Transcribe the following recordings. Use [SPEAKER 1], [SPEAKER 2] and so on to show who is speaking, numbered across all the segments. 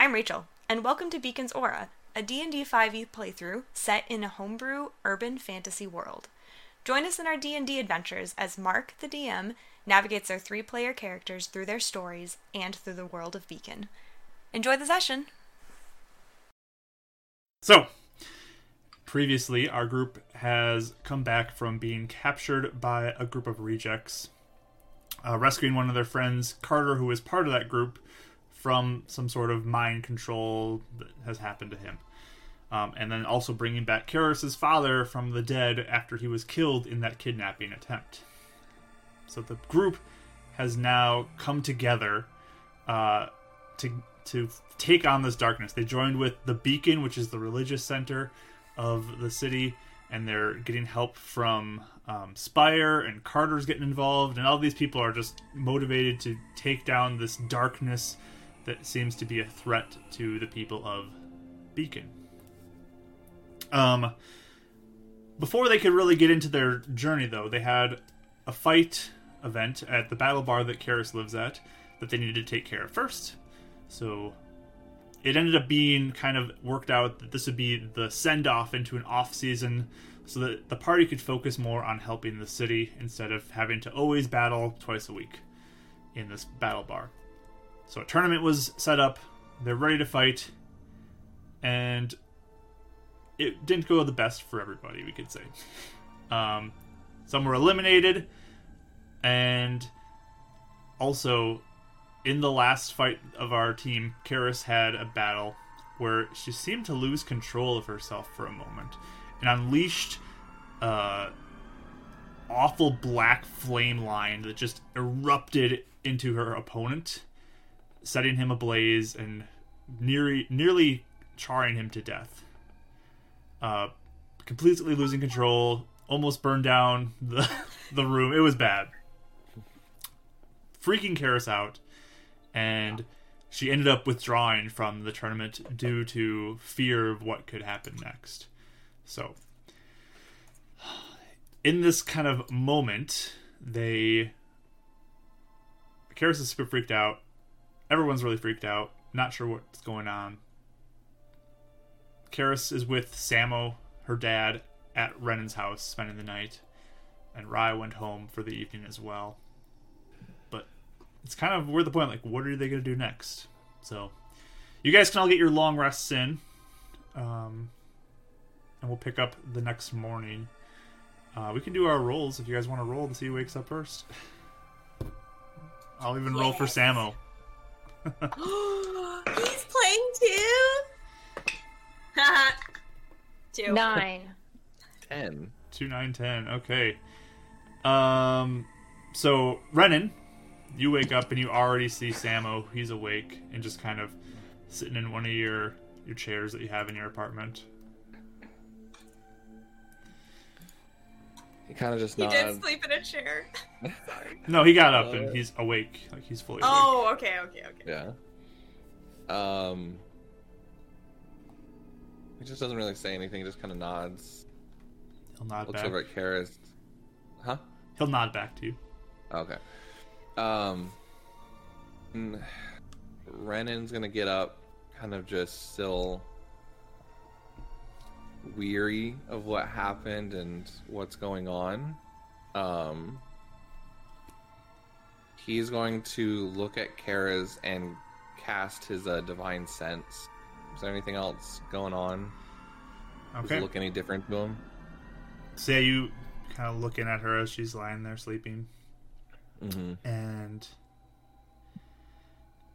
[SPEAKER 1] I'm Rachel, and welcome to Beacon's Aura, a D&D 5e E playthrough set in a homebrew urban fantasy world. Join us in our D&D adventures as Mark, the DM, navigates our three-player characters through their stories and through the world of Beacon. Enjoy the session.
[SPEAKER 2] So, previously, our group has come back from being captured by a group of rejects, uh, rescuing one of their friends, Carter, who was part of that group, from some sort of mind control that has happened to him. Um, and then also bringing back Karis' father from the dead after he was killed in that kidnapping attempt. So the group has now come together uh, to to take on this darkness. They joined with the Beacon, which is the religious center of the city, and they're getting help from um, Spire and Carter's getting involved, and all these people are just motivated to take down this darkness that seems to be a threat to the people of Beacon. Um, before they could really get into their journey, though, they had a fight event at the battle bar that Karis lives at that they needed to take care of first. So it ended up being kind of worked out that this would be the send off into an off season so that the party could focus more on helping the city instead of having to always battle twice a week in this battle bar. So a tournament was set up, they're ready to fight, and it didn't go the best for everybody, we could say. Um, some were eliminated, and also in the last fight of our team, Karis had a battle where she seemed to lose control of herself for a moment and unleashed uh awful black flame line that just erupted into her opponent, setting him ablaze and nearly nearly charring him to death. Uh completely losing control, almost burned down the the room. It was bad. Freaking Karis out and she ended up withdrawing from the tournament due to fear of what could happen next. So, in this kind of moment, they. Karis is super freaked out. Everyone's really freaked out. Not sure what's going on. Karis is with Samo, her dad, at Renan's house, spending the night. And Rye went home for the evening as well it's kind of we're at the point like what are they going to do next so you guys can all get your long rests in um, and we'll pick up the next morning uh, we can do our rolls if you guys want to roll to see who wakes up first i'll even roll for
[SPEAKER 3] Yes.
[SPEAKER 2] samo
[SPEAKER 3] He's playing too. two.
[SPEAKER 4] Nine.
[SPEAKER 5] 10.
[SPEAKER 2] 2 9 10 okay um so renan you wake up and you already see samo he's awake and just kind of sitting in one of your your chairs that you have in your apartment
[SPEAKER 5] He kind of just
[SPEAKER 3] He
[SPEAKER 5] nodded.
[SPEAKER 3] did sleep in a chair.
[SPEAKER 2] no he got up and
[SPEAKER 5] Uh,
[SPEAKER 2] he's awake like he's fully awake.
[SPEAKER 3] Oh, okay, okay, okay.
[SPEAKER 5] Yeah. Um. He just doesn't really say anything. He just kind of nods.
[SPEAKER 2] He'll nod
[SPEAKER 5] Looks
[SPEAKER 2] back.
[SPEAKER 5] over at Karis. Huh?
[SPEAKER 2] He'll nod back to you.
[SPEAKER 5] Okay. Um. mm, Renan's gonna get up, kind of just still weary of what happened and what's going on. Um. He's going to look at Kara's and cast his uh, divine sense. Is there anything else going on? Does
[SPEAKER 2] Okay.
[SPEAKER 5] it look any different to him?
[SPEAKER 2] so yeah, you kind of looking at her as she's lying there sleeping,
[SPEAKER 5] Mm-hmm.
[SPEAKER 2] and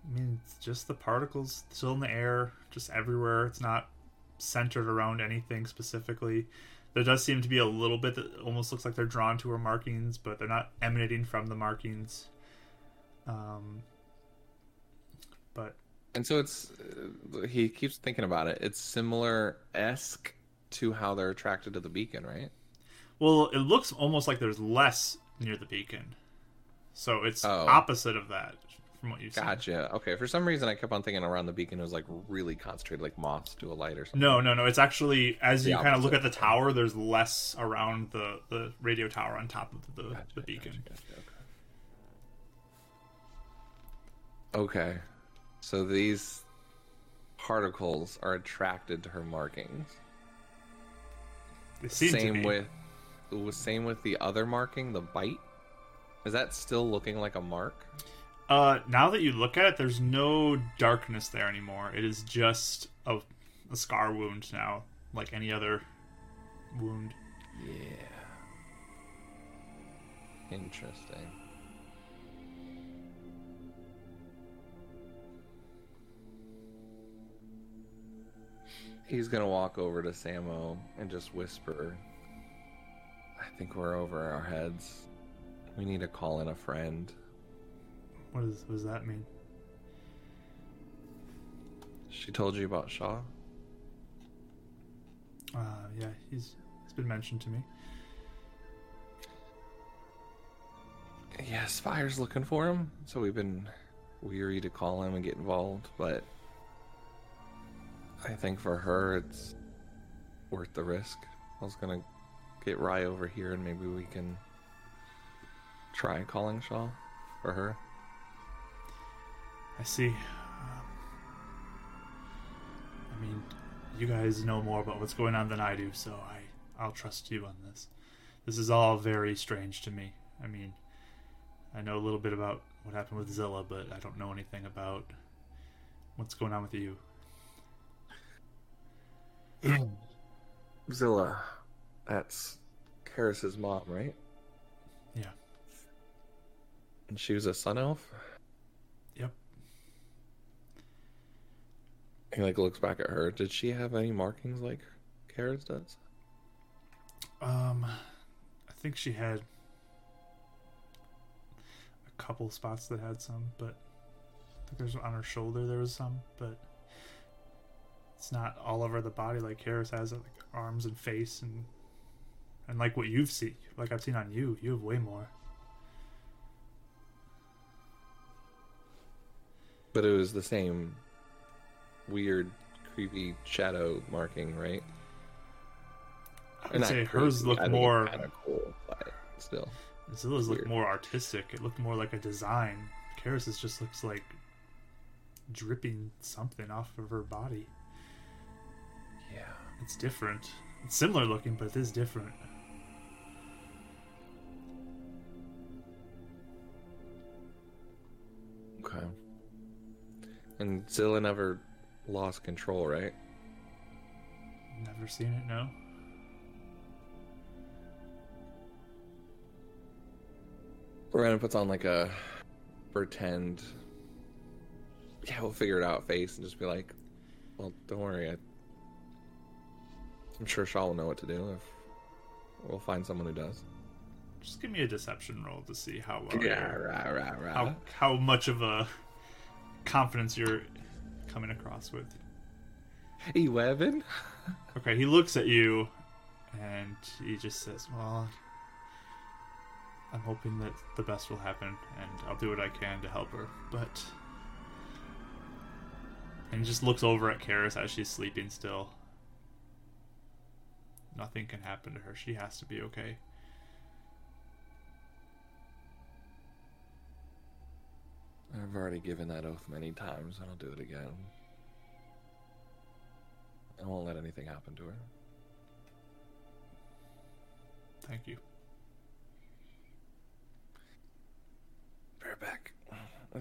[SPEAKER 2] I mean, it's just the particles still in the air, just everywhere. It's not centered around anything specifically. There does seem to be a little bit that almost looks like they're drawn to her markings, but they're not emanating from the markings. Um, but
[SPEAKER 5] And so it's uh, he keeps thinking about it. It's similar esque to how they're attracted to the beacon, right?
[SPEAKER 2] Well, it looks almost like there's less near the beacon. So it's
[SPEAKER 5] Oh.
[SPEAKER 2] opposite of that from what you've seen.
[SPEAKER 5] Gotcha. Okay. For some reason, I kept on thinking around the beacon it was like really concentrated, like moths to a light or something.
[SPEAKER 2] No, no, no. It's actually as
[SPEAKER 5] The
[SPEAKER 2] you kind of look at
[SPEAKER 5] opposite.
[SPEAKER 2] the tower, there's less around the, the radio tower on top of the, the beacon.
[SPEAKER 5] Okay. So these particles are attracted to her markings.
[SPEAKER 2] They seem to
[SPEAKER 5] Same
[SPEAKER 2] be.
[SPEAKER 5] with, w- same with the other marking, the bite. Is that still looking like a mark?
[SPEAKER 2] Uh, now that you look at it, there's no darkness there anymore. It is just a, a scar wound now, like any other wound.
[SPEAKER 5] Yeah. Interesting. He's gonna walk over to Samo and just whisper, I think we're over our heads. We need to call in a friend.
[SPEAKER 2] What, is, what does that mean?
[SPEAKER 5] She told you about Shaw?
[SPEAKER 2] Uh, yeah, he's it's been mentioned to me.
[SPEAKER 5] Yeah, Spire's looking for him, so we've been weary to call him and get involved, but I think for her it's worth the risk. I was gonna get Rye over here and maybe we can try calling Shaw for her.
[SPEAKER 2] I see. Um, I mean, you guys know more about what's going on than I do, so I I'll trust you on this. This is all very strange to me. I mean, I know a little bit about what happened with Zilla, but I don't know anything about what's going on with you.
[SPEAKER 5] Zilla, that's Karis's mom, right?
[SPEAKER 2] Yeah.
[SPEAKER 5] And she was a sun elf?
[SPEAKER 2] Yep.
[SPEAKER 5] He like looks back at her. Did she have any markings like Karis does?
[SPEAKER 2] Um, I think she had a couple spots that had some, but I think there's on her shoulder there was some, but it's not all over the body like Harris has, like arms and face and and like what you've seen, like I've seen on you. You have way more.
[SPEAKER 5] But it was the same weird, creepy shadow marking, right?
[SPEAKER 2] I
[SPEAKER 5] Or
[SPEAKER 2] would
[SPEAKER 5] not
[SPEAKER 2] say hers
[SPEAKER 5] creepy, I
[SPEAKER 2] looked
[SPEAKER 5] think it's
[SPEAKER 2] more.
[SPEAKER 5] kinda cool, but still.
[SPEAKER 2] Zilla's looked
[SPEAKER 5] weird.
[SPEAKER 2] more artistic. It looked more like a design. Karis's just looks like dripping something off of her body.
[SPEAKER 5] Yeah.
[SPEAKER 2] It's different. It's similar looking, but it is different.
[SPEAKER 5] Okay. And Zilla never lost control, right?
[SPEAKER 2] Never seen it, no.
[SPEAKER 5] Brandon puts on like a pretend. Yeah, we'll figure it out face and just be like, well, don't worry. I... I'm sure Shaw will know what to do if we'll find someone who does.
[SPEAKER 2] Just give me a deception roll to see how well
[SPEAKER 5] yeah, uh-huh.
[SPEAKER 2] you're-
[SPEAKER 5] rah, rah, rah.
[SPEAKER 2] how how much of a confidence you're coming across with.
[SPEAKER 5] Hey, Wevin.
[SPEAKER 2] Okay, he looks at you and he just says, "Well, I'm hoping that the best will happen and I'll do what I can to help her, but and he just looks over at Karis as she's sleeping still. Nothing can happen to her. She has to be okay.
[SPEAKER 5] I've already given that oath many times, and I'll do it again. I won't let anything happen to her.
[SPEAKER 2] Thank you.
[SPEAKER 5] Bear back.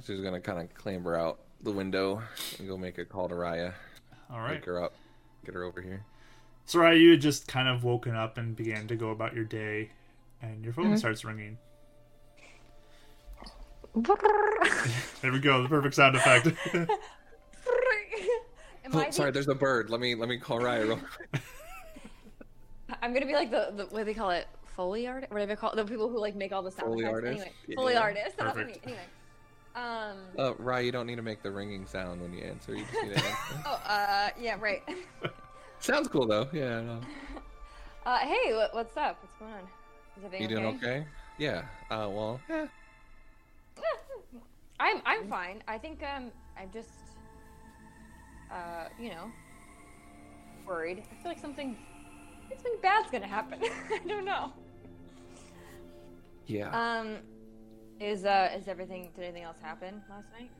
[SPEAKER 5] She's gonna kind of clamber out the window and go make a call to Raya.
[SPEAKER 2] All right.
[SPEAKER 5] Pick her up. Get her over here.
[SPEAKER 2] Soraya, you had just kind of woken up and began to go about your day, and your phone starts ringing. There we go, the perfect sound effect.
[SPEAKER 4] Am
[SPEAKER 5] Oh,
[SPEAKER 4] I
[SPEAKER 5] sorry.
[SPEAKER 4] the,
[SPEAKER 5] There's a bird. Let me let me call Raya. Real quick.
[SPEAKER 4] I'm gonna be like the, the what do they call it? Foley artist? What do they call it? The people who like make all the sound
[SPEAKER 5] Foley
[SPEAKER 4] effects.
[SPEAKER 5] artist?
[SPEAKER 4] Anyway, Foley
[SPEAKER 5] Yeah.
[SPEAKER 4] artist. That was me.
[SPEAKER 2] Perfect.
[SPEAKER 4] Anyway. Um.
[SPEAKER 5] Uh, Raya, you don't need to make the ringing sound when you answer. You just need to answer.
[SPEAKER 4] Oh. Uh. Yeah. Right.
[SPEAKER 5] Sounds cool though. Yeah. No.
[SPEAKER 4] Uh. Hey. What, what's up? What's going on? Is everything
[SPEAKER 5] You doing okay? Yeah. Uh. Well. Yeah.
[SPEAKER 4] I'm I'm fine. I think um I'm just uh you know worried. I feel like something something bad's gonna happen. I don't know.
[SPEAKER 5] Yeah.
[SPEAKER 4] Um, is uh is everything did anything else happen last night?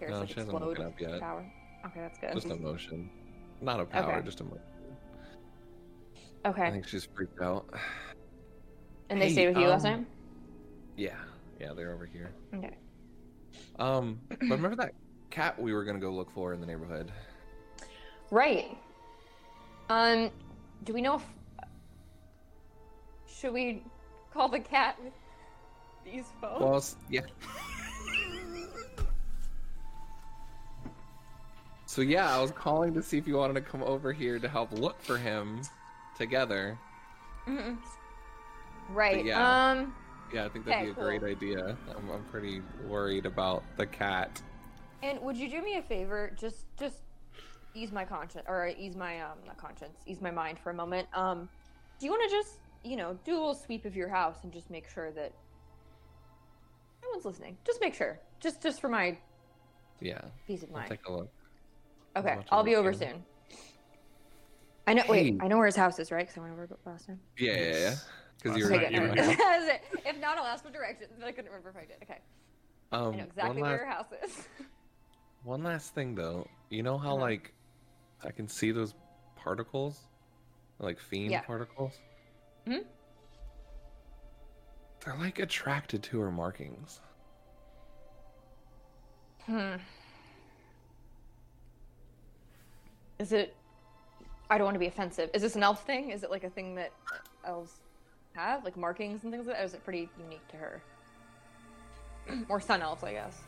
[SPEAKER 4] Karis,
[SPEAKER 5] No,
[SPEAKER 4] like,
[SPEAKER 5] she hasn't woken
[SPEAKER 4] explode
[SPEAKER 5] up yet.
[SPEAKER 4] Shower. Uh, Okay, that's good.
[SPEAKER 5] Just emotion. Not a power,
[SPEAKER 4] Okay.
[SPEAKER 5] just emotion. I
[SPEAKER 4] okay,
[SPEAKER 5] think she's freaked out.
[SPEAKER 4] and they
[SPEAKER 5] Hey,
[SPEAKER 4] stayed with you last
[SPEAKER 5] um,
[SPEAKER 4] time.
[SPEAKER 5] Yeah. Yeah, they're over here.
[SPEAKER 4] Okay.
[SPEAKER 5] Um, but remember that cat we were gonna go look for in the neighborhood?
[SPEAKER 4] Right. Um, do we know if should we call the cat with these phones?
[SPEAKER 5] Well, it's- yeah. so yeah, I was calling to see if you wanted to come over here to help look for him together.
[SPEAKER 4] Mm-mm. right.
[SPEAKER 5] yeah.
[SPEAKER 4] Um.
[SPEAKER 5] Yeah, I think that'd be a
[SPEAKER 4] Okay,
[SPEAKER 5] great
[SPEAKER 4] cool.
[SPEAKER 5] idea. I'm, I'm pretty worried about the cat.
[SPEAKER 4] And would you do me a favor? Just, just ease my conscience, or ease my um, not conscience, ease my mind for a moment. Um, do you want to just, you know, do a little sweep of your house and just make sure that no one's listening? Just make sure, just, just for my
[SPEAKER 5] Yeah,
[SPEAKER 4] peace of
[SPEAKER 5] I'll
[SPEAKER 4] mind.
[SPEAKER 5] take a look.
[SPEAKER 4] Okay,
[SPEAKER 5] watch
[SPEAKER 4] I'll
[SPEAKER 5] out,
[SPEAKER 4] be over
[SPEAKER 5] yeah.
[SPEAKER 4] soon. I know.
[SPEAKER 5] Hey.
[SPEAKER 4] Wait, I know where his house is, right? Because I went over last time.
[SPEAKER 5] Yeah, yeah, yeah. Because
[SPEAKER 2] Last
[SPEAKER 5] you
[SPEAKER 2] You're
[SPEAKER 5] were
[SPEAKER 2] night
[SPEAKER 4] Okay,
[SPEAKER 2] right,
[SPEAKER 4] good.
[SPEAKER 2] you're
[SPEAKER 5] you
[SPEAKER 4] all right. I
[SPEAKER 5] were-
[SPEAKER 4] was like, if not, I'll ask for directions. But I couldn't remember if I did. Okay,
[SPEAKER 5] Um,
[SPEAKER 4] I know exactly
[SPEAKER 5] one last
[SPEAKER 4] where your house is.
[SPEAKER 5] one last thing though. You know how
[SPEAKER 4] Uh-huh.
[SPEAKER 5] like I can see those particles, like fiend
[SPEAKER 4] Yeah.
[SPEAKER 5] particles.
[SPEAKER 4] Mhm.
[SPEAKER 5] They're like attracted to her markings.
[SPEAKER 4] Hmm. Is it? I don't want to be offensive. Is this an elf thing? Is it like a thing that elves have, like markings and things like that? Or is it pretty unique to her? or sun elves, I guess.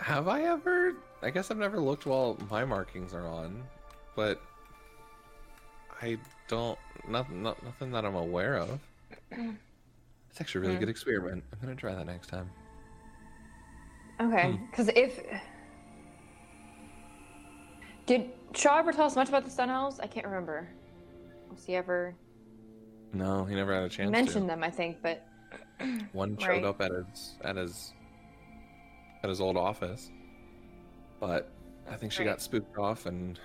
[SPEAKER 5] Have I ever? I guess I've never looked while my markings are on, but I don't nothing not, nothing that I'm aware of. It's actually a really
[SPEAKER 4] Hmm.
[SPEAKER 5] good experiment. I'm gonna try that next time.
[SPEAKER 4] Okay, because if did Shaw ever tell us much about the sun elves? I can't remember. Was he ever
[SPEAKER 5] No, he never had a chance.
[SPEAKER 4] mentioned them? I think, but
[SPEAKER 5] to. one showed
[SPEAKER 4] right.
[SPEAKER 5] up at his at his at his old office, but I think she
[SPEAKER 4] Right.
[SPEAKER 5] got spooked off, and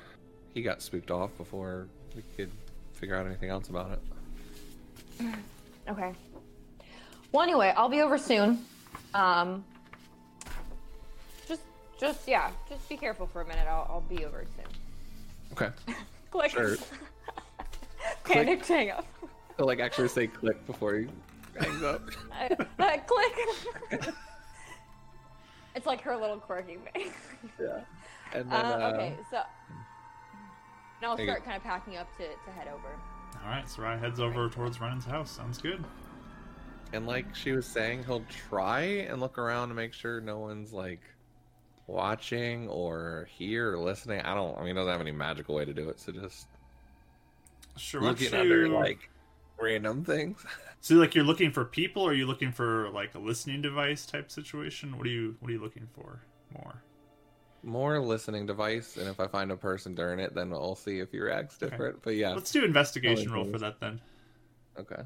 [SPEAKER 5] he got spooked off before we could figure out anything else about it.
[SPEAKER 4] Okay. Well, anyway, I'll be over soon. Um, just, just yeah, just be careful for a minute. I'll, I'll be over soon.
[SPEAKER 5] Okay.
[SPEAKER 4] Click.
[SPEAKER 5] Sure.
[SPEAKER 4] Panic hang up.
[SPEAKER 5] So, like actually say click before he hangs up.
[SPEAKER 4] I- uh, click. it's like her little quirky thing.
[SPEAKER 5] yeah. And then
[SPEAKER 4] Uh,
[SPEAKER 5] uh,
[SPEAKER 4] okay, so. And I'll
[SPEAKER 5] There you
[SPEAKER 4] start
[SPEAKER 5] go.
[SPEAKER 4] kind of packing up to, to head over.
[SPEAKER 2] All right, Sarai heads over towards Renan's house. Sounds good.
[SPEAKER 5] and like she was saying, he'll try and look around to make sure no one's like watching or here or listening. I don't. I mean, he doesn't have any magical way to do it. So just
[SPEAKER 2] Sure. why don't
[SPEAKER 5] looking
[SPEAKER 2] you-
[SPEAKER 5] under like random things.
[SPEAKER 2] So, like, you're looking for people, or are you looking for like a listening device type situation? What are you What are you looking for more?
[SPEAKER 5] More listening device, and if I find a person during it, then I'll see if he reacts different. But yeah,
[SPEAKER 2] Let's do investigation roll for
[SPEAKER 5] Always.
[SPEAKER 2] that then.
[SPEAKER 5] okay.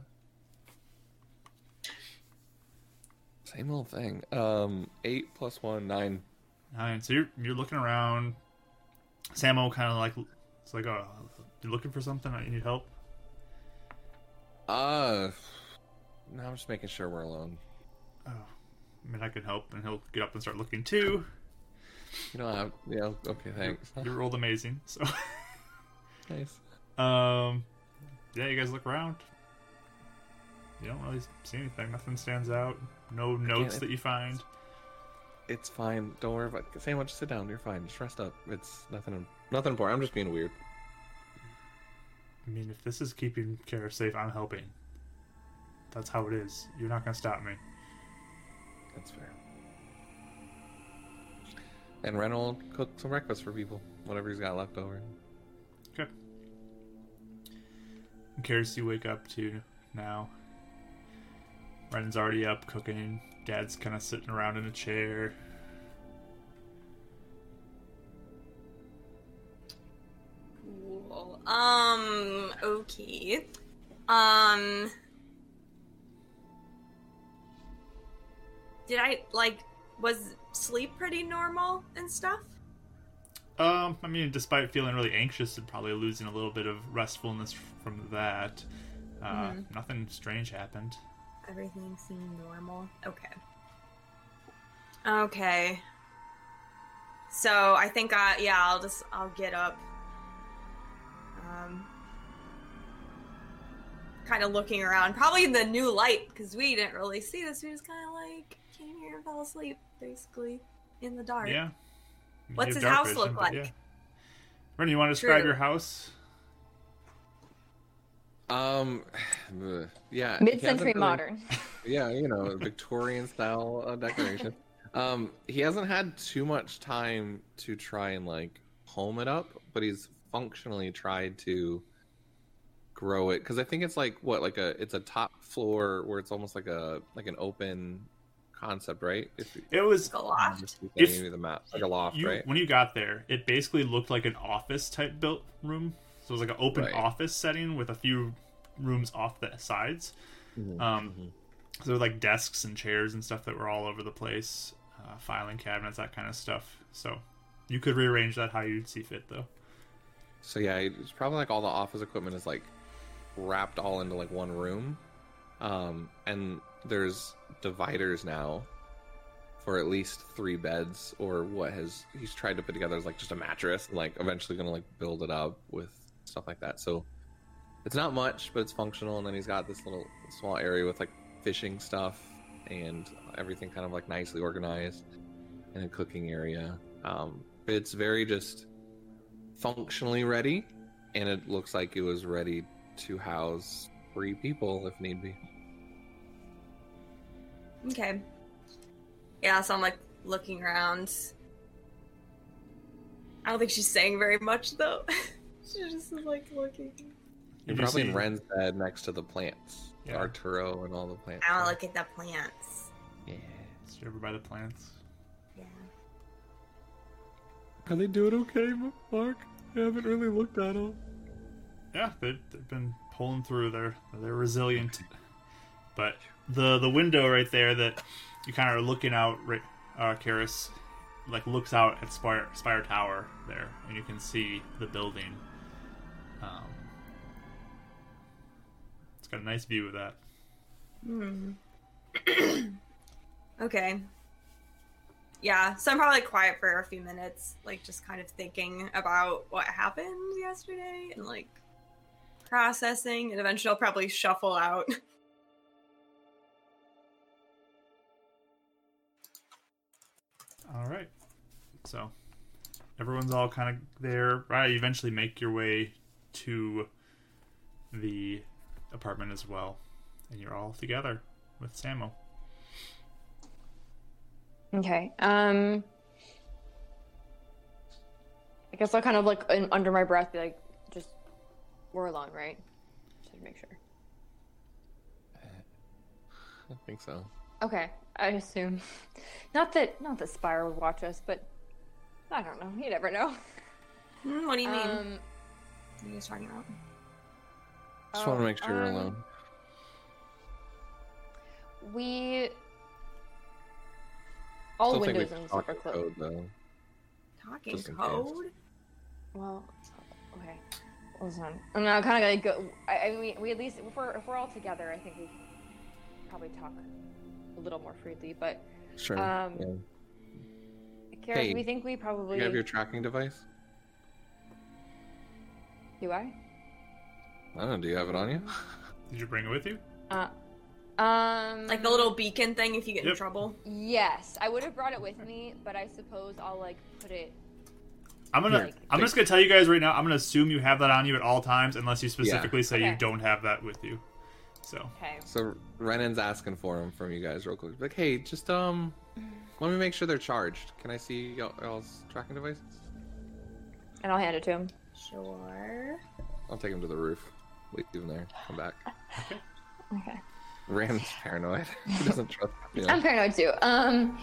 [SPEAKER 5] Same old thing. Um, eight plus one, nine.
[SPEAKER 2] Nine. So you're you're looking around. Samo kind of like it's like, oh, you looking for something? I need help.
[SPEAKER 5] Uh, no, I'm just making sure we're alone.
[SPEAKER 2] Oh, I mean, I can help, and he'll get up and start looking too.
[SPEAKER 5] You don't have, yeah, okay, thanks.
[SPEAKER 2] You rolled amazing. So,
[SPEAKER 5] nice.
[SPEAKER 2] um, yeah, you guys look around. You don't really see anything. Nothing stands out. No notes
[SPEAKER 5] it-
[SPEAKER 2] that you find.
[SPEAKER 5] It's fine. Don't worry about it. Sandwich, sit down. You're fine. Just rest up. It's nothing, nothing important. I'm just being weird.
[SPEAKER 2] I mean, if this is keeping Kara safe, I'm helping. That's how it is. You're not gonna stop me.
[SPEAKER 5] That's fair. And Ren will cook some breakfast for people, whatever he's got left over.
[SPEAKER 2] Okay. I'm curious you wake up to now. Ren's already up cooking. Dad's kind of sitting around in a chair.
[SPEAKER 3] Cool. Um. Okay. Um. Did I like? Was sleep pretty normal and stuff?
[SPEAKER 2] Um, I mean, despite feeling really anxious and probably losing a little bit of restfulness from that, uh,
[SPEAKER 3] Mm-hmm.
[SPEAKER 2] nothing strange happened.
[SPEAKER 3] Everything seemed normal. Okay. Okay. So I think I yeah I'll just I'll get up. Um, kind of looking around, probably in the new light because we didn't really see this. We just kind of like came here and fell asleep, basically in the dark.
[SPEAKER 2] Yeah. You
[SPEAKER 3] What's
[SPEAKER 2] have
[SPEAKER 3] his
[SPEAKER 2] dark
[SPEAKER 3] house look
[SPEAKER 2] but
[SPEAKER 3] like?
[SPEAKER 2] Brennan, you want to describe
[SPEAKER 3] True.
[SPEAKER 2] your house?
[SPEAKER 5] Um, yeah. he hasn't
[SPEAKER 4] Mid-century
[SPEAKER 5] really-
[SPEAKER 4] modern.
[SPEAKER 5] Yeah, you know, Victorian style uh, decoration. Um, he hasn't had too much time to try and like home it up, but he's functionally tried to grow it because I think it's like what, like a it's a top floor where it's almost like a like an open concept, right? If you-
[SPEAKER 2] It was
[SPEAKER 3] Like a loft.
[SPEAKER 5] if you
[SPEAKER 2] Ah, If
[SPEAKER 5] give me the map, like a loft,
[SPEAKER 2] you
[SPEAKER 5] right?
[SPEAKER 2] when you got there. It basically looked like an office type built room, so it was like an open
[SPEAKER 5] Right.
[SPEAKER 2] office setting with a few rooms off the sides.
[SPEAKER 5] Mhm,
[SPEAKER 2] Um,
[SPEAKER 5] mhm.
[SPEAKER 2] So there were like desks and chairs and stuff that were all over the place, uh, filing cabinets, that kind of stuff. So you could rearrange that how you'd see fit, though.
[SPEAKER 5] So yeah, it's probably like all the office equipment is like wrapped all into like one room. Um and there's dividers now for at least three beds or what has he's tried to put together is like just a mattress and like eventually gonna like build it up with stuff like that. So it's not much, but it's functional and then he's got this little small area with like fishing stuff and everything kind of like nicely organized and a cooking area. Um it's very just functionally ready, and it looks like it was ready to house three people if need be.
[SPEAKER 3] Okay. Yeah, so I'm like looking around. I don't think she's saying very much though. she's just like looking.
[SPEAKER 5] You're
[SPEAKER 2] You
[SPEAKER 5] probably
[SPEAKER 2] see-
[SPEAKER 5] in Ren's bed next to the plants,
[SPEAKER 2] Yeah.
[SPEAKER 5] Arturo and all the plants.
[SPEAKER 3] I don't look at the plants.
[SPEAKER 5] Yeah.
[SPEAKER 2] It's over by the plants.
[SPEAKER 3] Yeah.
[SPEAKER 5] Are they doing okay, Mark? I haven't really looked at them.
[SPEAKER 2] Yeah, they, they've been pulling through. They're they're resilient. But the the window right there that you kind of are looking out, right, uh, Karis, like looks out at Spire Spire Tower there, and you can see the building. Um, it's got a nice view of that.
[SPEAKER 3] Hmm. okay. Yeah, so I'm probably quiet for a few minutes, like just kind of thinking about what happened yesterday and like processing, and eventually I'll probably shuffle out.
[SPEAKER 2] All right. So everyone's all kind of there. Right, you eventually make your way to the apartment as well, and you're all together with Samo.
[SPEAKER 4] Okay. Um. I guess I'll kind of like in, under my breath be like, just we're alone, right? Just to make sure.
[SPEAKER 5] I think so.
[SPEAKER 4] Okay, I assume. Not that not that Spire would watch us, but I don't know. You never know.
[SPEAKER 3] Hmm, what do you mean?
[SPEAKER 4] Um,
[SPEAKER 3] what are you guys talking about?
[SPEAKER 5] Just want to make sure we're
[SPEAKER 4] um,
[SPEAKER 5] alone.
[SPEAKER 4] We all
[SPEAKER 5] Still think
[SPEAKER 4] windows
[SPEAKER 5] we
[SPEAKER 4] and
[SPEAKER 5] talked
[SPEAKER 4] stuff are closed.
[SPEAKER 5] code, though.
[SPEAKER 3] Talking
[SPEAKER 5] Just in case.
[SPEAKER 3] code?
[SPEAKER 4] Well, okay. Listen, I'm not kind of like go. I, I mean, we, we at least if we're if we're all together, I think we can probably talk a little more freely. But
[SPEAKER 5] Sure.
[SPEAKER 4] Um,
[SPEAKER 5] yeah.
[SPEAKER 4] Karis,
[SPEAKER 5] Hey,
[SPEAKER 4] we think we probably
[SPEAKER 5] You have your tracking device?
[SPEAKER 4] do. I.
[SPEAKER 5] I don't know. Do you have it on you?
[SPEAKER 2] Did you bring it with you?
[SPEAKER 4] Uh, um,
[SPEAKER 3] Like the little beacon thing if you get in
[SPEAKER 2] Yep.
[SPEAKER 3] trouble.
[SPEAKER 4] Yes, I would have brought it with me, but I suppose I'll like put it.
[SPEAKER 2] I'm gonna.
[SPEAKER 4] Here.
[SPEAKER 2] I'm just gonna tell you guys right now. I'm gonna assume you have that on you at all times, unless you specifically say you
[SPEAKER 4] Okay.
[SPEAKER 2] don't have that with you. So
[SPEAKER 4] Okay.
[SPEAKER 5] So Renan's asking for them from you guys real quick. Like, hey, just um, let me make sure they're charged. Can I see y'all, y'all's tracking devices?
[SPEAKER 4] And I'll hand it to him.
[SPEAKER 3] Sure.
[SPEAKER 5] I'll take them to the roof. Leave them there. Come back.
[SPEAKER 4] Okay.
[SPEAKER 5] Renan's paranoid. he doesn't trust. You
[SPEAKER 4] I'm paranoid too. Um.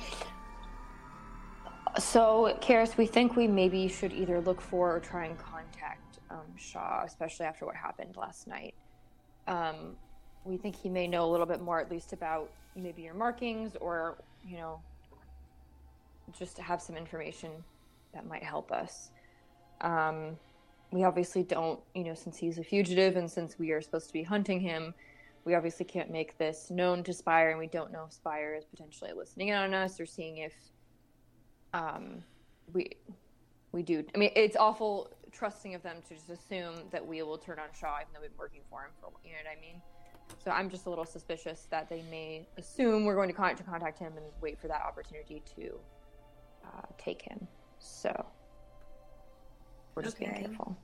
[SPEAKER 4] So, Karis, we think we maybe should either look for or try and contact um, Shaw, especially after what happened last night. Um, we think he may know a little bit more, at least about maybe your markings, or you know, just to have some information that might help us. Um, we obviously don't, you know, since he's a fugitive and since we are supposed to be hunting him, we obviously can't make this known to Spire, and we don't know if Spire is potentially listening in on us or seeing if um, we we do. I mean, it's awful trusting of them to just assume that we will turn on Shaw, even though we've been working for him for you know what I mean. So I'm just a little suspicious that they may assume we're going to, con- to contact him and wait for that opportunity to uh, take him. So we're just
[SPEAKER 1] Okay.
[SPEAKER 4] being careful.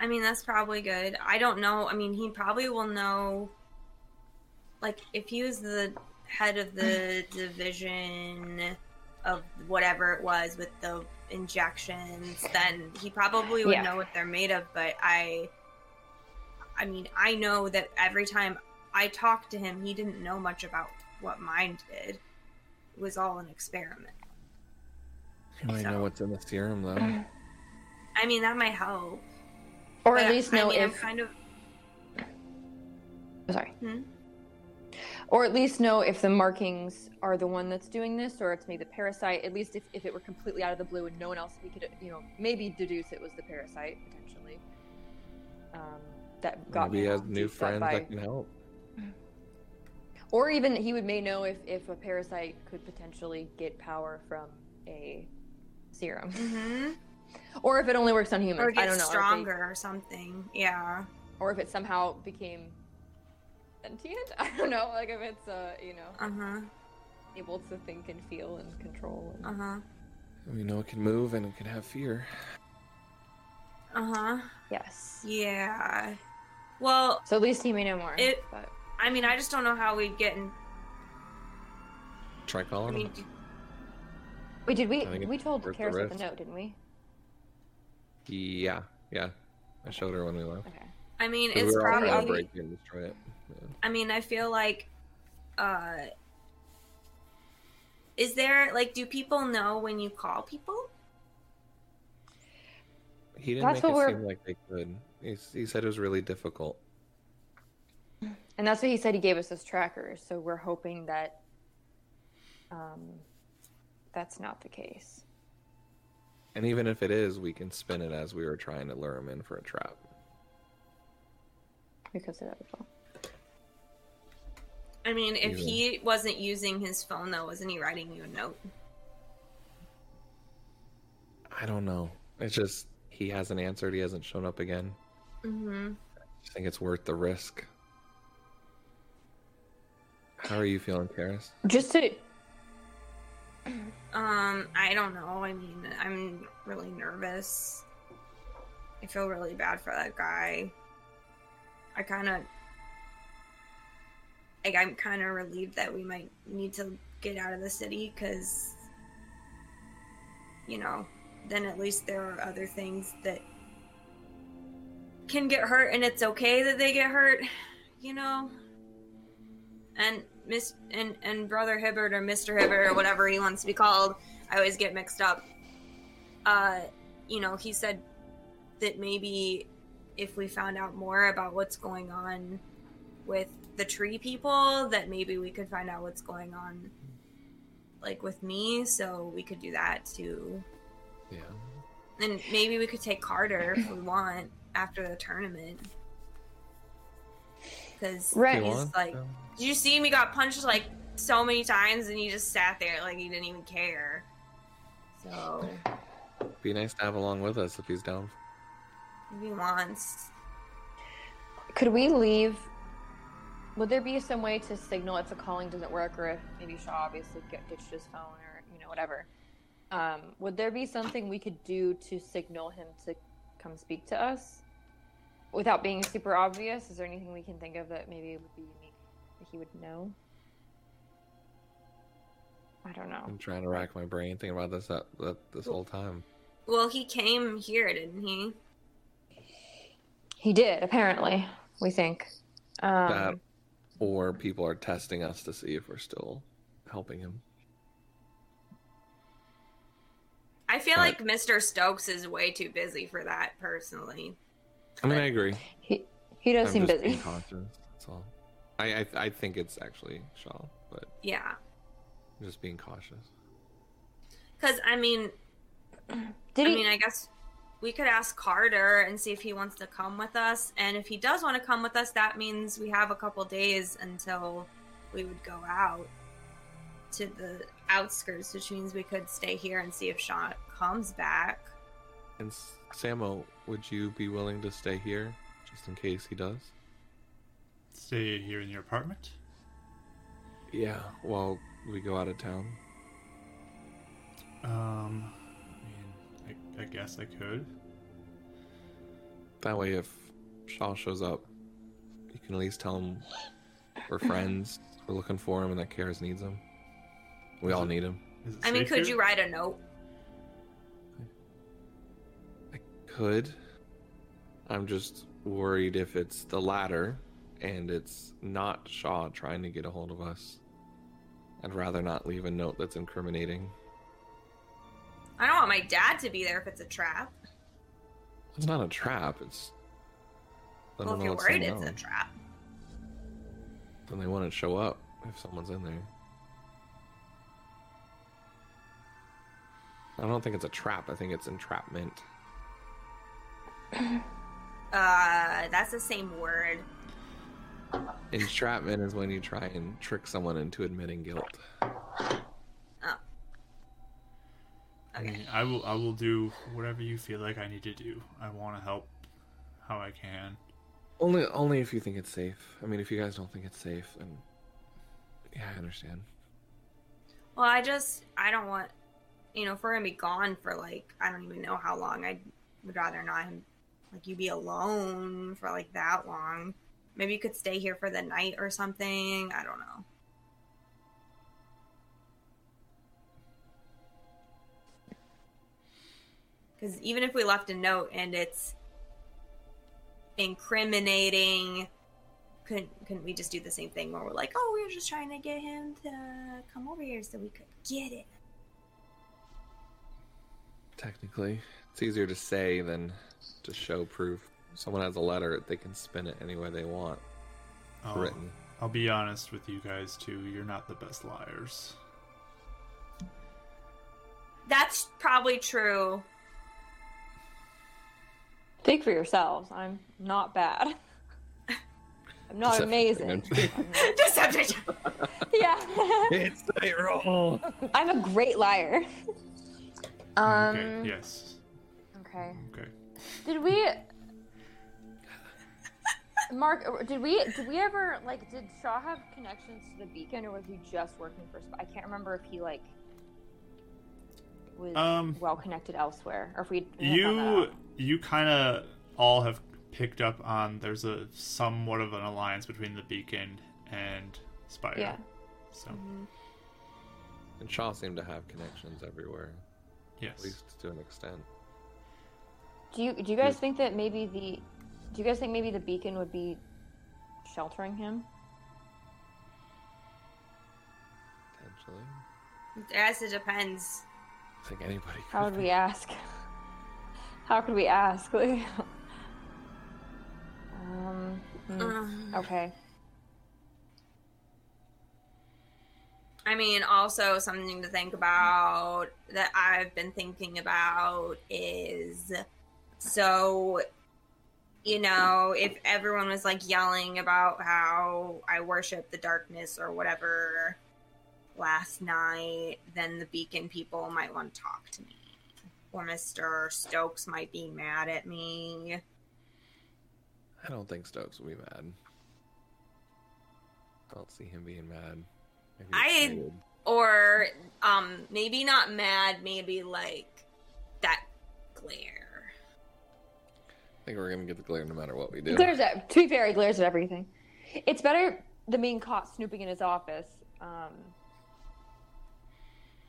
[SPEAKER 1] I mean, that's probably good. I don't know. I mean, he probably will know. Like, if he was the head of the division of whatever it was with the injections, then he probably would
[SPEAKER 4] Yeah.
[SPEAKER 1] know what they're made of. But I, I mean, I know that every time I talked to him, he didn't know much about what mine did. It was all an experiment.
[SPEAKER 5] You might know what's in the serum, though.
[SPEAKER 4] Mm-hmm.
[SPEAKER 1] I mean, that might help.
[SPEAKER 4] Or
[SPEAKER 1] But
[SPEAKER 4] at
[SPEAKER 1] I-
[SPEAKER 4] least
[SPEAKER 1] I
[SPEAKER 4] know
[SPEAKER 1] mean, I'm
[SPEAKER 4] if
[SPEAKER 1] kind of
[SPEAKER 4] sorry.
[SPEAKER 1] Hmm?
[SPEAKER 4] Or at least know if the markings are the one that's doing this, or it's maybe the parasite. At least if, if it were completely out of the blue and no one else, we could you know maybe deduce it was the parasite potentially. Um, that got
[SPEAKER 5] Maybe he
[SPEAKER 4] me
[SPEAKER 5] has
[SPEAKER 4] all
[SPEAKER 5] new
[SPEAKER 4] juiced up
[SPEAKER 5] friends
[SPEAKER 4] by-
[SPEAKER 5] that can help.
[SPEAKER 4] or even he would may know if if a parasite could potentially get power from a serum,
[SPEAKER 1] Mhm.
[SPEAKER 4] or if it only works on humans.
[SPEAKER 1] or
[SPEAKER 4] I
[SPEAKER 1] get
[SPEAKER 4] don't know. if they-
[SPEAKER 1] stronger or something. Yeah.
[SPEAKER 4] or if it somehow became sentient. I don't know. Like if it's uh you know
[SPEAKER 1] Uh huh.
[SPEAKER 4] able to think and feel and control. And...
[SPEAKER 1] Uh huh.
[SPEAKER 5] We know it can move and it can have fear.
[SPEAKER 1] Uh huh.
[SPEAKER 4] Yes.
[SPEAKER 1] Yeah. Well,
[SPEAKER 4] So at least he may know more.
[SPEAKER 1] It-
[SPEAKER 4] but
[SPEAKER 1] I mean, I just don't know how we'd get in.
[SPEAKER 5] Try
[SPEAKER 1] I
[SPEAKER 5] calling
[SPEAKER 1] mean,
[SPEAKER 5] him.
[SPEAKER 1] d-
[SPEAKER 4] wait, did we
[SPEAKER 5] I think
[SPEAKER 4] we
[SPEAKER 5] it's
[SPEAKER 4] told
[SPEAKER 5] worth the
[SPEAKER 4] Karis about the
[SPEAKER 5] risk.
[SPEAKER 4] note, didn't we?
[SPEAKER 5] Yeah, yeah. I showed her when we left.
[SPEAKER 4] Okay.
[SPEAKER 1] I mean,
[SPEAKER 5] 'Cause
[SPEAKER 1] it's
[SPEAKER 5] we were all trying to
[SPEAKER 1] probably.
[SPEAKER 5] break in and destroy it. Yeah.
[SPEAKER 1] I mean, I feel like, uh, is there like, do people know when you call people?
[SPEAKER 5] He didn't
[SPEAKER 4] That's what
[SPEAKER 5] make it
[SPEAKER 4] we're-
[SPEAKER 5] seem like they could. He, s- he said it was really difficult.
[SPEAKER 4] And that's what he said. He gave us this tracker, so we're hoping that um, that's not the case.
[SPEAKER 5] And even if it is, we can spin it as we were trying to lure him in for a trap.
[SPEAKER 4] Because of that as well.
[SPEAKER 1] I mean, if
[SPEAKER 5] Yeah.
[SPEAKER 1] he wasn't using his phone though, wasn't he writing you a note?
[SPEAKER 5] I don't know. It's just he hasn't answered. He hasn't shown up again.
[SPEAKER 1] Mm-hmm.
[SPEAKER 5] I just think it's worth the risk. How are you feeling, Karis?
[SPEAKER 4] Just to
[SPEAKER 1] Um, I don't know. I mean, I'm really nervous. I feel really bad for that guy. I kind of like I'm kind of relieved that we might need to get out of the city cuz you know, then at least there are other things that can get hurt and it's okay that they get hurt, you know. And Miss and and Brother Hibbert or Mr. Hibbert or whatever he wants to be called, I always get mixed up. Uh, you know, he said that maybe if we found out more about what's going on with the tree people, that maybe we could find out what's going on like with me, so we could do that too.
[SPEAKER 5] Yeah.
[SPEAKER 1] And maybe we could take Carter if we want after the tournament. Cause
[SPEAKER 4] Right.
[SPEAKER 5] You
[SPEAKER 1] he's
[SPEAKER 5] want?
[SPEAKER 1] like did you see him? He got punched like so many times, and he just sat there like he didn't even care. So
[SPEAKER 5] Be nice to have along with us if he's down.
[SPEAKER 1] if he wants,
[SPEAKER 4] could we leave? Would there be some way to signal if the calling doesn't work, or if maybe Shaw obviously get, ditched his phone, or you know whatever? Um, would there be something we could do to signal him to come speak to us, without being super obvious? Is there anything we can think of that maybe would be unique that he would know? I don't know.
[SPEAKER 5] I'm trying to rack my brain thinking about this that, that this whole time.
[SPEAKER 1] well, he came here, didn't he?
[SPEAKER 4] He did apparently. We think. Um,
[SPEAKER 5] That or people are testing us to see if we're still helping him.
[SPEAKER 1] I feel
[SPEAKER 5] Right.
[SPEAKER 1] like Mr. Stokes is way too busy for that, personally.
[SPEAKER 5] I mean, I agree.
[SPEAKER 4] he he does
[SPEAKER 5] I'm
[SPEAKER 4] seem
[SPEAKER 5] just being
[SPEAKER 4] busy.
[SPEAKER 5] cautious, That's all. I, I I think it's actually Shaw, but
[SPEAKER 1] Yeah,
[SPEAKER 5] I'm just being cautious.
[SPEAKER 1] because I mean,
[SPEAKER 4] Did
[SPEAKER 1] I
[SPEAKER 4] he?
[SPEAKER 1] mean, I guess we could ask Carter and see if he wants to come with us. And if he does want to come with us, that means we have a couple days until we would go out to the outskirts, which means we could stay here and see if Sean comes back.
[SPEAKER 5] And S- Samo, would you be willing to stay here just in case he does?
[SPEAKER 2] Stay here in your apartment.
[SPEAKER 5] Yeah, while we go out of town.
[SPEAKER 2] Um, I mean, I, I guess I could.
[SPEAKER 5] That way, if Shaw shows up, you can at least tell him we're friends, we're looking for him, and that Karis needs him. We all need him.
[SPEAKER 2] Is it
[SPEAKER 1] I mean,
[SPEAKER 2] safe
[SPEAKER 1] could
[SPEAKER 2] here?
[SPEAKER 1] you write a note?
[SPEAKER 5] I could. I'm just worried if it's the latter and it's not Shaw trying to get a hold of us. I'd rather not leave a note that's incriminating.
[SPEAKER 1] I don't want my dad to be there if it's a trap.
[SPEAKER 5] It's not a trap, it's. I
[SPEAKER 1] well,
[SPEAKER 5] don't
[SPEAKER 1] if
[SPEAKER 5] know
[SPEAKER 1] you're
[SPEAKER 5] what's
[SPEAKER 1] worried
[SPEAKER 5] going
[SPEAKER 1] it's a
[SPEAKER 5] on.
[SPEAKER 1] trap.
[SPEAKER 5] Then they wouldn't show up if someone's in there. I don't think it's a trap. I think it's entrapment.
[SPEAKER 1] Uh, that's the same word.
[SPEAKER 5] Entrapment is when you try and trick someone into admitting guilt.
[SPEAKER 1] Oh.
[SPEAKER 2] I mean, I will. I will do whatever you feel like I need to do. I want to help how I can.
[SPEAKER 5] Only, only if you think it's safe. I mean, if you guys don't think it's safe, then yeah, I understand.
[SPEAKER 1] Well, I just I don't want you know, if we're gonna be gone for like I don't even know how long, I would rather not him like you be alone for like that long. Maybe you could stay here for the night or something. I don't know. Because even if we left a note and it's incriminating, couldn't couldn't we just do the same thing where we're like, oh, we were just trying to get him to come over here so we could get it.
[SPEAKER 5] Technically, it's easier to say than to show proof. Someone has a letter; they can spin it any way they want.
[SPEAKER 2] I'll,
[SPEAKER 5] Written.
[SPEAKER 2] Um, I'll be honest with you guys too. You're not the best liars.
[SPEAKER 1] That's probably true.
[SPEAKER 4] Think for yourselves. I'm not bad. I'm
[SPEAKER 1] Oh,
[SPEAKER 4] not
[SPEAKER 5] Deception
[SPEAKER 4] amazing. I'm not-
[SPEAKER 1] Deception.
[SPEAKER 4] yeah.
[SPEAKER 5] it's the roll.
[SPEAKER 4] I'm a great liar. Um.
[SPEAKER 2] okay. Yes.
[SPEAKER 4] okay.
[SPEAKER 2] Okay.
[SPEAKER 4] Did we? Mark, did we did we ever like did Shaw have connections to the beacon or was he just working for? Sp- I can't remember if he like was
[SPEAKER 2] Um,
[SPEAKER 4] well connected elsewhere or if we. we had found that
[SPEAKER 2] you
[SPEAKER 4] out.
[SPEAKER 2] you kind of all have picked up on there's a somewhat of an alliance between the beacon and spire
[SPEAKER 4] Yeah. Mm-hmm.
[SPEAKER 2] so
[SPEAKER 5] And Shaw seemed to have connections everywhere, at
[SPEAKER 2] yes
[SPEAKER 5] least to an extent.
[SPEAKER 4] Do you do you guys think that maybe the do you guys think maybe the beacon would be sheltering him?
[SPEAKER 5] Potentially,
[SPEAKER 1] I guess it depends.
[SPEAKER 5] I think anybody.
[SPEAKER 4] How
[SPEAKER 5] could
[SPEAKER 4] would we ask? How could we ask? Like, um. hmm,
[SPEAKER 1] Ugh.
[SPEAKER 4] Okay.
[SPEAKER 1] I mean, also something to think about that I've been thinking about is so, you know, if everyone was like yelling about how I worship the darkness or whatever last night, then the beacon people might want to talk to me. Or Mr. Stokes might be mad at me.
[SPEAKER 5] I don't think Stokes will be mad. I don't see him being mad. Maybe
[SPEAKER 1] I-
[SPEAKER 5] excited.
[SPEAKER 1] or um maybe not mad maybe like that glare
[SPEAKER 5] I think we're gonna get the glare no matter what we do.
[SPEAKER 4] He glares at. To be fair, he glares at everything. It's better than being caught snooping in his office. Um,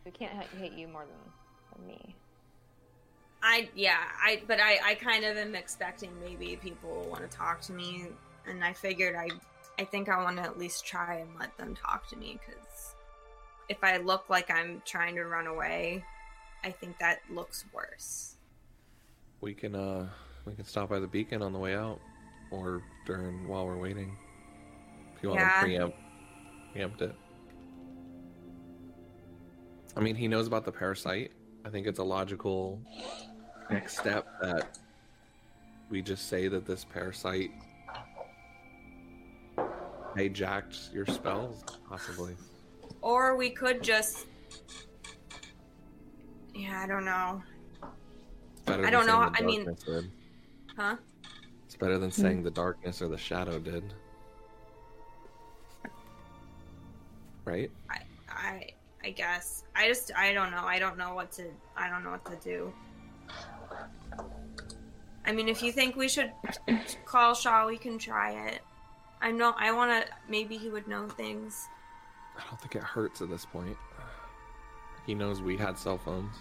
[SPEAKER 4] we can't ha- hate you more than, than me.
[SPEAKER 1] i yeah i but i i kind of am expecting maybe people will want to talk to me and i figured i i think i want to at least try and let them talk to me because if i look like i'm trying to run away i think that looks worse
[SPEAKER 5] We can uh we can stop by the beacon on the way out or during while we're waiting. If you want
[SPEAKER 1] Yeah.
[SPEAKER 5] to preempt preempt it. I mean he knows about the parasite. I think it's a logical next step that we just say that this parasite hijacked your spells, possibly.
[SPEAKER 1] or we could just Yeah, I don't know.
[SPEAKER 5] Better
[SPEAKER 1] I
[SPEAKER 5] than
[SPEAKER 1] don't know,
[SPEAKER 5] saying the
[SPEAKER 1] I mean-
[SPEAKER 5] darkness did.
[SPEAKER 1] Huh?
[SPEAKER 5] it's better than saying the darkness or the shadow did. Right?
[SPEAKER 1] I I guess. I just I don't know. I don't know what to I don't know what to do. I mean, if you think we should call Shaw, we can try it. I'm not I want to maybe he would know things.
[SPEAKER 5] I don't think it hurts at this point. He knows we had cell phones.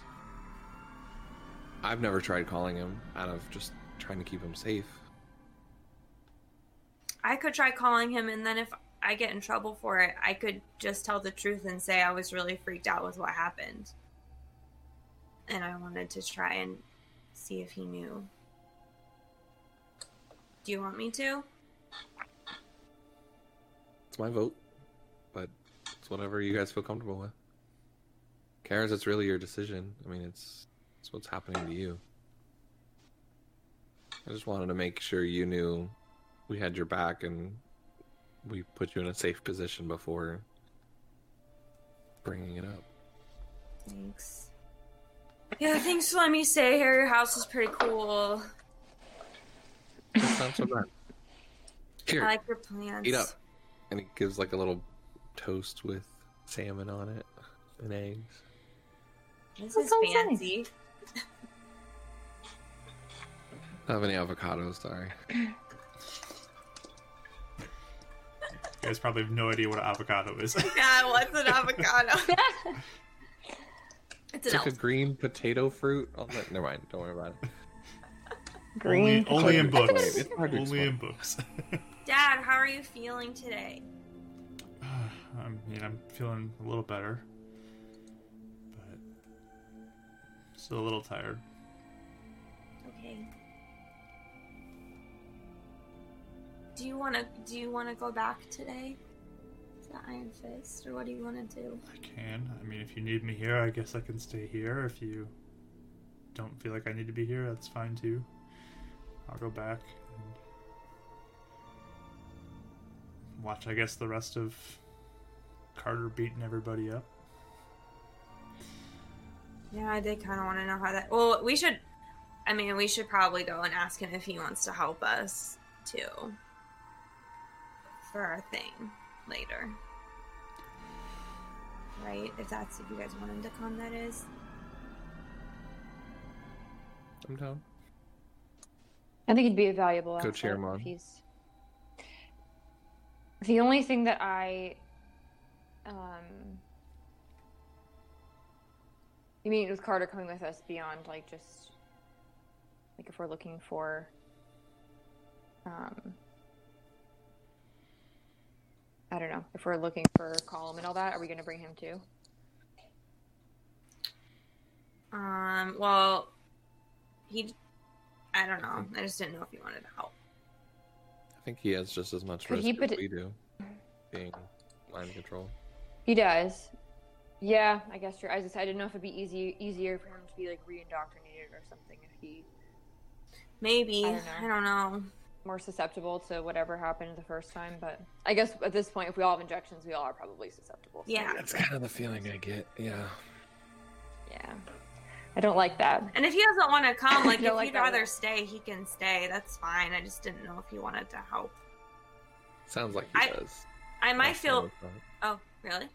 [SPEAKER 5] I've never tried calling him out of just trying to keep him safe.
[SPEAKER 1] I could try calling him and then if I get in trouble for it, I could just tell the truth and say I was really freaked out with what happened. And I wanted to try and see if he knew. Do you want me to?
[SPEAKER 5] It's my vote, but it's whatever you guys feel comfortable with. Kara's, it's really your decision. I mean, it's it's what's happening to you. I just wanted to make sure you knew we had your back and we put you in a safe position before bringing it up.
[SPEAKER 1] Thanks. Yeah, thanks for letting me stay here. Your house is pretty cool.
[SPEAKER 5] It's not so bad. Here,
[SPEAKER 1] I like your plants.
[SPEAKER 5] eat up. And it gives like a little toast with salmon on it and eggs.
[SPEAKER 1] This
[SPEAKER 4] That
[SPEAKER 1] is
[SPEAKER 4] sounds nice.
[SPEAKER 1] fancy.
[SPEAKER 5] I don't have any avocados, sorry.
[SPEAKER 2] You guys probably have no idea what an avocado is.
[SPEAKER 1] Yeah, what's an avocado? it's an
[SPEAKER 5] Took a
[SPEAKER 1] elf.
[SPEAKER 5] green potato fruit on the. Never mind. Don't worry about it.
[SPEAKER 2] only, only in
[SPEAKER 5] Hard to
[SPEAKER 2] books.
[SPEAKER 5] explain. It's hard to
[SPEAKER 2] only in
[SPEAKER 5] explain.
[SPEAKER 2] books.
[SPEAKER 1] Dad, how are you feeling today?
[SPEAKER 2] I mean, I'm feeling a little better, but still a little tired.
[SPEAKER 1] Okay. Do you wanna do you wanna go back today? To the Iron Fist, or what do you wanna do?
[SPEAKER 2] I can. I mean, if you need me here, I guess I can stay here. If you don't feel like I need to be here, that's fine too. I'll go back and watch, I guess, the rest of Carter beating everybody up.
[SPEAKER 1] Yeah, I did kinda wanna know how that well, we should I mean we should probably go and ask him if he wants to help us too. For our thing later. Right? If that's if you guys want him to come, that is.
[SPEAKER 5] I'm down.
[SPEAKER 4] I think it'd be a valuable
[SPEAKER 5] Go cheer
[SPEAKER 4] asset
[SPEAKER 5] him
[SPEAKER 4] if
[SPEAKER 5] on.
[SPEAKER 4] he's- The only thing that I, um, you mean with Carter coming with us beyond like just like if we're looking for, um, I don't know if we're looking for Column and all that, are we going to bring him too?
[SPEAKER 1] Um, well, he, I don't know. I just didn't know if he wanted to help.
[SPEAKER 5] I think he has just as much
[SPEAKER 4] Could
[SPEAKER 5] risk
[SPEAKER 4] he
[SPEAKER 5] as
[SPEAKER 4] put-
[SPEAKER 5] we do, being mind control.
[SPEAKER 4] He does. Yeah, I guess you're. I just I didn't know if it'd be easy easier for him to be like re-indoctrinated or something if he
[SPEAKER 1] Maybe.
[SPEAKER 4] I
[SPEAKER 1] I
[SPEAKER 4] don't
[SPEAKER 1] don't
[SPEAKER 4] know.
[SPEAKER 1] know.
[SPEAKER 4] more susceptible to whatever happened the first time. But I guess at this point, if we all have injections, we all are probably susceptible. so
[SPEAKER 1] Yeah.
[SPEAKER 5] That's kind of the feeling I get. Yeah.
[SPEAKER 4] yeah. I don't like that.
[SPEAKER 1] And if he doesn't want to come, like,
[SPEAKER 4] Don't
[SPEAKER 1] if
[SPEAKER 4] like
[SPEAKER 1] he'd
[SPEAKER 4] that
[SPEAKER 1] rather
[SPEAKER 4] one.
[SPEAKER 1] stay, he can stay. That's fine. I just didn't know if he wanted to help.
[SPEAKER 5] Sounds like he
[SPEAKER 1] I-
[SPEAKER 5] does.
[SPEAKER 1] I might
[SPEAKER 5] Last time
[SPEAKER 1] feel.
[SPEAKER 5] I thought.
[SPEAKER 1] Oh, really?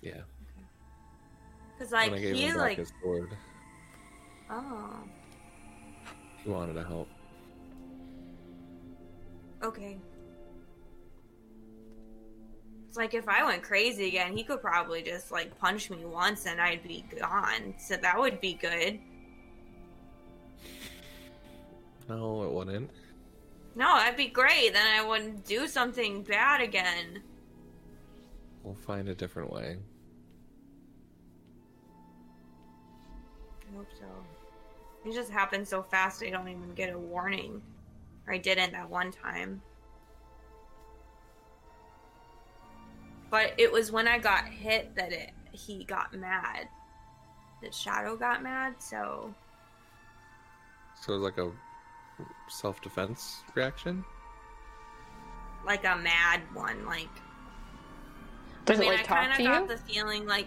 [SPEAKER 5] Yeah.
[SPEAKER 1] Because, like,
[SPEAKER 5] when I gave
[SPEAKER 1] he
[SPEAKER 5] him
[SPEAKER 1] is
[SPEAKER 5] back
[SPEAKER 1] like,
[SPEAKER 5] his sword,
[SPEAKER 1] oh,
[SPEAKER 5] he wanted to help.
[SPEAKER 1] okay. It's like if I went crazy again, he could probably just like punch me once and I'd be gone. So that would be good.
[SPEAKER 5] No, it wouldn't.
[SPEAKER 1] No, that'd be great. Then I wouldn't do something bad again.
[SPEAKER 5] We'll find a different way.
[SPEAKER 1] I hope so. It just happened so fast I don't even get a warning. Or I didn't that one time. But it was when I got hit that it he got mad. That Shadow got mad, so
[SPEAKER 5] So it's like a self-defense reaction.
[SPEAKER 1] like a mad one, like
[SPEAKER 4] Does
[SPEAKER 1] I mean,
[SPEAKER 4] it like
[SPEAKER 1] I kind
[SPEAKER 4] talk
[SPEAKER 1] of
[SPEAKER 4] to
[SPEAKER 1] got
[SPEAKER 4] you?
[SPEAKER 1] the feeling like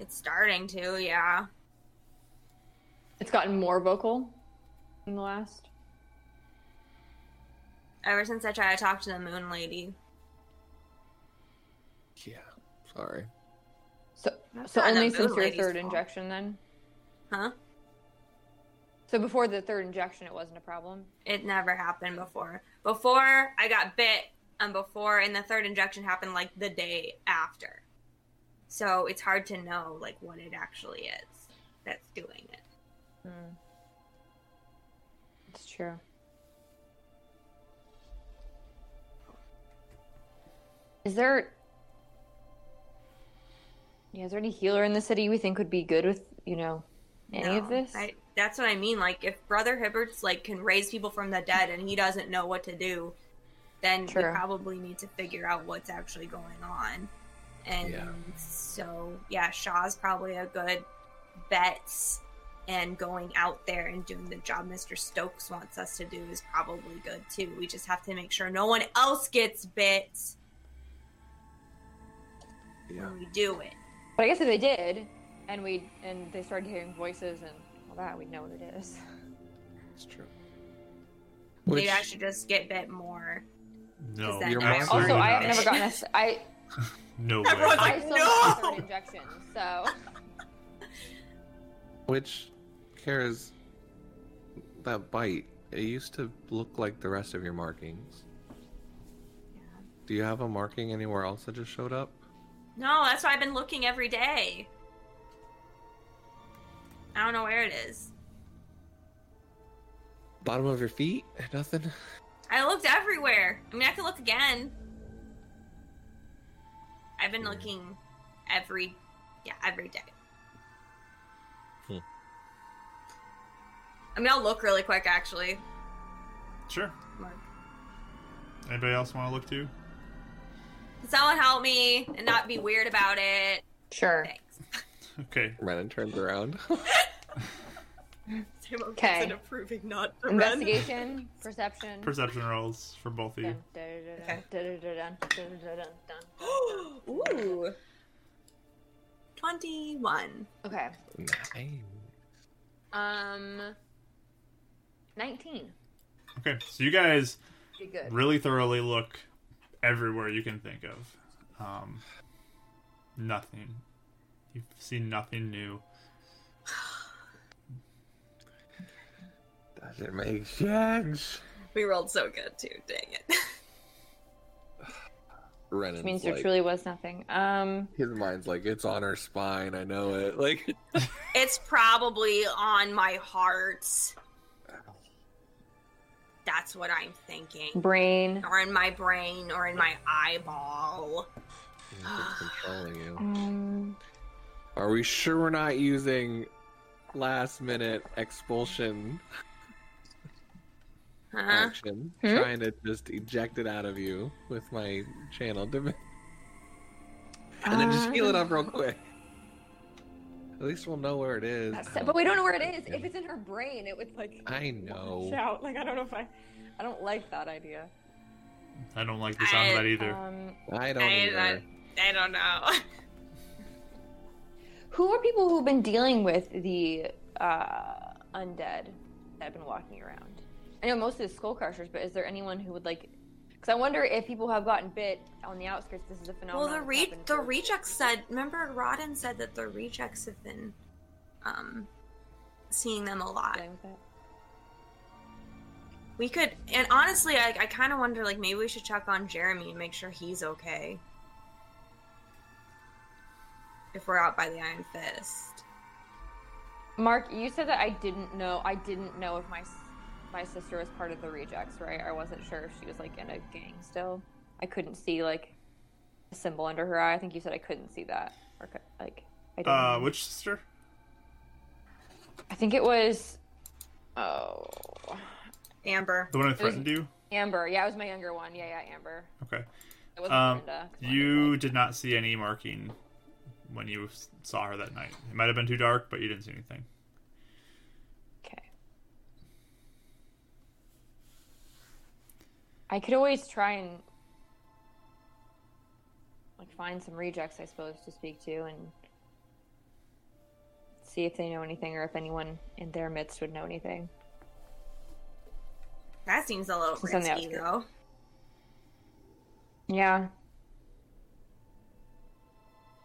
[SPEAKER 1] it's starting to, yeah.
[SPEAKER 4] It's gotten more vocal in the last.
[SPEAKER 1] Ever since I tried to talk to the moon lady.
[SPEAKER 5] Yeah. Sorry.
[SPEAKER 4] So,
[SPEAKER 1] That's
[SPEAKER 4] so
[SPEAKER 1] not
[SPEAKER 4] only
[SPEAKER 1] a
[SPEAKER 4] since
[SPEAKER 1] moon
[SPEAKER 4] your
[SPEAKER 1] lady's
[SPEAKER 4] third
[SPEAKER 1] fault.
[SPEAKER 4] injection, then.
[SPEAKER 1] Huh?
[SPEAKER 4] So before the third injection, it wasn't a problem.
[SPEAKER 1] It never happened before. Before I got bit, and before, and the third injection happened like the day after. So it's hard to know like what it actually is that's doing it.
[SPEAKER 4] It's true. Is there? Yeah, is there any healer in the city we think would be good with you know any
[SPEAKER 1] No,
[SPEAKER 4] of this?
[SPEAKER 1] I, that's what I mean. Like, if Brother Hibbert's like can raise people from the dead and he doesn't know what to do, then
[SPEAKER 4] True.
[SPEAKER 1] we probably need to figure out what's actually going on. And
[SPEAKER 5] Yeah.
[SPEAKER 1] so, yeah, Shaw's probably a good bet. And going out there and doing the job Mr. Stokes wants us to do is probably good too. We just have to make sure no one else gets bit
[SPEAKER 5] Yeah.
[SPEAKER 1] when we do it.
[SPEAKER 4] But I guess if they did, and we and they started hearing voices and all that, we'd know what it is.
[SPEAKER 5] It's true.
[SPEAKER 1] Maybe I should just get bit more.
[SPEAKER 2] No,
[SPEAKER 1] Is that
[SPEAKER 5] You're
[SPEAKER 1] now?
[SPEAKER 5] monster.
[SPEAKER 4] Also,
[SPEAKER 2] Absolutely
[SPEAKER 4] I
[SPEAKER 2] not.
[SPEAKER 4] have never gotten a s- I
[SPEAKER 2] no
[SPEAKER 1] Everyone's
[SPEAKER 2] way.
[SPEAKER 4] I
[SPEAKER 1] like,
[SPEAKER 4] still got
[SPEAKER 1] "No!"
[SPEAKER 4] my third injection, so
[SPEAKER 5] Which, Kara's, that bite, it used to look like the rest of your markings. Do you have a marking anywhere else that just showed up?
[SPEAKER 1] No, that's why I've been looking every day. I don't know where it is.
[SPEAKER 5] Bottom of your feet? Nothing?
[SPEAKER 1] I looked everywhere. I mean, I can look again. I've been
[SPEAKER 5] Yeah.
[SPEAKER 1] looking every, yeah, every day.
[SPEAKER 5] Hmm.
[SPEAKER 1] I mean, I'll look really quick, actually.
[SPEAKER 2] Sure.
[SPEAKER 1] Mark.
[SPEAKER 2] Anybody else want to look too?
[SPEAKER 1] Can someone help me and not be weird about it?
[SPEAKER 4] sure.
[SPEAKER 1] Thanks.
[SPEAKER 2] Okay.
[SPEAKER 5] Renan turns around.
[SPEAKER 4] Okay. an
[SPEAKER 1] approving not
[SPEAKER 4] Investigation, perception.
[SPEAKER 2] Perception rolls for both of you.
[SPEAKER 4] Dun, dun, dun, dun, dun, dun, dun, dun, dun.
[SPEAKER 1] Ooh. 21.
[SPEAKER 4] Okay.
[SPEAKER 5] Nine.
[SPEAKER 4] Um. Nineteen.
[SPEAKER 2] Okay. So you guys
[SPEAKER 4] Pretty good.
[SPEAKER 2] really thoroughly look everywhere you can think of. Um, nothing. You've seen nothing new.
[SPEAKER 5] Doesn't make sense.
[SPEAKER 1] We rolled so good, too. Dang it.
[SPEAKER 5] Renan's
[SPEAKER 4] Which means there
[SPEAKER 5] like,
[SPEAKER 4] truly was nothing. Um.
[SPEAKER 5] his mind's like, it's on her spine. I know it. Like,
[SPEAKER 1] It's probably on my heart. That's what I'm thinking.
[SPEAKER 4] Brain.
[SPEAKER 1] Or in my brain, or in my eyeball.
[SPEAKER 5] it's controlling you.
[SPEAKER 4] Um.
[SPEAKER 5] Are we sure we're not using last minute expulsion
[SPEAKER 1] Huh?
[SPEAKER 5] action?
[SPEAKER 4] Hmm?
[SPEAKER 5] Trying to just eject it out of you with my channel. div- And then just heal it up real
[SPEAKER 4] Uh-huh.
[SPEAKER 5] quick. At least we'll know where it is.
[SPEAKER 4] That's but we don't know where it is. If it's in her brain, it would like
[SPEAKER 5] I know.
[SPEAKER 4] watch out. Like I don't know if I. I don't like that idea.
[SPEAKER 2] I don't like the sound of
[SPEAKER 1] I-
[SPEAKER 2] that either.
[SPEAKER 4] Um.
[SPEAKER 5] I don't
[SPEAKER 1] I,
[SPEAKER 5] either.
[SPEAKER 1] I, I don't know.
[SPEAKER 4] Who are people who've been dealing with the uh, undead that have been walking around? I know most of the skull crushers, but is there anyone who would like? Because I wonder if people who have gotten bit on the outskirts. This is a
[SPEAKER 1] well,
[SPEAKER 4] phenomenon.
[SPEAKER 1] the
[SPEAKER 4] that's
[SPEAKER 1] re-
[SPEAKER 4] happened
[SPEAKER 1] the
[SPEAKER 4] to-
[SPEAKER 1] rejects said. Remember, Rodden said that the rejects have been, um, seeing them a lot.
[SPEAKER 4] dealing with that.
[SPEAKER 1] We could, and honestly, I, I kind of wonder. Like, maybe we should check on Jeremy and make sure he's okay. If we're out by the Iron Fist.
[SPEAKER 4] Mark, you said that I didn't know. I didn't know if my s- my sister was part of the rejects, right? I wasn't sure if she was like in a gang still. I couldn't see like a symbol under her eye. I think you said I couldn't see that, or cou- like I didn't.
[SPEAKER 2] Uh, which sister?
[SPEAKER 4] I think it was. Oh.
[SPEAKER 1] Amber.
[SPEAKER 2] The one who threatened you?
[SPEAKER 4] Amber, yeah, it was my younger one. Yeah, yeah, Amber.
[SPEAKER 2] Okay.
[SPEAKER 4] It wasn't
[SPEAKER 2] Um,
[SPEAKER 4] Brenda. 'cause Brenda
[SPEAKER 2] you
[SPEAKER 4] died.
[SPEAKER 2] did not see any marking when you s- saw her that night. It might have been too dark, but you didn't see anything.
[SPEAKER 4] Okay. I could always try and. like find some rejects, I suppose, to speak to and see if they know anything or if anyone in their midst would know anything.
[SPEAKER 1] That seems a little
[SPEAKER 4] It's on the
[SPEAKER 1] risky, though.
[SPEAKER 4] outskirts. Yeah.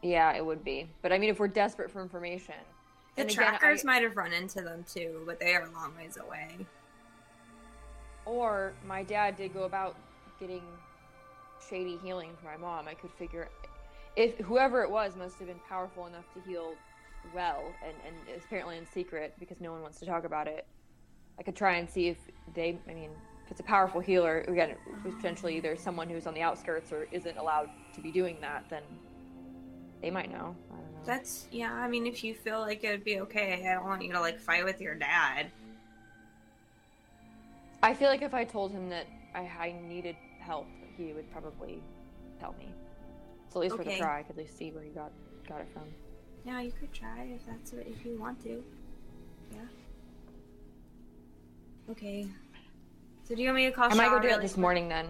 [SPEAKER 4] Yeah, it would be. But I mean, if we're desperate for information,
[SPEAKER 1] The
[SPEAKER 4] and again, I-
[SPEAKER 1] trackers might have run into them too, but they are a long ways away.
[SPEAKER 4] or my dad did go about getting shady healing for my mom. I could figure if whoever it was must have been powerful enough to heal well and, and apparently in secret because no one wants to talk about it. I could try and see if they, I mean, if it's a powerful healer, again, potentially either someone who's on the outskirts or isn't allowed to be doing that, then they might know. I don't know.
[SPEAKER 1] That's yeah. I mean, if you feel like it would be okay, I don't want you to like fight with your dad.
[SPEAKER 4] I feel like if I told him that I, I needed help, he would probably tell me. So at least for the
[SPEAKER 1] Okay.
[SPEAKER 4] try, I could at least see where he got got it from.
[SPEAKER 1] Yeah, you could try if that's what if you want to. Yeah. Okay. So do you want me to call?
[SPEAKER 4] I might
[SPEAKER 1] Shaw
[SPEAKER 4] go do it
[SPEAKER 1] really
[SPEAKER 4] this
[SPEAKER 1] quick?
[SPEAKER 4] morning then.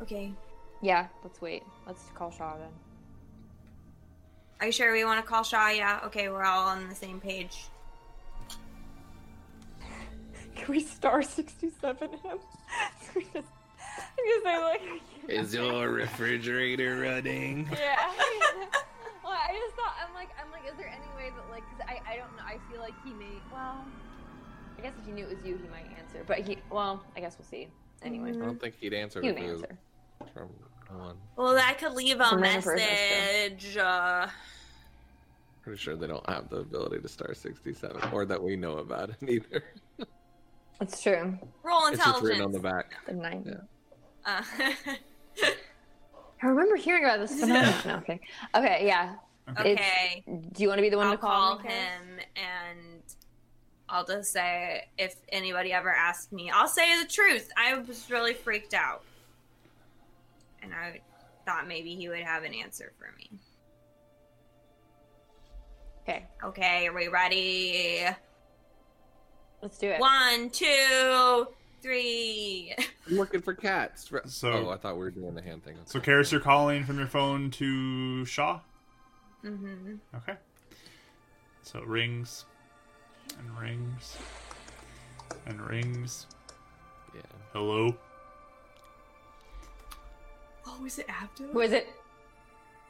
[SPEAKER 1] Okay.
[SPEAKER 4] Yeah, let's wait. Let's call Shaw then.
[SPEAKER 1] Are you sure we want to call Shaw? Yeah. Okay, we're all on the same page.
[SPEAKER 4] Can we star sixty seven him? because I like.
[SPEAKER 5] Is your refrigerator running?
[SPEAKER 4] Yeah. well, I just thought I'm like I'm like, is there any way that like, cause I I don't know. I feel like he may. Well, I guess if he knew it was you, he might answer. But he, well, I guess we'll see. Anyway,
[SPEAKER 5] I don't think he'd answer
[SPEAKER 4] he
[SPEAKER 5] if
[SPEAKER 4] would
[SPEAKER 5] he was
[SPEAKER 4] answer.
[SPEAKER 5] from one.
[SPEAKER 1] Well, I could leave a
[SPEAKER 4] From my first
[SPEAKER 1] message. Uh,
[SPEAKER 5] Pretty sure they don't have the ability to star 67, or that we know about it either.
[SPEAKER 4] That's true.
[SPEAKER 1] roll
[SPEAKER 5] It's just written on the
[SPEAKER 1] intelligence.
[SPEAKER 5] back.
[SPEAKER 4] The nine.
[SPEAKER 5] Yeah.
[SPEAKER 1] Uh,
[SPEAKER 4] I remember hearing about this phenomenon. no, okay. Okay, yeah. It's-
[SPEAKER 1] okay.
[SPEAKER 4] Do you want to be the one
[SPEAKER 1] I'll
[SPEAKER 4] to call,
[SPEAKER 1] call him and I'll just say if anybody ever asks me, I'll say the truth. I was really freaked out. And I thought maybe he would have an answer for me.
[SPEAKER 4] Okay,
[SPEAKER 1] Okay, are we ready?
[SPEAKER 4] let's do it.
[SPEAKER 1] One, two, three.
[SPEAKER 5] I'm looking for cats. Re-
[SPEAKER 2] So-
[SPEAKER 5] oh, I thought we were doing the hand thing.
[SPEAKER 2] So, Karis, you're calling from your phone to Shaw.
[SPEAKER 1] hmm
[SPEAKER 2] Okay. So it rings and rings and rings.
[SPEAKER 5] Yeah.
[SPEAKER 2] Hello.
[SPEAKER 1] Oh, is it after?
[SPEAKER 4] Who is it?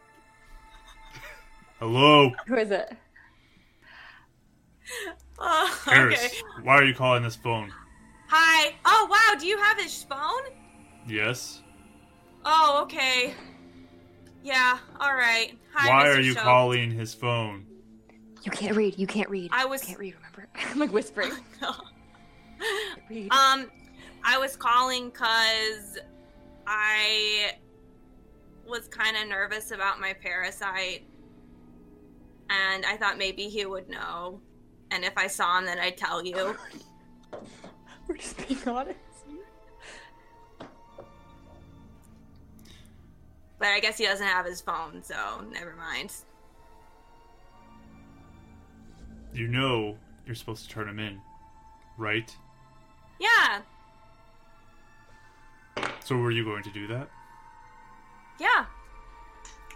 [SPEAKER 2] Hello,
[SPEAKER 4] Who is it?
[SPEAKER 1] Oh,
[SPEAKER 2] Karis.
[SPEAKER 1] okay.
[SPEAKER 2] Why are you calling this phone?
[SPEAKER 1] Hi. Oh, wow. Do you have his phone?
[SPEAKER 2] Yes.
[SPEAKER 1] Oh, okay. Yeah, all right. Hi,
[SPEAKER 2] Why
[SPEAKER 1] Mr.
[SPEAKER 2] are you
[SPEAKER 1] Show.
[SPEAKER 2] calling his phone?
[SPEAKER 4] You can't read. You can't read.
[SPEAKER 1] I was-
[SPEAKER 4] can't read. Remember? I'm like whispering. Read.
[SPEAKER 1] Um, I was calling because I was kind of nervous about my parasite, and I thought maybe he would know. And if I saw him, then I'd tell you.
[SPEAKER 4] We're just being honest.
[SPEAKER 1] But I guess he doesn't have his phone, so never mind.
[SPEAKER 2] You know you're supposed to turn him in, right?
[SPEAKER 1] Yeah,
[SPEAKER 2] So were you going to do that?
[SPEAKER 1] yeah.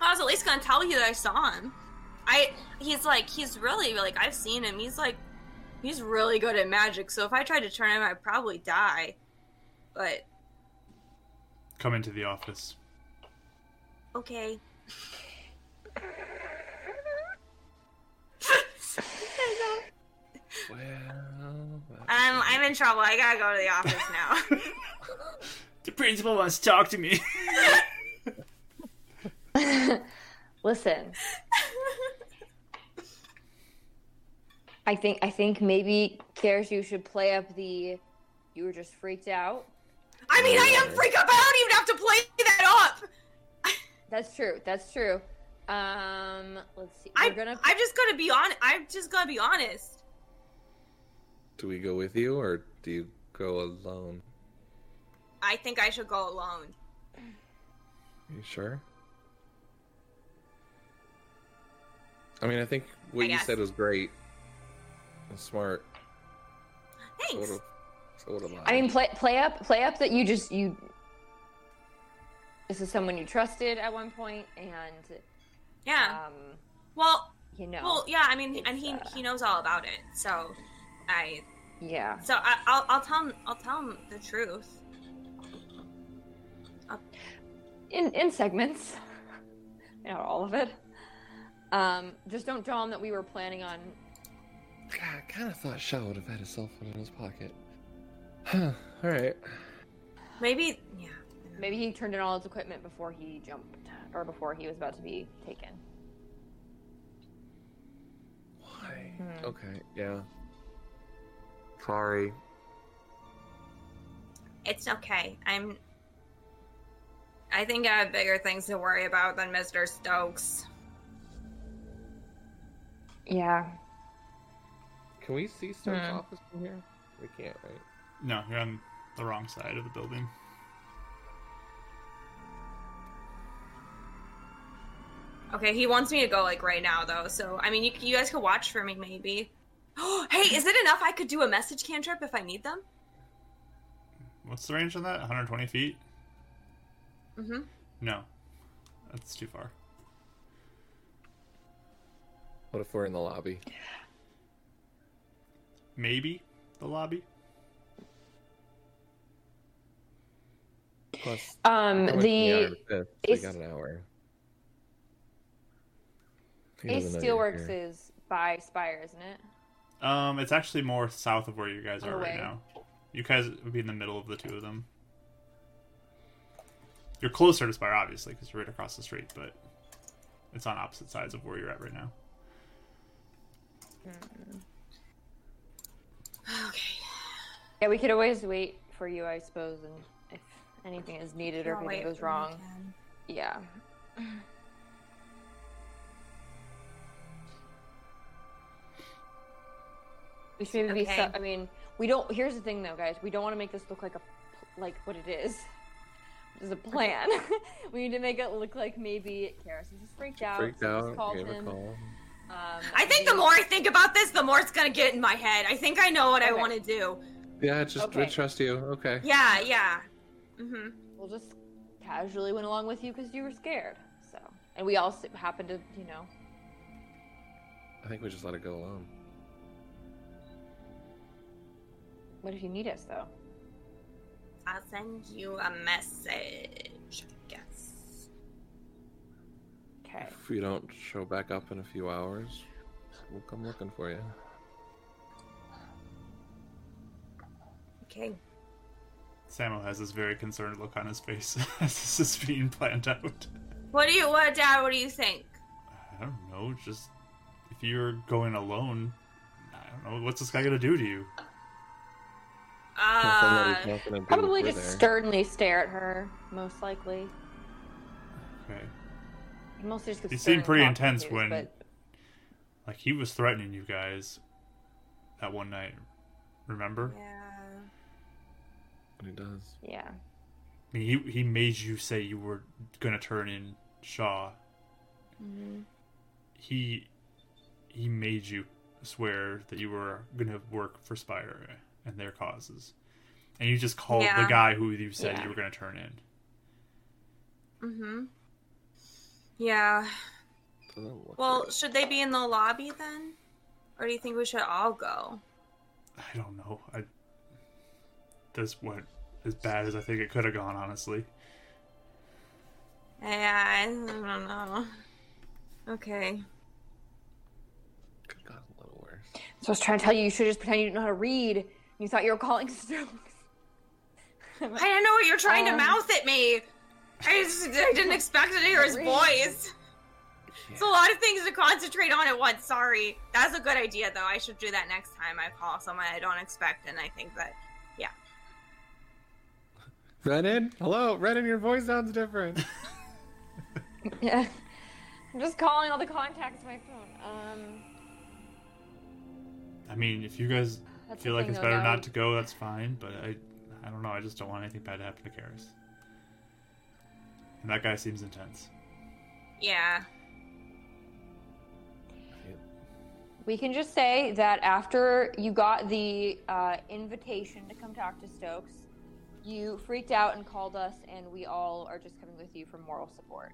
[SPEAKER 1] I was at least gonna tell you that I saw him. I he's like he's really like I've seen him. He's like he's really good at magic. So if I tried to turn him, I'd probably die. But
[SPEAKER 2] Come into the office.
[SPEAKER 1] okay.
[SPEAKER 5] Well, that's-
[SPEAKER 1] Um, I'm in trouble. I gotta go to the office now.
[SPEAKER 2] The principal wants to talk to me.
[SPEAKER 4] Listen. I think I think maybe Karis, you should play up the. You were just freaked out.
[SPEAKER 1] I mean, I am freaked out. I don't even have to play that up.
[SPEAKER 4] That's true. That's true. Um, let's see.
[SPEAKER 1] I,
[SPEAKER 4] We're gonna.
[SPEAKER 1] I'm just gonna be on. I'm just gonna be honest.
[SPEAKER 5] Do we go with you, or do you go alone?
[SPEAKER 1] I think I should go alone.
[SPEAKER 5] You sure? I mean, I think what
[SPEAKER 1] I
[SPEAKER 5] you
[SPEAKER 1] guess.
[SPEAKER 5] said was great and smart. So
[SPEAKER 1] Thanks.
[SPEAKER 5] would have, so would have
[SPEAKER 4] I mean, play play up play up that you just you This is someone you trusted at one point, and
[SPEAKER 1] Yeah.
[SPEAKER 4] um,
[SPEAKER 1] well,
[SPEAKER 4] you know,
[SPEAKER 1] well, yeah. I mean, and
[SPEAKER 4] it's,
[SPEAKER 1] he
[SPEAKER 4] uh,
[SPEAKER 1] he knows all about it. So, I
[SPEAKER 4] yeah.
[SPEAKER 1] so I, I'll I'll tell him I'll tell him the truth.
[SPEAKER 4] in in segments not all of it um just don't tell him that we were planning on
[SPEAKER 5] God, I kind of thought Shaw would have had his cell phone in his pocket. Huh. All right.
[SPEAKER 1] Maybe. Yeah.
[SPEAKER 4] maybe he turned in all his equipment before he jumped or before he was about to be taken
[SPEAKER 5] Why?
[SPEAKER 4] Hmm.
[SPEAKER 5] Okay. Yeah. Sorry.
[SPEAKER 1] It's okay. I'm. I think I have bigger things to worry about than Mr. Stokes.
[SPEAKER 4] yeah
[SPEAKER 5] Can we see Stokes'
[SPEAKER 4] Hmm.
[SPEAKER 5] office from here? We can't, right?
[SPEAKER 2] No, you're on the wrong side of the building.
[SPEAKER 1] Okay, he wants me to go like right now though. So I mean, you, you guys could watch for me maybe. Oh, hey, is it enough? I could do a message cantrip if I need them.
[SPEAKER 2] What's the range on that? 120 feet?
[SPEAKER 1] Mm-hmm.
[SPEAKER 2] No, that's too far.
[SPEAKER 5] What if we're in the lobby?
[SPEAKER 2] Maybe the lobby.
[SPEAKER 5] Plus,
[SPEAKER 4] um
[SPEAKER 5] how much we got
[SPEAKER 4] the
[SPEAKER 5] in fifth? we
[SPEAKER 4] Ace-
[SPEAKER 5] got an hour. He
[SPEAKER 4] ace
[SPEAKER 5] doesn't know you're
[SPEAKER 4] steelworks
[SPEAKER 5] here.
[SPEAKER 4] is by spire isn't it
[SPEAKER 2] Um, it's actually more south of where you guys are right
[SPEAKER 4] Away.
[SPEAKER 2] now. You guys would be in the middle of the two of them. You're closer to Spire, obviously, because you're right across the street, but it's on opposite sides of where you're at right now.
[SPEAKER 1] Okay.
[SPEAKER 4] yeah we could always wait for you i suppose and if anything is needed or if
[SPEAKER 1] I'll wait
[SPEAKER 4] anything goes
[SPEAKER 1] for
[SPEAKER 4] wrong
[SPEAKER 1] him
[SPEAKER 4] yeah we should maybe be
[SPEAKER 1] Okay.
[SPEAKER 4] so- i mean we don't here's the thing though guys we don't want to make this look like a pl- like what it is this is a plan we need to make it look like maybe Karis is just freaked out
[SPEAKER 5] freaked
[SPEAKER 4] someone's
[SPEAKER 5] out.
[SPEAKER 4] called
[SPEAKER 5] Gave a
[SPEAKER 4] him um,
[SPEAKER 5] call.
[SPEAKER 1] I think the
[SPEAKER 4] maybe-
[SPEAKER 1] more I think about this, the more it's gonna get in my head. I think I know what I
[SPEAKER 4] Okay.
[SPEAKER 1] want to do.
[SPEAKER 5] Yeah, just we
[SPEAKER 4] Okay.
[SPEAKER 5] trust you. Okay.
[SPEAKER 1] Yeah, yeah. Mm-hmm.
[SPEAKER 4] we'll just casually went along with you because you were scared so and we all s- happened to you know
[SPEAKER 5] I think we just let it go alone.
[SPEAKER 4] what if you need us though
[SPEAKER 1] I'll send you a message. I guess.
[SPEAKER 4] okay
[SPEAKER 5] If you don't show back up in a few hours, we'll come looking for you.
[SPEAKER 1] Okay.
[SPEAKER 2] Samuel has this very concerned look on his face as this is being planned out.
[SPEAKER 1] What do you, what, Dad? What do you think?
[SPEAKER 2] I don't know, just if you're going alone, I don't know, what's this guy gonna do to you?
[SPEAKER 1] Uh,
[SPEAKER 5] Somebody's not gonna be if
[SPEAKER 4] Probably
[SPEAKER 5] we're
[SPEAKER 4] just
[SPEAKER 5] there.
[SPEAKER 4] sternly stare at her, most likely.
[SPEAKER 2] Okay.
[SPEAKER 4] Mostly just 'cause
[SPEAKER 2] He
[SPEAKER 4] staring
[SPEAKER 2] seemed pretty
[SPEAKER 4] at
[SPEAKER 2] intense
[SPEAKER 4] prostitutes,
[SPEAKER 2] when-
[SPEAKER 4] but-
[SPEAKER 2] Like he was threatening you guys that one night, remember?
[SPEAKER 1] yeah.
[SPEAKER 5] He does.
[SPEAKER 4] yeah,
[SPEAKER 2] I mean, he he made you say you were gonna turn in Shaw. He he made you swear that you were gonna work for Spire and their causes, and you just called
[SPEAKER 1] Yeah.
[SPEAKER 2] the guy who you said
[SPEAKER 4] Yeah.
[SPEAKER 2] you were gonna turn in.
[SPEAKER 1] Mm-hmm. Yeah.
[SPEAKER 5] Doesn't look
[SPEAKER 1] Well,
[SPEAKER 5] good.
[SPEAKER 1] should they be in the lobby then? Or do you think we should all go?
[SPEAKER 2] I don't know. I this went as bad as I think it could have gone. Honestly,
[SPEAKER 1] Yeah, I don't know. Okay.
[SPEAKER 5] Could have gotten a little worse.
[SPEAKER 4] so I was trying to tell you, you should just pretend you didn't know how to read. And you thought you were calling strokes.
[SPEAKER 1] I didn't know what you're trying to
[SPEAKER 4] Um.
[SPEAKER 1] mouth at me. I just I didn't expect to hear his
[SPEAKER 4] Really?
[SPEAKER 1] voice. It's a lot of things to concentrate on at once. Sorry. That's a good idea though. I should do that next time I call someone I don't expect and I think that
[SPEAKER 5] Renan, hello, Renan, your voice sounds different.
[SPEAKER 4] yeah, I'm just calling all the contacts on my phone. Um,
[SPEAKER 2] I mean, if you guys
[SPEAKER 4] that's
[SPEAKER 2] feel
[SPEAKER 4] the
[SPEAKER 2] like
[SPEAKER 4] thing,
[SPEAKER 2] it's
[SPEAKER 4] though,
[SPEAKER 2] better
[SPEAKER 4] now
[SPEAKER 2] not to go, that's fine. But I I don't know. I just don't want anything bad to happen to Karis. And that guy seems intense.
[SPEAKER 1] yeah.
[SPEAKER 4] We can just say that after you got the uh, invitation to come talk to Stokes, You freaked out and called us, and we all are just coming with you for moral support.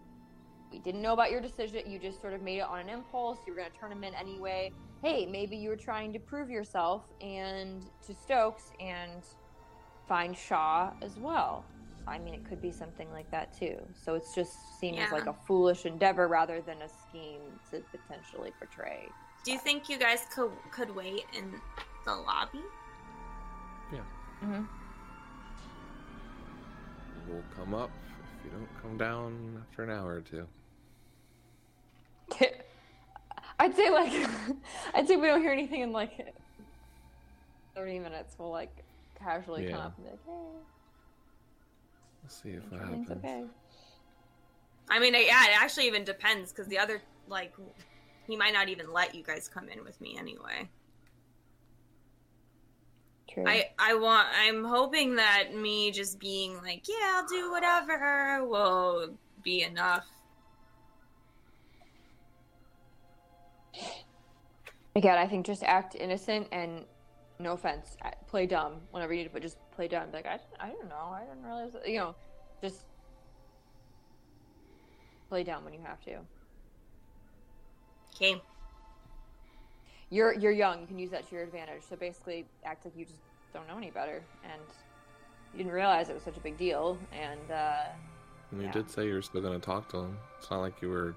[SPEAKER 4] We didn't know about your decision. You just sort of made it on an impulse. You were going to turn him in anyway. Hey, maybe you were trying to prove yourself and to Stokes and find Shaw as well. I mean, it could be something like that too. So it's just seems
[SPEAKER 1] Yeah.
[SPEAKER 4] like a foolish endeavor rather than a scheme to potentially portray.
[SPEAKER 1] Do you think you guys could could wait in the lobby?
[SPEAKER 5] We'll come up if you don't come down after an hour or two.
[SPEAKER 4] I'd say like I'd say we don't hear anything in like thirty minutes. We'll like casually come
[SPEAKER 5] Yeah.
[SPEAKER 4] up and be like, "Hey,
[SPEAKER 5] We'll see if what
[SPEAKER 4] everything's
[SPEAKER 5] happens.
[SPEAKER 4] okay."
[SPEAKER 1] I mean, yeah, it actually even depends because the other like he might not even let you guys come in with me anyway.
[SPEAKER 4] True.
[SPEAKER 1] I I want I'm hoping that me just being like, yeah, I'll do whatever will be enough.
[SPEAKER 4] Again, I think just act innocent and no offense, I- play dumb whenever you need to, but just play dumb. Be Like I, I don't know, I didn't realize, you know, just play dumb when you have to.
[SPEAKER 1] Okay.
[SPEAKER 4] You're you're young. You can use that to your advantage. So basically, act like you just don't know any better, and you didn't realize it was such a big deal. And uh,
[SPEAKER 5] And you
[SPEAKER 4] Yeah.
[SPEAKER 5] did say you were still going to talk to him. It's not like you were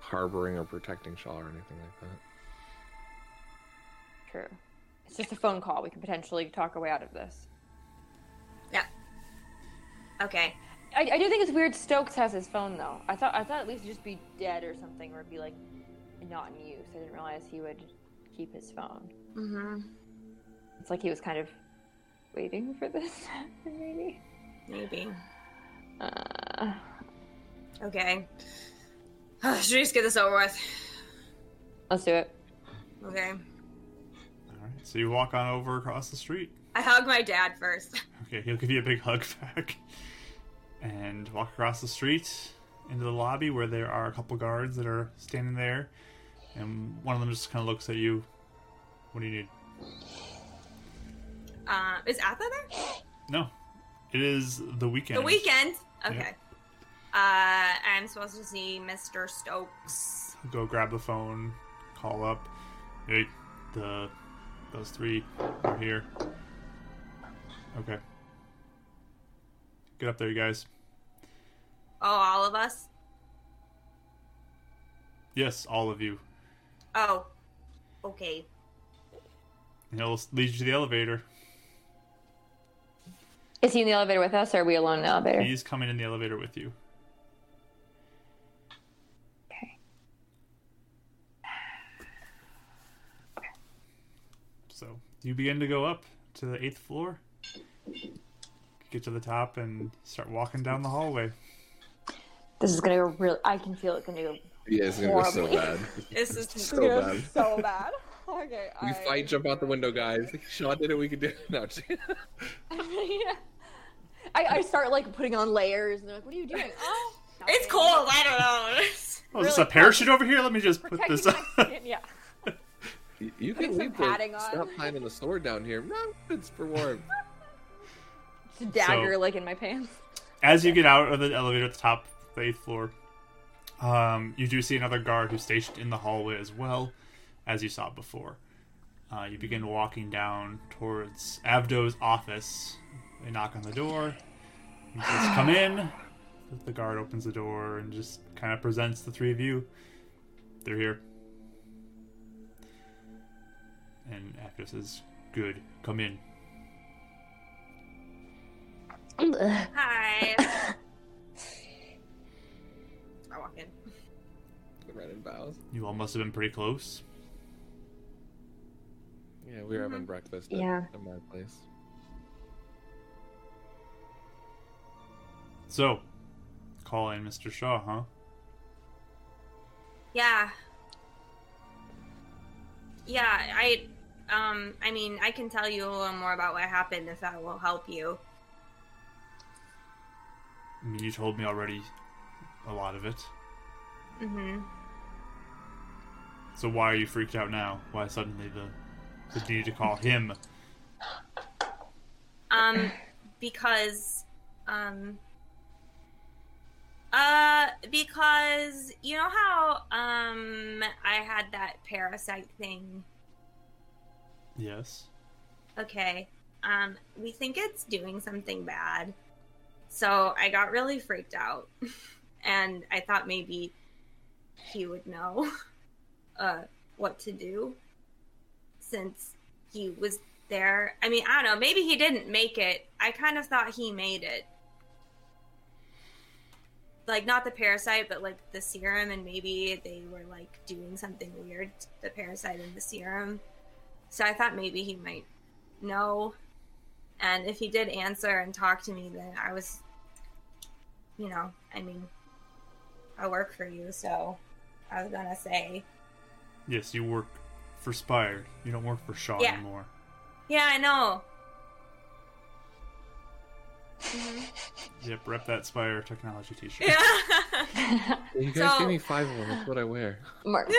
[SPEAKER 5] harboring or protecting Shaw or anything like that.
[SPEAKER 4] true, it's just a phone call. We can potentially talk our way out of this.
[SPEAKER 1] Okay.
[SPEAKER 4] I, I do think it's weird. Stokes has his phone though. I thought I thought at least it'd just be dead or something, or it'd be like not in use. I didn't realize he would keep his phone.
[SPEAKER 1] Mm-hmm.
[SPEAKER 4] It's like he was kind of waiting for this to happen, maybe.
[SPEAKER 1] Maybe.
[SPEAKER 4] Uh,
[SPEAKER 1] Okay. Should we just get this over with?
[SPEAKER 4] let's do it.
[SPEAKER 1] Okay.
[SPEAKER 2] All right. So you walk on over across the street.
[SPEAKER 1] I hug my dad first.
[SPEAKER 2] Okay, he'll give you a big hug back. And walk across the street into the lobby where there are a couple guards that are standing there. And one of them just kind of looks at you. What do you need?
[SPEAKER 1] Uh, is Atha there?
[SPEAKER 2] No. It is the weekend.
[SPEAKER 1] The weekend.
[SPEAKER 2] Yeah.
[SPEAKER 1] Okay. Uh, I'm supposed to see Mr. Stokes.
[SPEAKER 2] Go grab the phone, call up. Hey, the those three are here. Okay. Get up there, you guys.
[SPEAKER 1] Oh, all of us.
[SPEAKER 2] Yes, all of you.
[SPEAKER 1] Oh. Okay.
[SPEAKER 2] And he'll lead you to the elevator.
[SPEAKER 4] Is he in the elevator with us, or are we alone in the elevator?
[SPEAKER 2] He's coming in the elevator with you.
[SPEAKER 4] Okay.
[SPEAKER 2] So you begin to go up to the eighth floor. Get to the top and start walking down the hallway.
[SPEAKER 4] This is gonna go real. I can feel it gonna go
[SPEAKER 5] Yeah, it's going to go so
[SPEAKER 4] Horribly.
[SPEAKER 5] bad.
[SPEAKER 1] This is
[SPEAKER 5] so bad.
[SPEAKER 4] so bad. Okay,
[SPEAKER 5] We fight, jump out the window, guys. Shaw did it, we could do it. No, I'm just-
[SPEAKER 4] yeah. I, I start like putting on layers, and they're like, "What are you doing?" Oh,
[SPEAKER 1] it's
[SPEAKER 4] nothing.
[SPEAKER 1] cold. I don't know.
[SPEAKER 2] Oh, is this a
[SPEAKER 4] Really?
[SPEAKER 2] parachute over here? Let me just put
[SPEAKER 4] Protecting
[SPEAKER 2] this up.
[SPEAKER 4] my skin, yeah.
[SPEAKER 5] You-
[SPEAKER 4] Putting
[SPEAKER 5] You can
[SPEAKER 4] some
[SPEAKER 5] leave the
[SPEAKER 4] padding on.
[SPEAKER 5] stop hiding the sword down here. No, it's for warm.
[SPEAKER 4] It's a dagger like in my pants.
[SPEAKER 2] As you get out of the elevator at the top, of the eighth floor, um, you do see another guard who's stationed in the hallway as well, as you saw before. Uh, you begin walking down towards Avdo's office. They knock on the door. He says, "Come in." The guard opens the door and just kind of presents the three of you. They're here. And Avdo says, "Good, come in."
[SPEAKER 1] Hi. I walk in.
[SPEAKER 5] Brennan bows.
[SPEAKER 2] You all must have been pretty close.
[SPEAKER 5] Yeah, we were having breakfast at,
[SPEAKER 4] Yeah.
[SPEAKER 5] at my place.
[SPEAKER 2] So, call in Mr. Shaw, huh?
[SPEAKER 1] Yeah. Yeah, I um I mean, I can tell you a little more about what happened if that will help you.
[SPEAKER 2] I mean, you told me already a lot of it.
[SPEAKER 1] Mhm.
[SPEAKER 2] So why are you freaked out now? Why suddenly the the need to call him?
[SPEAKER 1] Um um, because, um, uh, because you know how um I had that parasite thing.
[SPEAKER 2] Yes.
[SPEAKER 1] Okay, um, we think it's doing something bad, so I got really freaked out, and I thought maybe he would know, uh, what to do, since he was there. I mean, I don't know. Maybe he didn't make it. I kind of thought he made it. Like not the parasite, but like the serum, and maybe they were like doing something weird. to The parasite and the serum. So I thought maybe he might know. And if he did answer and talk to me, then I was, you know, I mean, I work for you, so I was gonna say,
[SPEAKER 2] Yes, you work for Spire. You don't work for Shaw
[SPEAKER 1] Yeah.
[SPEAKER 2] anymore.
[SPEAKER 1] yeah, I know.
[SPEAKER 2] Yep, rep that Spire technology t shirt.
[SPEAKER 1] Yeah.
[SPEAKER 5] You guys
[SPEAKER 1] So-
[SPEAKER 5] gave me five of them. That's what I wear.
[SPEAKER 4] Mark.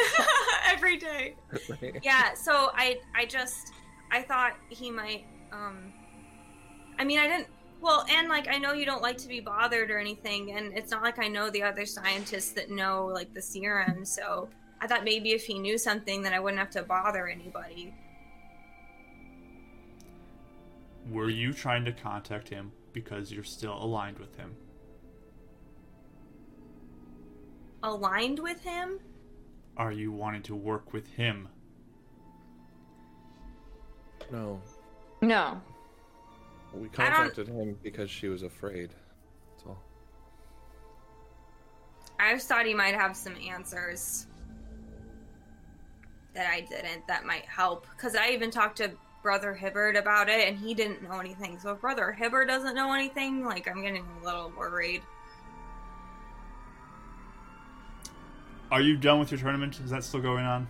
[SPEAKER 1] Every day.
[SPEAKER 5] Right?
[SPEAKER 1] yeah so i i just i thought he might um i mean i didn't well and like i know you don't like to be bothered or anything and it's not like i know the other scientists that know like the serum so i thought maybe if he knew something then i wouldn't have to bother anybody
[SPEAKER 2] Were you trying to contact him because you're still aligned with him?
[SPEAKER 1] aligned with him
[SPEAKER 2] Are you wanting to work with him?
[SPEAKER 5] No,
[SPEAKER 4] No.
[SPEAKER 5] we
[SPEAKER 1] I don't-
[SPEAKER 5] contacted him because she was afraid. That's all.
[SPEAKER 1] i just thought he might have some answers that i didn't that might help because i even talked to brother hibbard about it and he didn't know anything so if brother hibbard doesn't know anything like i'm getting a little worried
[SPEAKER 2] Are you done with your tournament? Is that still going on?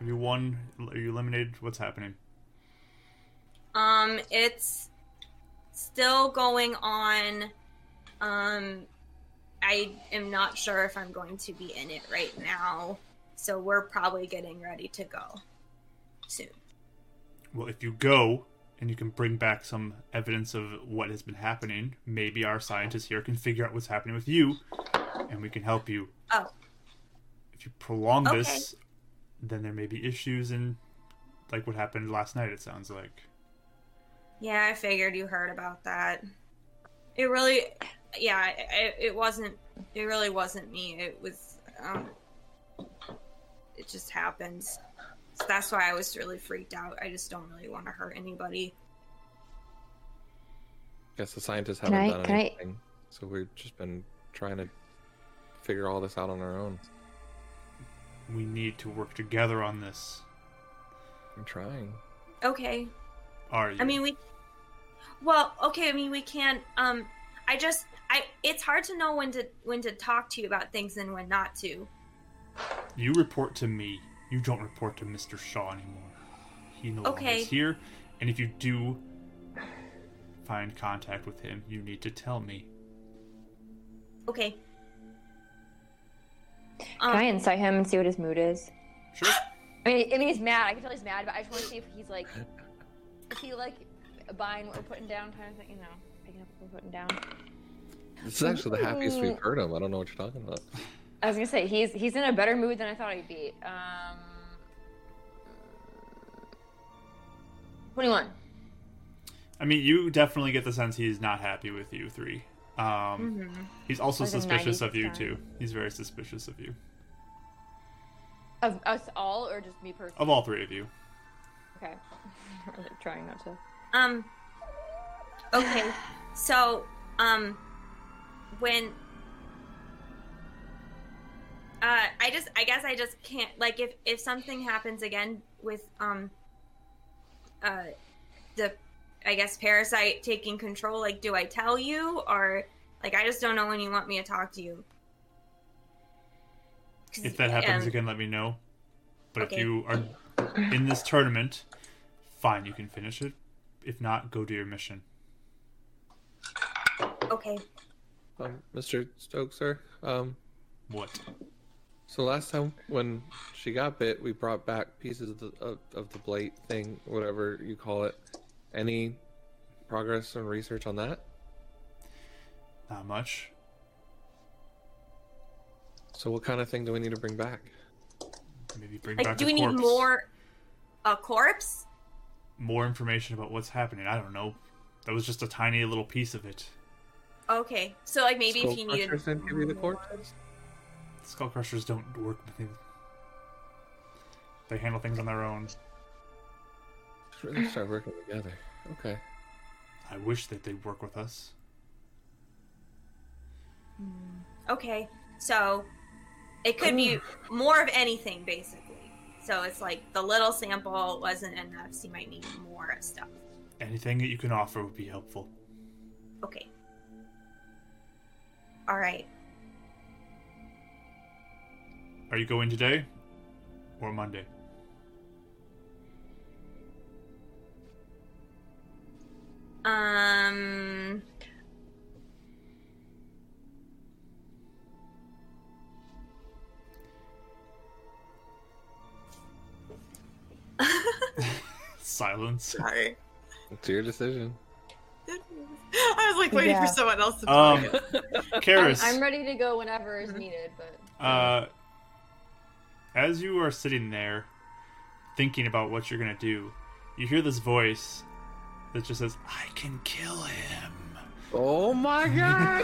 [SPEAKER 2] Have you won? Are you eliminated? What's happening?
[SPEAKER 1] Um, it's still going on. Um, I am not sure if I'm going to be in it right now, so we're probably getting ready to go soon.
[SPEAKER 2] Well, if you go and you can bring back some evidence of what has been happening, maybe our scientists here can figure out what's happening with you and we can help you.
[SPEAKER 1] Oh.
[SPEAKER 2] If you prolong
[SPEAKER 1] Okay.
[SPEAKER 2] this, then there may be issues and like what happened last night, it sounds like.
[SPEAKER 1] Yeah, I figured you heard about that. It really, yeah, it, it wasn't. It really wasn't me. It was. Um, it just happens. So that's why I was really freaked out. I just don't really want to hurt anybody.
[SPEAKER 5] Guess the scientists
[SPEAKER 4] Can
[SPEAKER 5] haven't
[SPEAKER 4] I-
[SPEAKER 5] done
[SPEAKER 4] can I-
[SPEAKER 5] anything, so we've just been trying to figure all this out on our own.
[SPEAKER 2] We need to work together on this.
[SPEAKER 5] I'm trying.
[SPEAKER 1] Okay,
[SPEAKER 2] Are you?
[SPEAKER 1] I mean, we. Well, okay. I mean, we can't. Um, I just, I. It's hard to know when to when to talk to you about things and when not to.
[SPEAKER 2] you report to me. You don't report to Mr. Shaw anymore. He no longer
[SPEAKER 1] Okay.
[SPEAKER 2] is here. And if you do find contact with him, you need to tell me.
[SPEAKER 1] Okay. Um,
[SPEAKER 4] Can I incite him and see what his mood is?
[SPEAKER 2] Sure.
[SPEAKER 4] I mean, I mean, he's mad. I can tell he's mad, but I just want to see if he's like, is he like buying what we're putting down, kind of thing? You know, picking up what we're putting down.
[SPEAKER 5] This is actually the happiest we've
[SPEAKER 4] Mm.
[SPEAKER 5] heard him. I don't know what you're talking about.
[SPEAKER 4] I was gonna say he's he's in a better mood than I thought he'd be. Um, twenty-one.
[SPEAKER 2] I mean, you definitely get the sense he's not happy with you three. Um,
[SPEAKER 3] Mm-hmm.
[SPEAKER 1] mm-hmm.
[SPEAKER 2] He's also
[SPEAKER 4] Like a
[SPEAKER 2] suspicious of you
[SPEAKER 4] 90%.
[SPEAKER 2] too. He's very suspicious of you,
[SPEAKER 4] Of us all, or just me personally?
[SPEAKER 2] of all three of you.
[SPEAKER 4] Okay. I'm trying not to.
[SPEAKER 1] Um. Okay. So, um, when. Uh, I just, I guess, I just can't. Like, if if something happens again with um. Uh, the, I guess parasite taking control. Like, do I tell you or like I just don't know when you want me to talk to you. 'Cause,
[SPEAKER 2] If that happens
[SPEAKER 1] um,
[SPEAKER 2] again, let me know. But if
[SPEAKER 1] okay.
[SPEAKER 2] you are in this tournament, fine, you can finish it. If not, go do your mission.
[SPEAKER 1] Okay.
[SPEAKER 5] Um, Mr. Stokes, sir. Um,
[SPEAKER 2] What?
[SPEAKER 5] so last time when she got bit, we brought back pieces of the of, of the blade thing, whatever you call it. Any progress and research on that?
[SPEAKER 2] Not much.
[SPEAKER 5] So, what kind of thing do we need to bring back?
[SPEAKER 2] Maybe bring
[SPEAKER 3] Like,
[SPEAKER 2] back
[SPEAKER 3] do
[SPEAKER 2] a
[SPEAKER 3] we need
[SPEAKER 2] corpse.
[SPEAKER 3] more a corpse?
[SPEAKER 2] more information about what's happening? I don't know. That was just a tiny little piece of it.
[SPEAKER 3] Okay, so like maybe
[SPEAKER 5] Skull
[SPEAKER 3] if you needed
[SPEAKER 5] crushers didn't give you the
[SPEAKER 3] more-
[SPEAKER 5] corpses?
[SPEAKER 2] Skull crushers don't work. with it. They handle things on their own.
[SPEAKER 5] Should Really start working together. Okay.
[SPEAKER 2] I wish that they'd work with us.
[SPEAKER 3] Okay, so it could be more of anything basically. So it's like the little sample wasn't enough. So you might need more stuff.
[SPEAKER 2] Anything that you can offer would be helpful.
[SPEAKER 3] Okay. All right.
[SPEAKER 2] Are you going today or Monday?
[SPEAKER 3] Um.
[SPEAKER 2] Silence.
[SPEAKER 3] Sorry.
[SPEAKER 5] It's your decision.
[SPEAKER 3] I was like waiting
[SPEAKER 4] Yeah.
[SPEAKER 3] for someone else to talk.
[SPEAKER 2] Um,
[SPEAKER 4] I'm,
[SPEAKER 2] Karis.
[SPEAKER 4] I'm ready to go whenever is
[SPEAKER 3] Mhm.
[SPEAKER 4] needed, but
[SPEAKER 2] Uh, as you are sitting there thinking about what you're going to do, you hear this voice that just says, I can kill him.
[SPEAKER 5] Oh my god!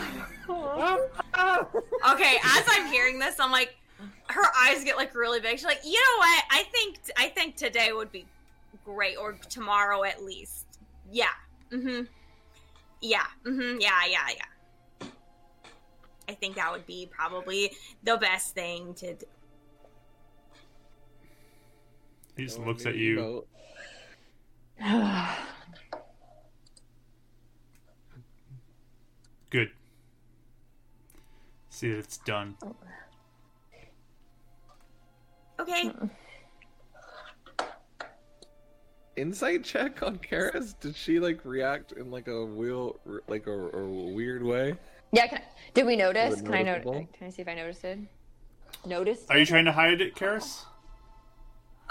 [SPEAKER 3] okay, as I'm hearing this, I'm like, her eyes get like really big. She's like, you know what? I think I think today would be great, or tomorrow at least. Yeah. Mm-hmm. Yeah. Mm-hmm. Yeah. Yeah. Yeah. I think that would be probably the best thing to. Do.
[SPEAKER 2] He just looks at you. Good. See that it's done.
[SPEAKER 3] Okay.
[SPEAKER 5] Insight check on Karis. Did she like react in like a wheel, like a, a weird way?
[SPEAKER 4] yeah. Can I, did we notice?
[SPEAKER 5] it
[SPEAKER 4] Can I notice?
[SPEAKER 5] noticeable?
[SPEAKER 4] Can I see if I noticed it? Noticed?
[SPEAKER 2] Are you trying to hide it, Karis?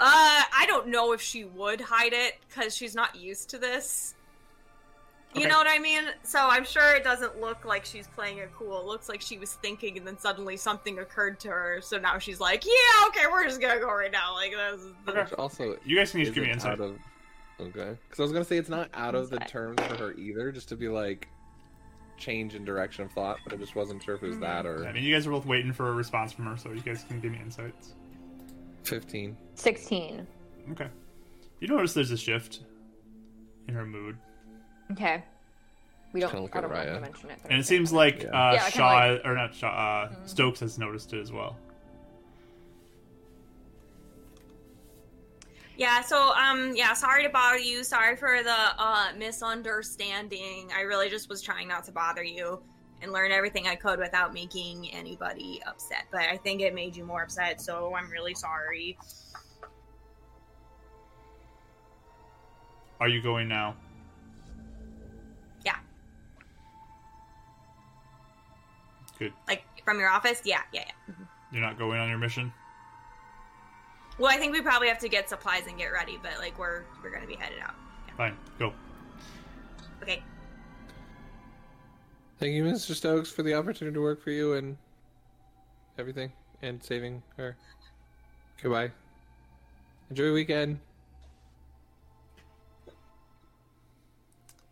[SPEAKER 3] Uh, I don't know if she would hide it because she's not used to this. You
[SPEAKER 2] Okay.
[SPEAKER 3] know what I mean? So I'm sure it doesn't look like she's playing it cool. It looks like she was thinking, and then suddenly something occurred to her. So now she's like, "Yeah, okay, we're just gonna go right now." Like that's
[SPEAKER 5] Which also
[SPEAKER 2] You guys can just
[SPEAKER 5] isn't
[SPEAKER 2] give me
[SPEAKER 5] out
[SPEAKER 2] insight.
[SPEAKER 5] of. Okay, because I was gonna say it's not out of the
[SPEAKER 4] Insight.
[SPEAKER 5] terms for her either, just to be like change in direction of thought. But I just wasn't sure if it was that
[SPEAKER 2] I
[SPEAKER 5] or
[SPEAKER 2] mean, you guys are both waiting for a response from her, so you guys can give me insights.
[SPEAKER 5] fifteen.
[SPEAKER 4] Sixteen.
[SPEAKER 2] Okay. You notice there's a shift in her mood.
[SPEAKER 4] Okay. We don't.
[SPEAKER 5] Kinda look
[SPEAKER 4] I
[SPEAKER 5] at
[SPEAKER 4] don't want
[SPEAKER 5] Raya.
[SPEAKER 4] to mention it. but
[SPEAKER 2] And
[SPEAKER 4] I'm
[SPEAKER 2] it seems
[SPEAKER 4] gonna-
[SPEAKER 2] like
[SPEAKER 5] Yeah.
[SPEAKER 2] uh,
[SPEAKER 4] Yeah, I kinda Mm-hmm.
[SPEAKER 2] Shaw or not Shaw uh, Stokes has noticed it as well.
[SPEAKER 3] Yeah, so um yeah, sorry to bother you. Sorry for the uh misunderstanding. I really just was trying not to bother you and learn everything I could without making anybody upset. But I think it made you more upset, so I'm really sorry.
[SPEAKER 2] Are you going now?
[SPEAKER 3] Yeah.
[SPEAKER 2] Good.
[SPEAKER 3] Like from your office? Yeah, yeah, yeah.
[SPEAKER 2] You're not going on your mission.
[SPEAKER 3] Well, I think we probably have to get supplies and get ready, but like we're we're going to be headed out.
[SPEAKER 2] Fine. Go.
[SPEAKER 3] Okay.
[SPEAKER 5] Thank you, Mr. Stokes, for the opportunity to work for you and everything, and saving her. Goodbye. Enjoy your weekend.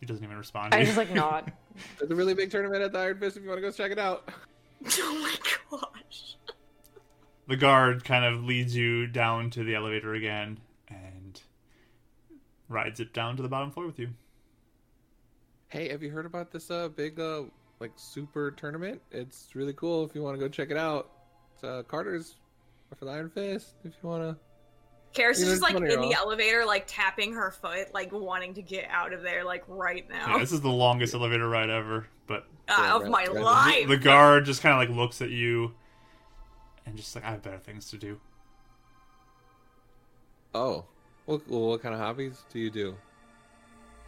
[SPEAKER 2] He doesn't even respond.
[SPEAKER 4] I just like nod.
[SPEAKER 5] There's a really big tournament at the Iron Fist if you want to go check it out.
[SPEAKER 3] oh my gosh.
[SPEAKER 2] the guard kind of leads you down to the elevator again and rides it down to the bottom floor with you.
[SPEAKER 5] Hey, have you heard about this uh big uh like super tournament? It's really cool if you want to go check it out. It's uh Carter's for the Iron Fist if you want to.
[SPEAKER 3] Karis is
[SPEAKER 5] You're
[SPEAKER 3] just like in
[SPEAKER 5] funny,
[SPEAKER 3] the
[SPEAKER 5] Ross.
[SPEAKER 3] elevator like tapping her foot, like wanting to get out of there like right
[SPEAKER 2] Yeah,
[SPEAKER 3] now.
[SPEAKER 2] this is the longest elevator ride ever, but
[SPEAKER 3] Uh, of
[SPEAKER 5] Yeah,
[SPEAKER 3] my
[SPEAKER 5] right.
[SPEAKER 2] the,
[SPEAKER 3] life.
[SPEAKER 2] the guard just kind of like looks at you and just like I have better things to do.
[SPEAKER 5] Oh, what well, what kind of hobbies do you do?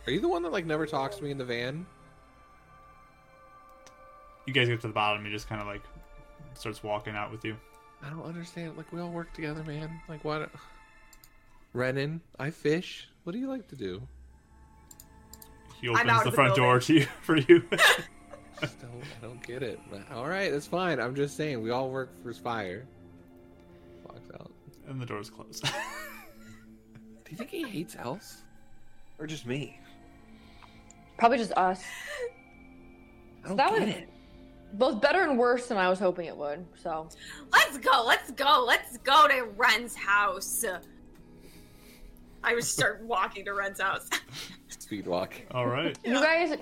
[SPEAKER 5] Are you the one that like never talks to me in the van?
[SPEAKER 2] You guys get to the bottom, he just kind of like starts walking out with you.
[SPEAKER 5] I don't understand. Like we all work together, man. Like what? Renan, I fish. What do you like to do?
[SPEAKER 2] he
[SPEAKER 3] I'm
[SPEAKER 2] opens
[SPEAKER 3] out
[SPEAKER 2] the
[SPEAKER 3] of the
[SPEAKER 2] front door
[SPEAKER 3] building.
[SPEAKER 2] to you for you.
[SPEAKER 5] Just don't, I don't get it. But, all right, it's fine. I'm just saying we all work for Spire. Walks out.
[SPEAKER 2] and the door's closed.
[SPEAKER 5] Do you think he hates Else, or just me?
[SPEAKER 4] Probably just us.
[SPEAKER 5] I don't
[SPEAKER 4] That
[SPEAKER 5] get
[SPEAKER 4] was-
[SPEAKER 5] it.
[SPEAKER 4] Both better and worse than I was hoping it would. So
[SPEAKER 3] Let's go, let's go, let's go to Ren's house. I would start walking to Ren's house.
[SPEAKER 5] Speed walk.
[SPEAKER 2] All right.
[SPEAKER 4] you guys,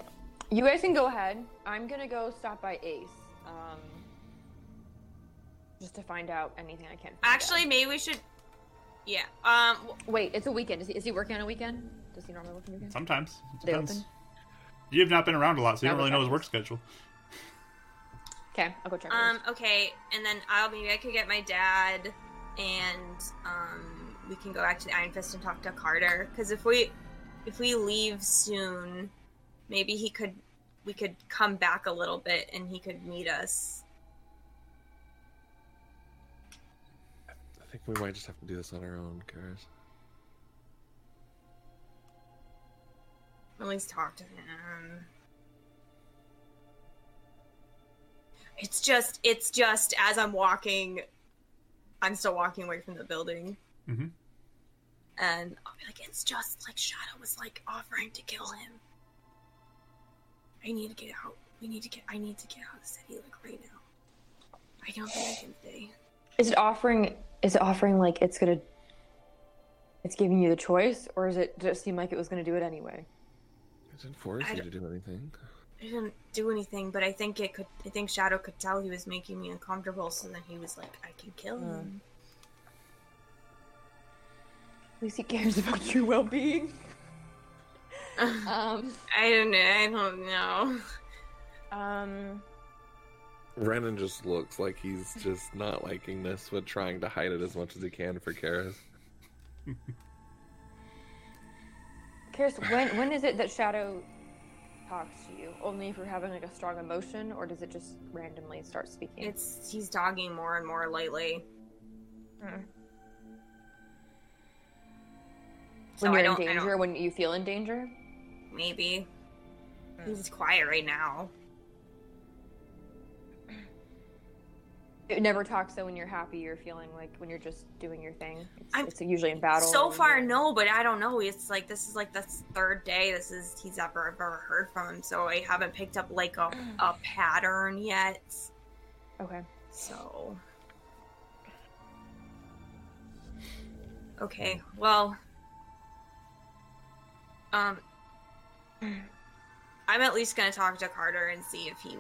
[SPEAKER 4] you guys can go ahead. I'm gonna go stop by Ace, um, just to find out anything I can. Find out.
[SPEAKER 3] Actually, maybe we should. Yeah. Um. w-
[SPEAKER 4] wait, it's a weekend. Is he, is he working on a weekend? Does he normally work on weekends?
[SPEAKER 2] Sometimes. It
[SPEAKER 4] They
[SPEAKER 2] Depends.
[SPEAKER 4] open?
[SPEAKER 2] You have not been around a lot, so you
[SPEAKER 4] That
[SPEAKER 2] don't really
[SPEAKER 4] was
[SPEAKER 2] know his
[SPEAKER 4] us.
[SPEAKER 2] work schedule.
[SPEAKER 4] Okay, I'll go check. with
[SPEAKER 3] Um.
[SPEAKER 4] Ace.
[SPEAKER 3] Okay. And then I'll maybe I could get my dad, and um, we can go back to the Iron Fist and talk to Carter. Because if we, if we leave soon, maybe he could, we could come back a little bit, and he could meet us.
[SPEAKER 5] I think we might just have to do this on our own, Karis.
[SPEAKER 3] At least talk to him. It's just, it's just as I'm walking, I'm still walking away from the building.
[SPEAKER 2] Mhm.
[SPEAKER 3] And I'll be like, it's just like Shadow was like offering to kill him. I need to get out. We need to get, I need to get out of the city like right now. I don't think I can stay.
[SPEAKER 4] Is it offering? Is it offering like it's gonna? It's giving you the choice, or is it just seem like it was gonna do it anyway?
[SPEAKER 5] It didn't force
[SPEAKER 3] I
[SPEAKER 5] you to
[SPEAKER 3] don't-
[SPEAKER 5] do anything.
[SPEAKER 3] I didn't do anything, but I think it could, I think Shadow could tell he was making me uncomfortable, so then he was like, I can kill
[SPEAKER 4] Mm.
[SPEAKER 3] him.
[SPEAKER 4] At least he cares about your well-being. Um,
[SPEAKER 3] I don't know. I don't know.
[SPEAKER 4] um,
[SPEAKER 5] Renan just looks like he's just not liking this, but trying to hide it as much as he can for Karis.
[SPEAKER 4] Karis, when when is it that Shadow talks to you? Only if you're having like a strong emotion, or does it just randomly start speaking?
[SPEAKER 3] It's he's dogging more and more lately.
[SPEAKER 4] Hmm.
[SPEAKER 3] So
[SPEAKER 4] when you're
[SPEAKER 3] I don't,
[SPEAKER 4] in
[SPEAKER 3] I don't-
[SPEAKER 4] danger, when you feel in danger.
[SPEAKER 3] maybe
[SPEAKER 4] Hmm.
[SPEAKER 3] he's quiet right now.
[SPEAKER 4] It never talks though when you're happy or feeling like when you're just doing your thing. It's,
[SPEAKER 3] I'm-
[SPEAKER 4] it's usually in battle.
[SPEAKER 3] So
[SPEAKER 4] or-
[SPEAKER 3] far, no, but I don't know. It's like this is like the third day. This is he's ever ever heard from him, so I haven't picked up like a a pattern yet.
[SPEAKER 4] Okay.
[SPEAKER 3] So. Okay, well. Um. I'm at least gonna talk to Carter and see if he.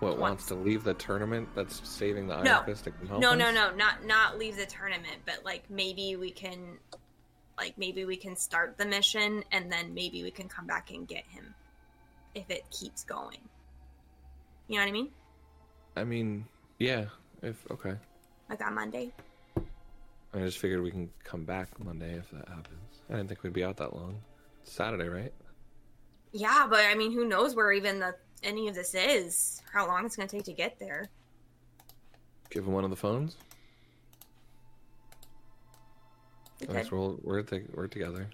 [SPEAKER 5] What
[SPEAKER 3] What?
[SPEAKER 5] wants to leave the tournament? That's saving the Iron
[SPEAKER 3] No.
[SPEAKER 5] Fist. to come help
[SPEAKER 3] No, no,
[SPEAKER 5] us?
[SPEAKER 3] no, not not leave the tournament, but like maybe we can, like maybe we can start the mission and then maybe we can come back and get him, if it keeps going. You know what I mean?
[SPEAKER 5] I mean, yeah. If okay,
[SPEAKER 3] Like on Monday.
[SPEAKER 5] I just figured we can come back Monday if that happens. I didn't think we'd be out that long. It's Saturday, right?
[SPEAKER 3] Yeah, but I mean, who knows where even the any of this is? How long it's gonna take to get there?
[SPEAKER 5] Give him one of the phones.
[SPEAKER 3] We
[SPEAKER 5] I guess
[SPEAKER 3] could.
[SPEAKER 5] we'll, we're to, we're together.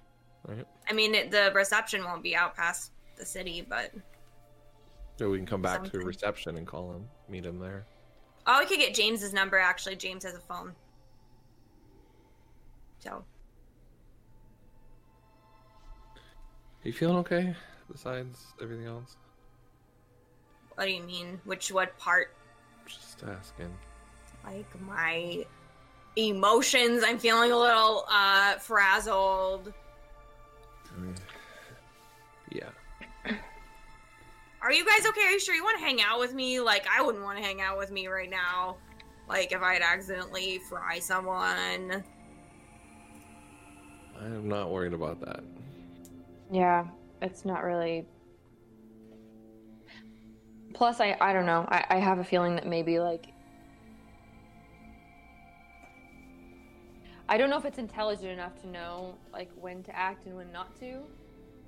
[SPEAKER 5] All right.
[SPEAKER 3] I mean, it, the reception won't be out past the city, but
[SPEAKER 5] So we can come back
[SPEAKER 3] Sounds
[SPEAKER 5] to
[SPEAKER 3] good.
[SPEAKER 5] reception and call him, meet him there.
[SPEAKER 3] oh, we could get James's number. Actually, James has a phone. So
[SPEAKER 5] You feeling okay? Besides everything else,
[SPEAKER 3] what do you mean? Which what part?
[SPEAKER 5] just asking.
[SPEAKER 3] Like my emotions? I'm feeling a little uh frazzled.
[SPEAKER 5] I mean, yeah.
[SPEAKER 3] Are you guys okay? Are you sure you want to hang out with me? Like I wouldn't want to hang out with me right now. Like if I had accidentally fry someone.
[SPEAKER 5] I am not worried about that.
[SPEAKER 4] Yeah, it's not really. Plus, I I don't know. I, I have a feeling that maybe like. I don't know if it's intelligent enough to know like when to act and when not to.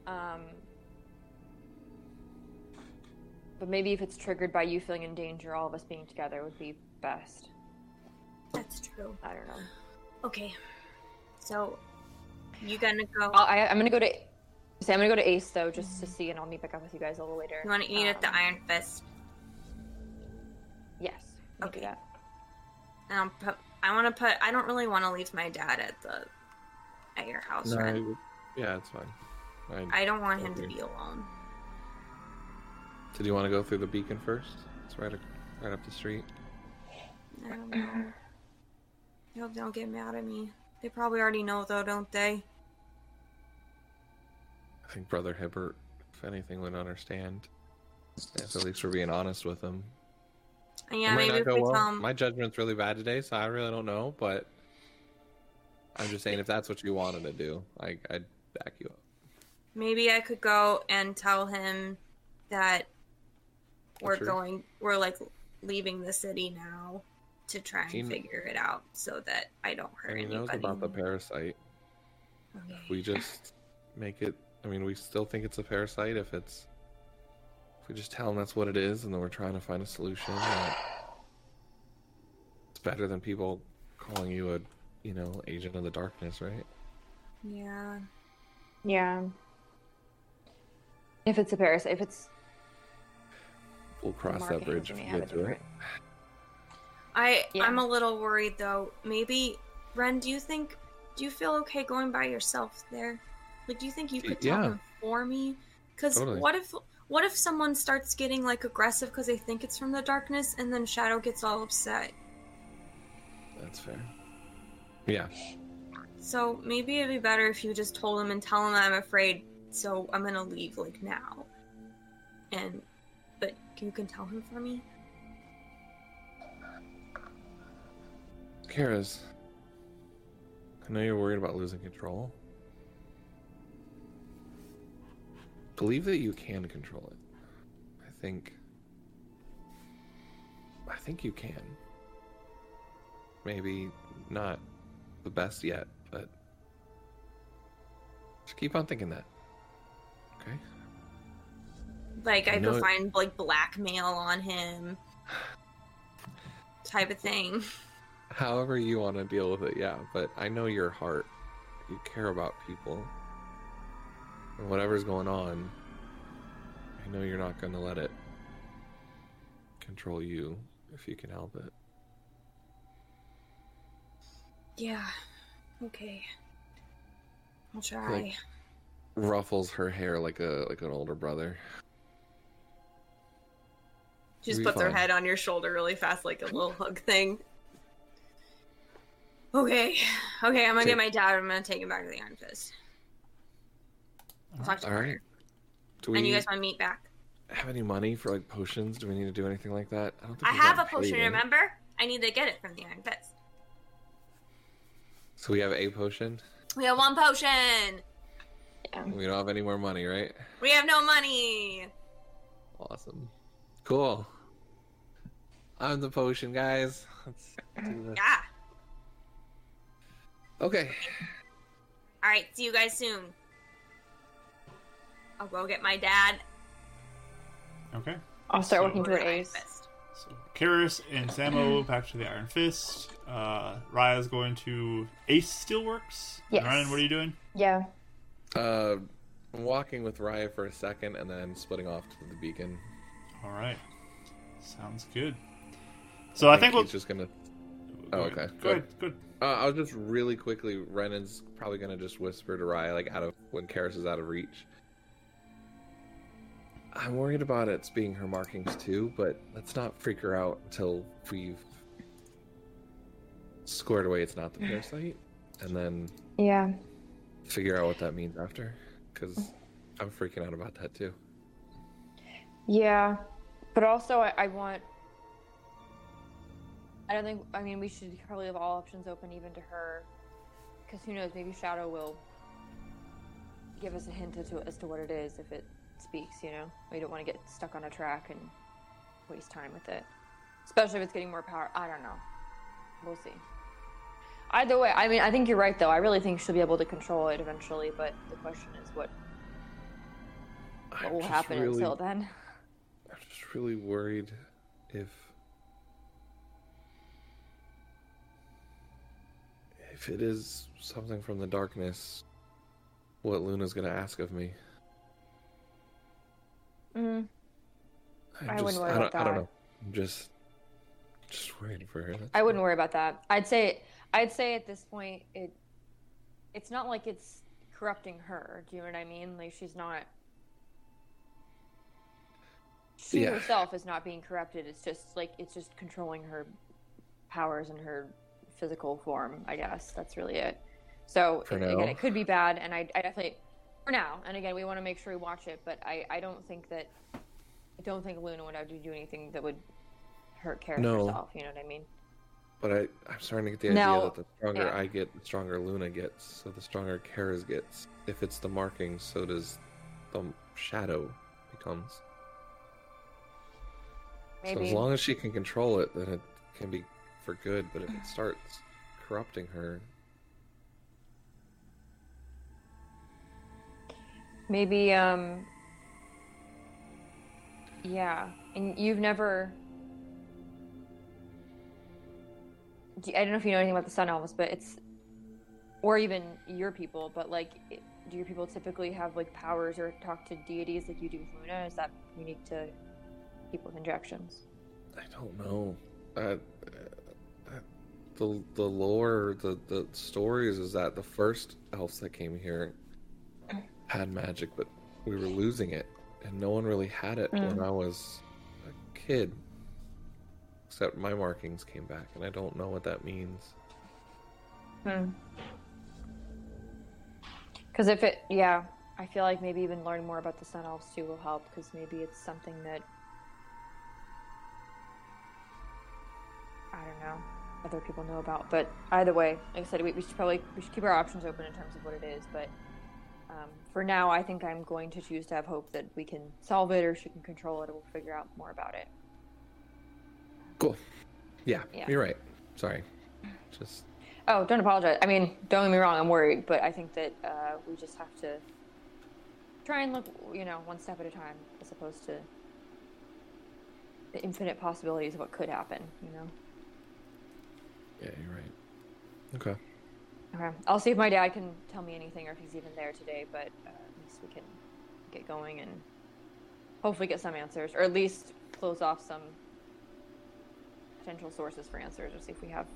[SPEAKER 4] Um, but maybe if it's triggered by you feeling in danger, all of us being together would be best.
[SPEAKER 3] That's true.
[SPEAKER 4] I don't know.
[SPEAKER 3] Okay. So You gonna go?
[SPEAKER 4] I'll, I, I'm gonna go to. Say I'm gonna go to Ace though, just to see, and I'll meet back up with you guys a little later.
[SPEAKER 3] Mm-hmm. You want to eat at the
[SPEAKER 4] Um,
[SPEAKER 3] Iron Fist?
[SPEAKER 4] Yes. we can do
[SPEAKER 3] Okay.
[SPEAKER 4] that.
[SPEAKER 3] And I'll put, I want to put. I don't really want to leave my dad at the at your house.
[SPEAKER 5] No,
[SPEAKER 3] Ren.
[SPEAKER 5] I- yeah, it's fine. I,
[SPEAKER 3] I don't want him to
[SPEAKER 5] Okay.
[SPEAKER 3] be alone.
[SPEAKER 5] did you want to go through the beacon first? It's right, a- right up the street.
[SPEAKER 3] I don't know. I hope they don't get mad at me. They probably already know though, don't they?
[SPEAKER 5] I think Brother Hibbert, if anything, would understand. If at least we're being honest with him. It
[SPEAKER 3] Yeah,
[SPEAKER 5] might
[SPEAKER 3] maybe
[SPEAKER 5] not
[SPEAKER 3] if
[SPEAKER 5] go
[SPEAKER 3] we
[SPEAKER 5] well.
[SPEAKER 3] tell him.
[SPEAKER 5] My judgment's really bad today, so I really don't know. But I'm just saying, if that's what you wanted to do, I, I'd back you up.
[SPEAKER 3] Maybe I could go and tell him that we're
[SPEAKER 5] Sure.
[SPEAKER 3] going, we're like leaving the city now to try and
[SPEAKER 5] He kn-
[SPEAKER 3] figure it out so that I don't hurt
[SPEAKER 5] And he knows
[SPEAKER 3] anybody.
[SPEAKER 5] about the parasite.
[SPEAKER 3] Okay.
[SPEAKER 5] We just make it. I mean, we still think it's a parasite. If it's, if we just tell him that's what it is, and then we're trying to find a solution. That it's better than people calling you a, you know, agent of the darkness, right?
[SPEAKER 3] Yeah.
[SPEAKER 4] Yeah. If it's a Paris, if it's
[SPEAKER 5] We'll cross that
[SPEAKER 4] marketing is
[SPEAKER 5] bridge if we
[SPEAKER 4] gonna have
[SPEAKER 5] get
[SPEAKER 4] a
[SPEAKER 5] to it.
[SPEAKER 4] different-
[SPEAKER 3] I
[SPEAKER 4] Yeah.
[SPEAKER 3] I'm a little worried though. Maybe Ren, do you think do you feel okay going by yourself there? Like do you think you
[SPEAKER 5] Y-
[SPEAKER 3] could tell
[SPEAKER 5] yeah.
[SPEAKER 3] them for me? Cuz
[SPEAKER 5] Totally.
[SPEAKER 3] what if what if someone starts getting like aggressive cuz they think it's from the darkness and then Shadow gets all upset?
[SPEAKER 5] That's fair. Yeah,
[SPEAKER 3] So maybe it'd be better if you just told him and tell him I'm afraid, so I'm gonna leave like now. And but you can tell him for me?
[SPEAKER 5] Kara's. I know you're worried about losing control. Believe that you can control it. I think. I think you can. Maybe not the best yet, but. Just keep on thinking that. Okay?
[SPEAKER 3] Like
[SPEAKER 5] I
[SPEAKER 3] I,
[SPEAKER 5] know
[SPEAKER 3] could
[SPEAKER 5] it-
[SPEAKER 3] find like blackmail on him type of thing.
[SPEAKER 5] however you want to deal with it yeah but i know your heart you care about people and whatever's going on i know you're not going to let it control you if you can help it
[SPEAKER 3] Yeah. Okay. I'll try.
[SPEAKER 5] Like- ruffles her hair like a like an older brother
[SPEAKER 3] she just
[SPEAKER 5] we
[SPEAKER 3] puts her
[SPEAKER 5] fine.
[SPEAKER 3] head on your shoulder really fast, like a little hug thing. Okay. Okay, I'm gonna
[SPEAKER 5] Take-
[SPEAKER 3] get my dad. I'm gonna take him back to the Iron Fist. I'll talk to
[SPEAKER 5] all
[SPEAKER 3] him.
[SPEAKER 5] right do we
[SPEAKER 3] And you guys want to meet back?
[SPEAKER 5] have any money for like potions do we need to do anything like that i don't think
[SPEAKER 3] I
[SPEAKER 5] we
[SPEAKER 3] have a
[SPEAKER 5] got paid,
[SPEAKER 3] potion,
[SPEAKER 5] right?
[SPEAKER 3] remember? I need to get it from the Iron Fist.
[SPEAKER 5] so we have a potion
[SPEAKER 3] We have one potion.
[SPEAKER 5] we don't have any more money right
[SPEAKER 3] We have no money.
[SPEAKER 5] awesome cool i'm the potion guys let's do this
[SPEAKER 3] Yeah.
[SPEAKER 5] Okay.
[SPEAKER 3] All right. See you guys soon. I'll go get my dad.
[SPEAKER 2] Okay.
[SPEAKER 4] I'll start working
[SPEAKER 3] Go to
[SPEAKER 4] toward
[SPEAKER 3] the Iron
[SPEAKER 4] Ace.
[SPEAKER 3] Fist.
[SPEAKER 2] So Karis and Samo back to the Iron Fist. Uh, Raya's going to Ace Steelworks.
[SPEAKER 4] Yes.
[SPEAKER 2] Ryan, what are you doing?
[SPEAKER 4] Yeah.
[SPEAKER 5] Uh, I'm walking with Raya for a second and then splitting off to the beacon.
[SPEAKER 2] All right. Sounds good. So I think we'll.
[SPEAKER 5] he's just gonna.
[SPEAKER 2] go
[SPEAKER 5] oh,
[SPEAKER 2] ahead.
[SPEAKER 5] okay.
[SPEAKER 2] Go ahead. Good.
[SPEAKER 5] Uh, I'll just really quickly. Renan's probably gonna just whisper to Raya, like out of when Karis is out of reach. I'm worried about it being her markings too, but let's not freak her out until we've squared away it's not the parasite, and then
[SPEAKER 4] Yeah.
[SPEAKER 5] figure out what that means after, because I'm freaking out about that too.
[SPEAKER 4] Yeah, but also I, I want. I don't think. I mean, we should probably have all options open, even to her, because who knows? Maybe Shadow will give us a hint as to, as to what it is if it speaks. You know, we don't want to get stuck on a track and waste time with it, especially if it's getting more power. I don't know. We'll see. Either way, I mean, I think you're right though. I really think she'll be able to control it eventually, but the question is what,
[SPEAKER 5] I'm
[SPEAKER 4] what will
[SPEAKER 5] just
[SPEAKER 4] happen
[SPEAKER 5] really-
[SPEAKER 4] until then.
[SPEAKER 5] I'm just really worried if if it is something from the darkness, what Luna's gonna ask of me.
[SPEAKER 4] Mm,
[SPEAKER 5] I'm
[SPEAKER 4] I wouldn't worry
[SPEAKER 5] I don't,
[SPEAKER 4] about
[SPEAKER 5] I don't
[SPEAKER 4] that.
[SPEAKER 5] know. I'm just, just waiting for her. That's
[SPEAKER 4] I wouldn't worry about that. I'd say I'd say at this point it it's not like it's corrupting her. Do you know what I mean? Like she's not she
[SPEAKER 5] Yeah.
[SPEAKER 4] herself is not being corrupted. It's just like it's just controlling her powers and her physical form. I guess that's really it. So
[SPEAKER 5] For
[SPEAKER 4] a- again,
[SPEAKER 5] now.
[SPEAKER 4] it could be bad, and I, I definitely for now. And again, we want to make sure we watch it, but I, I don't think that I don't think Luna would have to do anything that would hurt Kara
[SPEAKER 5] No.
[SPEAKER 4] herself. You know what I mean?
[SPEAKER 5] But I, I'm starting to get the idea
[SPEAKER 4] Now-
[SPEAKER 5] that the stronger
[SPEAKER 4] yeah.
[SPEAKER 5] I get, the stronger Luna gets. So the stronger Kara's gets. If it's the marking, so does the shadow becomes. So
[SPEAKER 4] Maybe.
[SPEAKER 5] as long as she can control it, then it can be for good. But if it starts corrupting her,
[SPEAKER 4] Maybe, um. Yeah. And you've never. Do- I don't know if you know anything about the Sun Elves, but it's. Or even your people, but like, i- do your people typically have like powers or talk to deities like you do with Luna? Is that unique to people with injections?
[SPEAKER 5] I don't know. I, uh, I- the the lore, the the stories is that the first elves that came here had magic, but we were losing it, and no one really had it when I was a kid. Except my markings came back, and I don't know what that means.
[SPEAKER 4] Hmm. Because if it, yeah, I feel like maybe even learn more about the Sun Elves too will help. Because maybe it's something that I don't know other people know about. But either way, like I said, we, we should probably we should keep our options open in terms of what it is. But um, for now, I think I'm going to choose to have hope that we can solve it, or she can control it, and we'll figure out more about it.
[SPEAKER 5] Cool. Yeah,
[SPEAKER 4] Yeah.
[SPEAKER 5] you're right. Sorry. Just
[SPEAKER 4] Oh, don't apologize. I mean, don't get me wrong, I'm worried, but I think that uh, we just have to try and look, you know, one step at a time as opposed to the infinite possibilities of what could happen, you know?
[SPEAKER 5] yeah, you're right. Okay.
[SPEAKER 4] Okay. I'll see if my dad can tell me anything or if he's even there today, but uh, at least we can get going and hopefully get some answers or at least close off some potential sources for answers or see if we have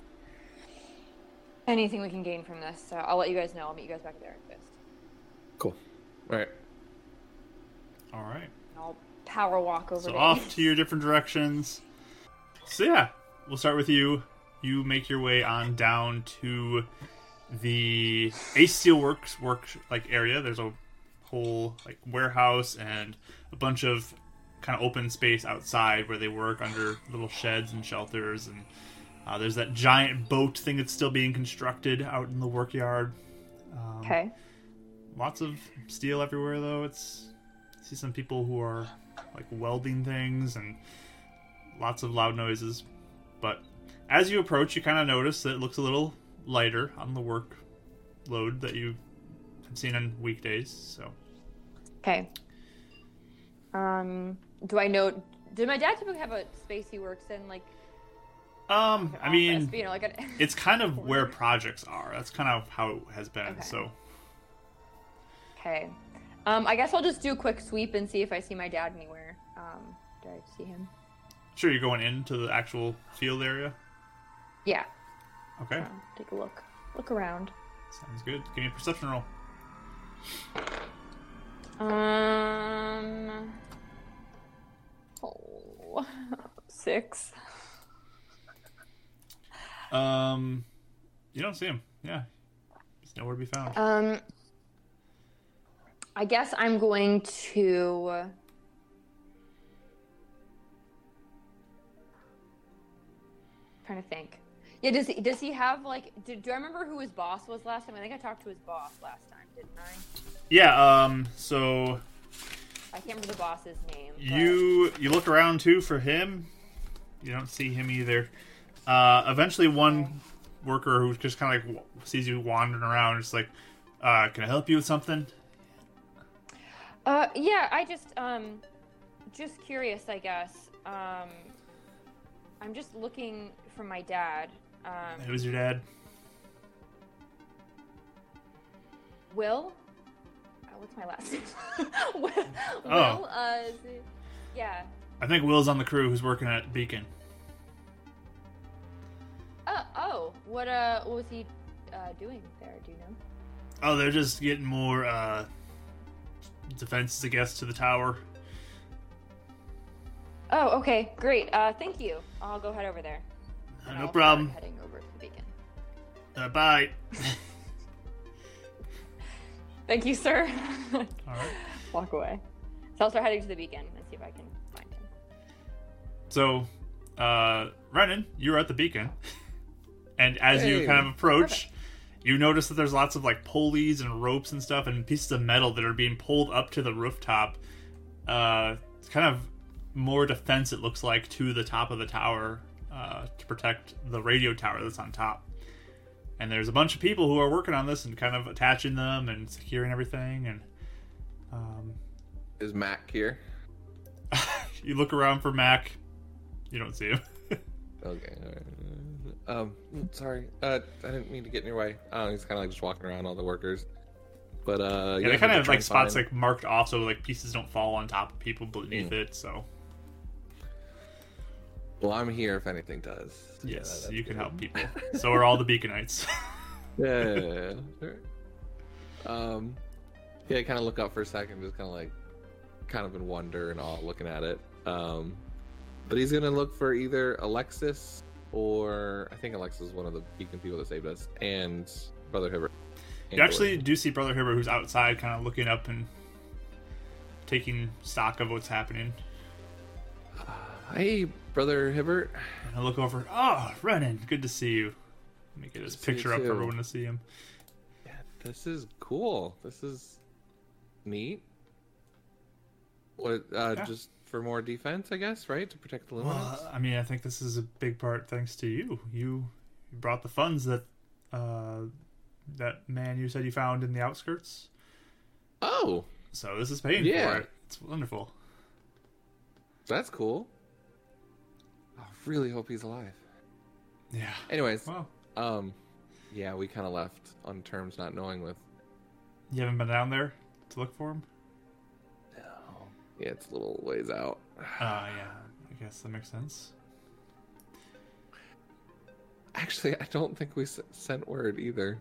[SPEAKER 4] anything we can gain from this. So I'll let you guys know. I'll meet you guys back at the breakfast.
[SPEAKER 5] Cool. All right.
[SPEAKER 2] All right.
[SPEAKER 4] I'll power walk over
[SPEAKER 2] So
[SPEAKER 4] to
[SPEAKER 2] off to your different directions. So yeah, we'll start with you. You make your way on down to the Ace Steelworks work like area. There's a whole like warehouse and a bunch of kind of open space outside where they work under little sheds and shelters and uh, there's that giant boat thing that's still being constructed out in the work yard. Um,
[SPEAKER 4] Okay.
[SPEAKER 2] lots of steel everywhere though it's I see some people who are like welding things and lots of loud noises but as you approach you kind of notice that it looks a little lighter on the work load that you have seen on weekdays so
[SPEAKER 4] Okay. Um, do I know? Did my dad typically have a space he works in, like?
[SPEAKER 2] um
[SPEAKER 4] an
[SPEAKER 2] i
[SPEAKER 4] office,
[SPEAKER 2] mean
[SPEAKER 4] but, you know, like an...
[SPEAKER 2] it's kind of where projects are that's kind of how it has been
[SPEAKER 4] Okay.
[SPEAKER 2] so
[SPEAKER 4] okay. Um, I guess I'll just do a quick sweep and see if I see my dad anywhere. Um, do I see him?
[SPEAKER 2] sure you're going into the actual field area
[SPEAKER 4] Yeah.
[SPEAKER 2] okay
[SPEAKER 4] I'll take a look. Look around.
[SPEAKER 2] sounds good give me a perception roll
[SPEAKER 4] Um. Oh, six.
[SPEAKER 2] um you don't see him yeah he's nowhere to be found
[SPEAKER 4] Um, I guess I'm going to. Trying to think. Yeah, does he, does he have like? Do, do I remember who his boss was last time? I think I talked to his boss last time, didn't I?
[SPEAKER 2] Yeah, um so
[SPEAKER 4] I can't remember the boss's name. but-
[SPEAKER 2] you you look around too for him. You don't see him either. Uh eventually one worker who just kind of like w- sees you wandering around is like uh can I help you with something?
[SPEAKER 4] Uh, yeah, I just um, just curious, I guess. Um, I'm just looking for my dad. Um,
[SPEAKER 2] Who's your dad?
[SPEAKER 4] Will. Oh, what's my last name? well,
[SPEAKER 2] Oh.
[SPEAKER 4] Will, uh, is it- yeah.
[SPEAKER 2] I think Will's on the crew who's working at Beacon.
[SPEAKER 4] Oh, oh, what uh, what was he uh, doing there? Do you know?
[SPEAKER 2] Oh, they're just getting more uh, defenses, I guess, to the tower.
[SPEAKER 4] Oh, okay, great. Uh, thank you. I'll go head over there.
[SPEAKER 2] Uh, no
[SPEAKER 4] And I'll start
[SPEAKER 2] problem.
[SPEAKER 4] Heading over to the beacon.
[SPEAKER 2] Uh, bye.
[SPEAKER 4] Thank you, sir.
[SPEAKER 2] All right.
[SPEAKER 4] Walk away. So I'll start heading to the beacon and see if I can find him.
[SPEAKER 2] So, uh, Renan, you're at the beacon, and as you
[SPEAKER 5] Hey.
[SPEAKER 2] kind of approach, you notice that there's lots of like pulleys and ropes and stuff and pieces of metal that are being pulled up to the rooftop. Uh, it's kind of more defense, it looks like, to the top of the tower uh, to protect the radio tower that's on top. And there's a bunch of people who are working on this and kind of attaching them and securing everything. And um,
[SPEAKER 5] Is Mac here?
[SPEAKER 2] you look around for Mac, you don't see him.
[SPEAKER 5] Okay. alright. Um, sorry. Uh, I didn't mean to get in your way. Uh, he's kind of like just walking around all the workers. But uh,
[SPEAKER 2] Yeah, they kind of have
[SPEAKER 5] try
[SPEAKER 2] like
[SPEAKER 5] and
[SPEAKER 2] spots
[SPEAKER 5] find-
[SPEAKER 2] like marked off so like pieces don't fall on top of people beneath
[SPEAKER 5] Mm.
[SPEAKER 2] it. So
[SPEAKER 5] Well, I'm here if anything does. So, yeah,
[SPEAKER 2] yes,
[SPEAKER 5] that-
[SPEAKER 2] you can help people. so are all the beaconites.
[SPEAKER 5] Yeah. um, yeah, I kind of look up for a second, just kind of like, kind of in wonder and awe, looking at it. Um, but he's gonna look for either Alexis or I think Alexis is one of the beacon people that saved us, and Brother Hibbert. And
[SPEAKER 2] you actually
[SPEAKER 5] Gordon.
[SPEAKER 2] do see Brother Hibbert who's outside, kind of looking up and taking stock of what's happening.
[SPEAKER 5] hey, Brother Hibbert.
[SPEAKER 2] And I look over. Oh, Renan, good to see you. Let me get his
[SPEAKER 5] to see you
[SPEAKER 2] picture up for
[SPEAKER 5] too.
[SPEAKER 2] everyone to see him.
[SPEAKER 5] This is cool. This is neat. What? Uh,
[SPEAKER 2] Yeah.
[SPEAKER 5] Just for more defense, I guess, right? To protect the Luminox?
[SPEAKER 2] Well, Uh, I mean, I think this is a big part thanks to you. You you brought the funds that uh, that man you said you found in the outskirts.
[SPEAKER 5] oh,
[SPEAKER 2] So this is paying
[SPEAKER 5] Yeah.
[SPEAKER 2] for it. It's wonderful.
[SPEAKER 5] that's cool. I really hope he's alive.
[SPEAKER 2] Yeah.
[SPEAKER 5] Anyways,
[SPEAKER 2] Well,
[SPEAKER 5] um, yeah, we kind of left on terms not knowing with.
[SPEAKER 2] you haven't been down there to look for him? Oh.
[SPEAKER 5] Yeah, it's a little ways out.
[SPEAKER 2] Uh, yeah. I guess that makes sense.
[SPEAKER 5] Actually, I don't think we s- sent word either.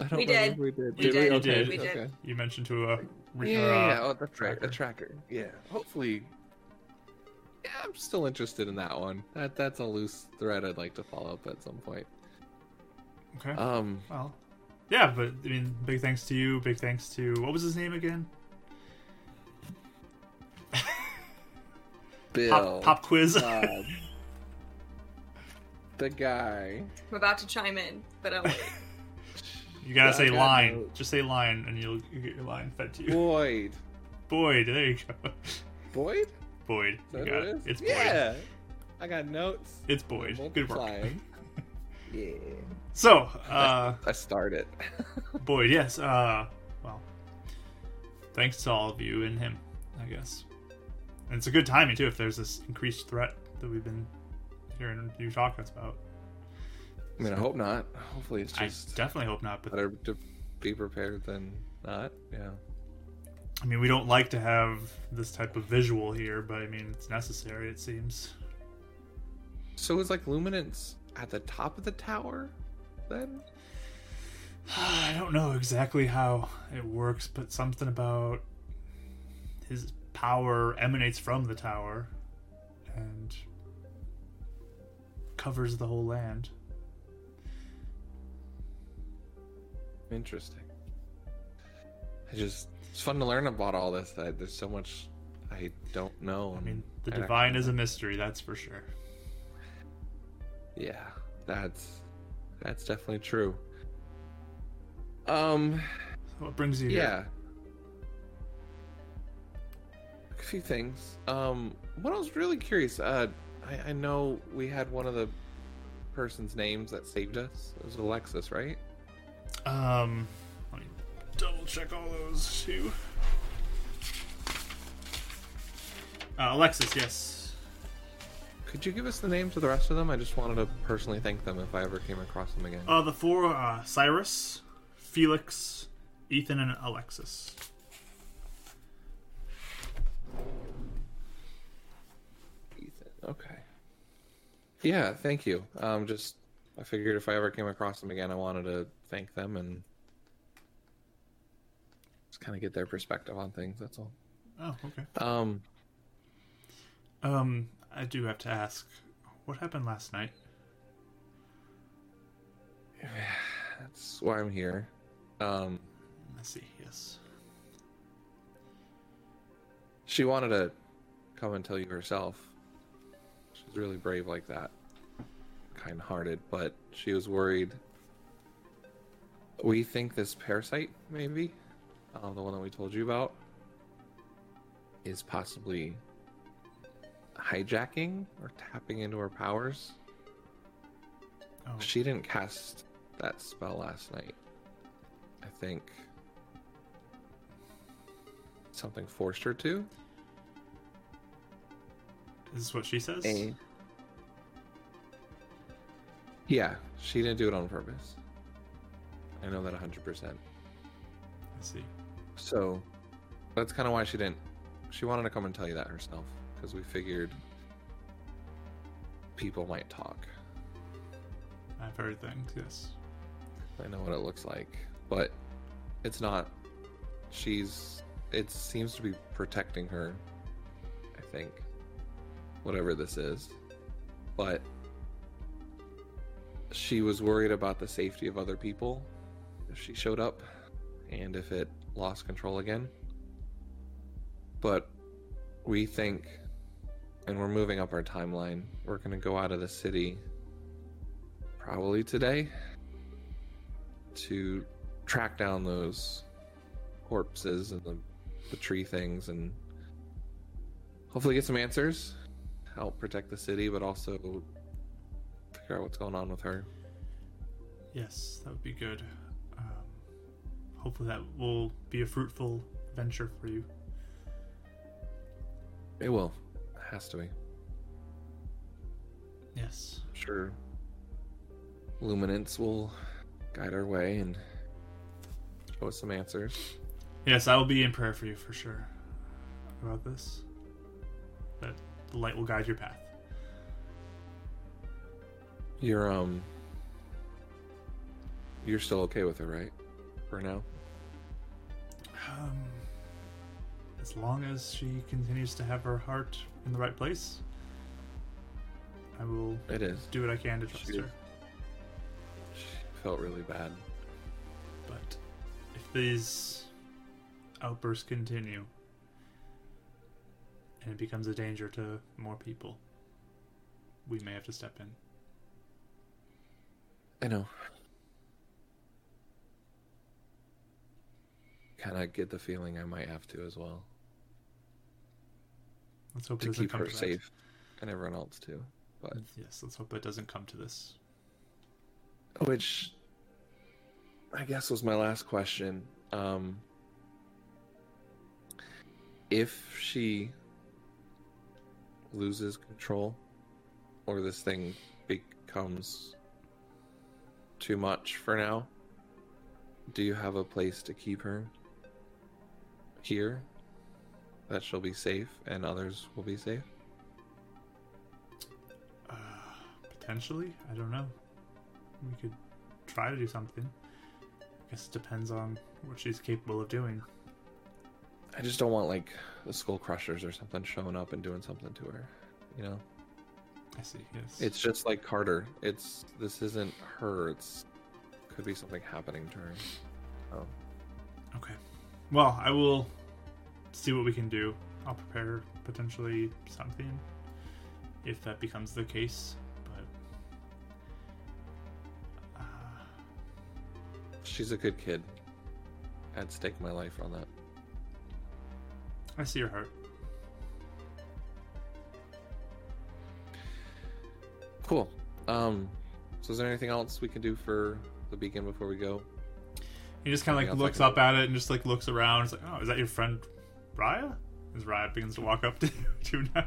[SPEAKER 5] I don't
[SPEAKER 3] We
[SPEAKER 5] remember
[SPEAKER 3] did.
[SPEAKER 5] if we did.
[SPEAKER 2] We
[SPEAKER 5] Did
[SPEAKER 2] did.
[SPEAKER 5] we?
[SPEAKER 2] You
[SPEAKER 5] Okay.
[SPEAKER 2] did. We
[SPEAKER 3] did.
[SPEAKER 5] Okay.
[SPEAKER 2] You mentioned to a re-
[SPEAKER 5] Yeah,
[SPEAKER 2] or,
[SPEAKER 5] yeah,
[SPEAKER 2] uh,
[SPEAKER 5] yeah. Oh, that's right. The
[SPEAKER 2] tracker.
[SPEAKER 5] tracker. Yeah. Hopefully. Yeah, I'm still interested in that one. That that's a loose thread I'd like to follow up at some point.
[SPEAKER 2] Okay.
[SPEAKER 5] Um,
[SPEAKER 2] well. Yeah, but I mean, big thanks to you. Big thanks to what was his name again?
[SPEAKER 5] Bill.
[SPEAKER 2] Pop, pop quiz.
[SPEAKER 5] Bob, Um, the guy.
[SPEAKER 3] I'm about to chime in, but I'm like,
[SPEAKER 2] you gotta
[SPEAKER 5] I
[SPEAKER 2] say
[SPEAKER 5] got
[SPEAKER 2] line.
[SPEAKER 5] no-
[SPEAKER 2] Just say line, and you'll, you get your line fed to you.
[SPEAKER 5] Boyd.
[SPEAKER 2] Boyd. There you go.
[SPEAKER 5] Boyd.
[SPEAKER 2] Boyd.
[SPEAKER 5] Is
[SPEAKER 2] You
[SPEAKER 5] that
[SPEAKER 2] got
[SPEAKER 5] what
[SPEAKER 2] it.
[SPEAKER 5] it
[SPEAKER 2] It's
[SPEAKER 5] is?
[SPEAKER 2] Boyd.
[SPEAKER 5] Yeah. I got notes.
[SPEAKER 2] It's Boyd. Good work.
[SPEAKER 5] Multiplying. yeah.
[SPEAKER 2] So, uh,
[SPEAKER 5] I start it.
[SPEAKER 2] Boyd, yes. Uh, well, thanks to all of you and him, I guess. And it's a good timing too if there's this increased threat that we've been hearing you talk about.
[SPEAKER 5] I mean, I hope not. Hopefully, it's
[SPEAKER 2] I
[SPEAKER 5] just
[SPEAKER 2] definitely hope not, but
[SPEAKER 5] better to be prepared than not. Yeah.
[SPEAKER 2] I mean, we don't like to have this type of visual here, but I mean, it's necessary. It seems.
[SPEAKER 5] So it's like luminance at the top of the tower, then?
[SPEAKER 2] I don't know exactly how it works, but something about his power emanates from the tower and covers the whole land.
[SPEAKER 5] Interesting. I just it's fun to learn about all this. I, there's so much I don't know.
[SPEAKER 2] I
[SPEAKER 5] and-
[SPEAKER 2] mean, the
[SPEAKER 5] and I-
[SPEAKER 2] divine is a mystery, that's for sure.
[SPEAKER 5] yeah, that's that's definitely true. Um,
[SPEAKER 2] What brings you here?
[SPEAKER 5] yeah. A few things. Um, what I was really curious. Uh, I, I know we had one of the person's names that saved us. It was Alexis, right?
[SPEAKER 2] Um, let me double check all those too. Uh, Alexis, yes.
[SPEAKER 5] Could you give us the names of the rest of them? I just wanted to personally thank them if I ever came across them again.
[SPEAKER 2] Uh, the four uh, Cyrus, Felix, Ethan and Alexis.
[SPEAKER 5] Ethan. Okay. Yeah, thank you. Um, just I figured if I ever came across them again, I wanted to thank them and just kind of get their perspective on things. That's all.
[SPEAKER 2] Oh, okay.
[SPEAKER 5] Um,
[SPEAKER 2] Um, I do have to ask, what happened last night?
[SPEAKER 5] that's why I'm here. Um,
[SPEAKER 2] Let's see. Yes.
[SPEAKER 5] she wanted to come and tell you herself. She's really brave like that, kind-hearted, but she was worried. We think this parasite, maybe, uh, the one that we told you about, is possibly hijacking or tapping into her powers.
[SPEAKER 2] Oh,
[SPEAKER 5] She didn't cast that spell last night. I think something forced her to.
[SPEAKER 2] is this what she says?
[SPEAKER 5] Yeah, she didn't do it on purpose. I know that 100%.
[SPEAKER 2] I see.
[SPEAKER 5] So that's kind of why she didn't. She wanted to come and tell you that herself because we figured people might talk.
[SPEAKER 2] I've heard things. Yes.
[SPEAKER 5] I know what it looks like, but it's not. She's. It seems to be protecting her, I think. Whatever this is. But. She was worried about the safety of other people if she showed up and if it lost control again. But we think. And we're moving up our timeline. We're going to go out of the city probably today to track down those corpses and the, the tree things and hopefully get some answers help protect the city but also figure out what's going on with her
[SPEAKER 2] Yes, that would be good. Um, hopefully, that will be a fruitful venture for you.
[SPEAKER 5] it will It has to be
[SPEAKER 2] Yes.
[SPEAKER 5] I'm sure luminance will guide our way and show us some answers
[SPEAKER 2] Yes, I will be in prayer for you for sure about this. That the light will guide your path.
[SPEAKER 5] you're um you're still okay with her right for now
[SPEAKER 2] Um, as long as she continues to have her heart in the right place, I will
[SPEAKER 5] it is
[SPEAKER 2] do what I can to trust
[SPEAKER 5] She-
[SPEAKER 2] her.
[SPEAKER 5] she felt really bad
[SPEAKER 2] But if these outbursts continue, and it becomes a danger to more people, we may have to step in.
[SPEAKER 5] I know. Kind of get the feeling I might have to as well
[SPEAKER 2] Let's hope it
[SPEAKER 5] to
[SPEAKER 2] doesn't
[SPEAKER 5] keep
[SPEAKER 2] come
[SPEAKER 5] her
[SPEAKER 2] to that.
[SPEAKER 5] safe and everyone else too. But
[SPEAKER 2] Yes, let's hope it doesn't come to this.
[SPEAKER 5] which I guess was my last question. Um, if she loses control or this thing becomes too much for now, do you have a place to keep her here that she'll be safe and others will be safe?
[SPEAKER 2] Uh, potentially, I don't know. We could try to do something. I guess it depends on what she's capable of doing.
[SPEAKER 5] I just don't want like the skull crushers or something showing up and doing something to her, you know?
[SPEAKER 2] I see. Yes.
[SPEAKER 5] It's just like Carter. It's this isn't her. It's could be something happening to her. Um,
[SPEAKER 2] Okay. Well, I will see what we can do. I'll prepare potentially something if that becomes the case. But uh,
[SPEAKER 5] She's a good kid. I'd stake my life on that.
[SPEAKER 2] I see your heart.
[SPEAKER 5] Cool. Um, so is there anything else we can do for the beacon before we go?
[SPEAKER 2] He just kind of
[SPEAKER 5] Something
[SPEAKER 2] like
[SPEAKER 5] else I
[SPEAKER 2] looks
[SPEAKER 5] can
[SPEAKER 2] up
[SPEAKER 5] do.
[SPEAKER 2] at it and just like looks around. It's like, oh, is that your friend Raya? As Raya begins to walk up to to now.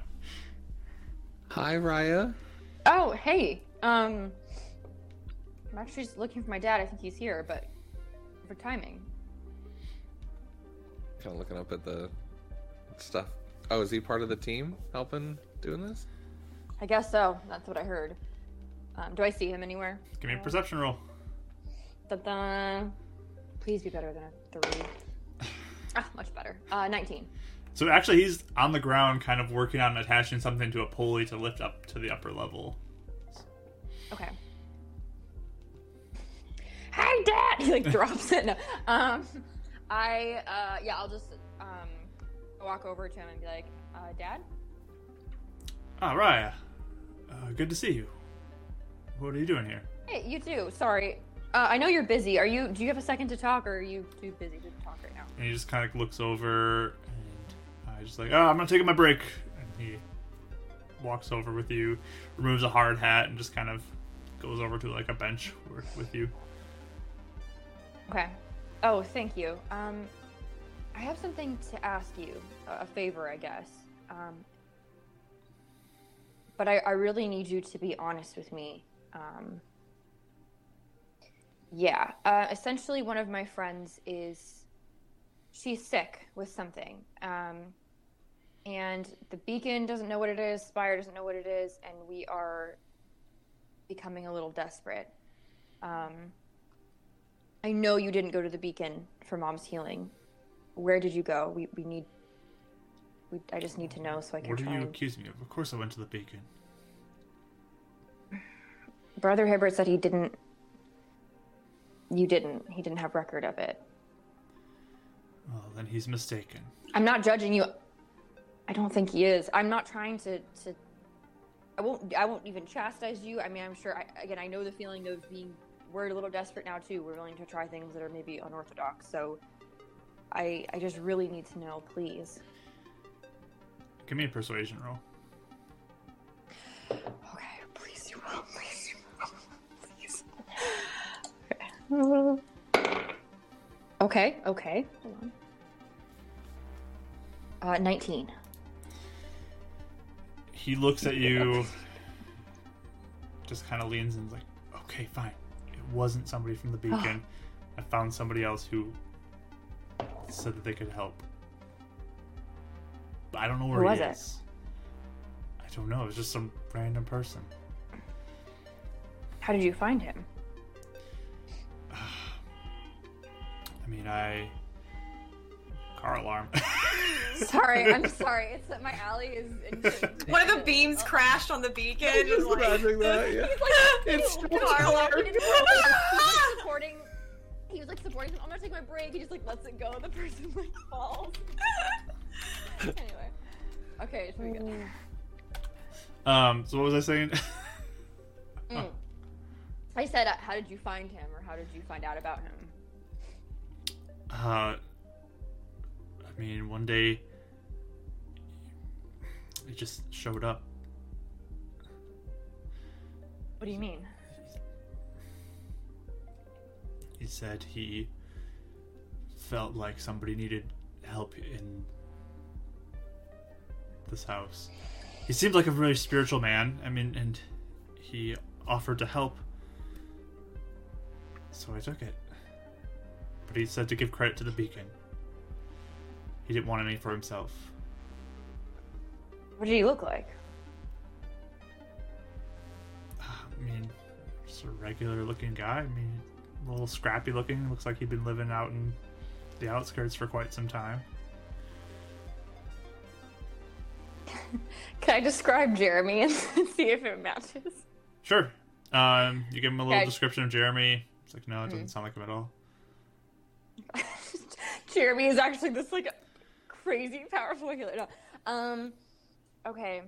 [SPEAKER 5] Hi, Raya.
[SPEAKER 4] Oh, hey. Um, I'm actually just looking for my dad. I think he's here, but for timing.
[SPEAKER 5] kind of looking up at the stuff. Oh, is he part of the team helping doing this?
[SPEAKER 4] I guess so. That's what I heard. Um, do I see him anywhere?
[SPEAKER 2] Give me a perception roll.
[SPEAKER 4] Dun-dun. Please be better than a three. Ah, much better. Uh, 19.
[SPEAKER 2] So actually, he's on the ground, kind of working on attaching something to a pulley to lift up to the upper level.
[SPEAKER 4] Okay. Hey, Dad! He like drops it. No. Um, I uh, yeah, I'll just um walk over to him and be like, uh, Dad.
[SPEAKER 2] Ah, Raya. Uh, good to see you. What are you doing here?
[SPEAKER 4] Hey, you too. Sorry. Uh, I know you're busy. Are you? Do you have a second to talk, or are you too busy to talk right now?
[SPEAKER 2] And he just kind of looks over and uh, just like, oh, I'm not taking my break. And he walks over with you, removes a hard hat, and just kind of goes over to like a bench where- with you.
[SPEAKER 4] Okay. Oh, thank you. Um, I have something to ask you, a a favor, I guess. Um, but I, I really need you to be honest with me. Um, yeah. Uh, essentially, one of my friends is she's sick with something, um, and the beacon doesn't know what it is. Spire doesn't know what it is, and we are becoming a little desperate. Um, I know you didn't go to the beacon for mom's healing. Where did you go? We, we need. We, I just need to know so I can
[SPEAKER 2] What are
[SPEAKER 4] try.
[SPEAKER 2] you
[SPEAKER 4] and-
[SPEAKER 2] accusing me of? Of course, I went to the beacon.
[SPEAKER 4] Brother Hibbert said he didn't. You didn't. He didn't have record of it.
[SPEAKER 2] Well, then he's mistaken.
[SPEAKER 4] I'm not judging you. I don't think he is. I'm not trying to. to I won't. I won't even chastise you. I mean, I'm sure. I, again, I know the feeling of being. We're a little desperate now too. We're willing to try things that are maybe unorthodox. So, I I just really need to know, please.
[SPEAKER 2] Give me a persuasion roll.
[SPEAKER 4] Okay, please you will. Please you will. Please. Okay. Okay. Okay. Hold on. Uh, nineteen.
[SPEAKER 2] He looks at you, just kind of leans and is like, okay, fine. It wasn't somebody from the beacon. I found somebody else who said that they could help. But I don't know where
[SPEAKER 4] Who
[SPEAKER 2] he
[SPEAKER 4] was it?
[SPEAKER 2] is. I don't know. It was just some random person.
[SPEAKER 4] How did you find him?
[SPEAKER 2] I mean, I. Car alarm.
[SPEAKER 4] Sorry, I'm sorry. It's that my alley is.
[SPEAKER 3] One of the beams crashed on the beacon.
[SPEAKER 5] Just
[SPEAKER 3] like-
[SPEAKER 5] imagining that, yeah.
[SPEAKER 4] It's
[SPEAKER 3] Carla. Ah!
[SPEAKER 4] supporting. He was like supporting. him, I'm gonna take my break. He just like lets it go. and The person like falls. anyway, okay, should we go?
[SPEAKER 2] um, so what was I saying?
[SPEAKER 4] Mm. I said, uh, how did you find him, or how did you find out about him?
[SPEAKER 2] Uh, I mean, one day it just showed up.
[SPEAKER 4] What do you mean?
[SPEAKER 2] He said he felt like somebody needed help in this house. He seemed like a really spiritual man. I mean, and he offered to help, so I took it. But he said to give credit to the beacon. He didn't want any for himself.
[SPEAKER 4] What did he look like?
[SPEAKER 2] I mean, just a regular looking guy. I mean, a little scrappy looking. Looks like he'd been living out in the outskirts for quite some time.
[SPEAKER 4] Can I describe Jeremy and see if it matches?
[SPEAKER 2] Sure. Um, you give him a little
[SPEAKER 4] Okay.
[SPEAKER 2] description of Jeremy. It's like, no, it doesn't sound like him at all.
[SPEAKER 4] Jeremy is actually this like crazy powerful healer. No. Um, okay.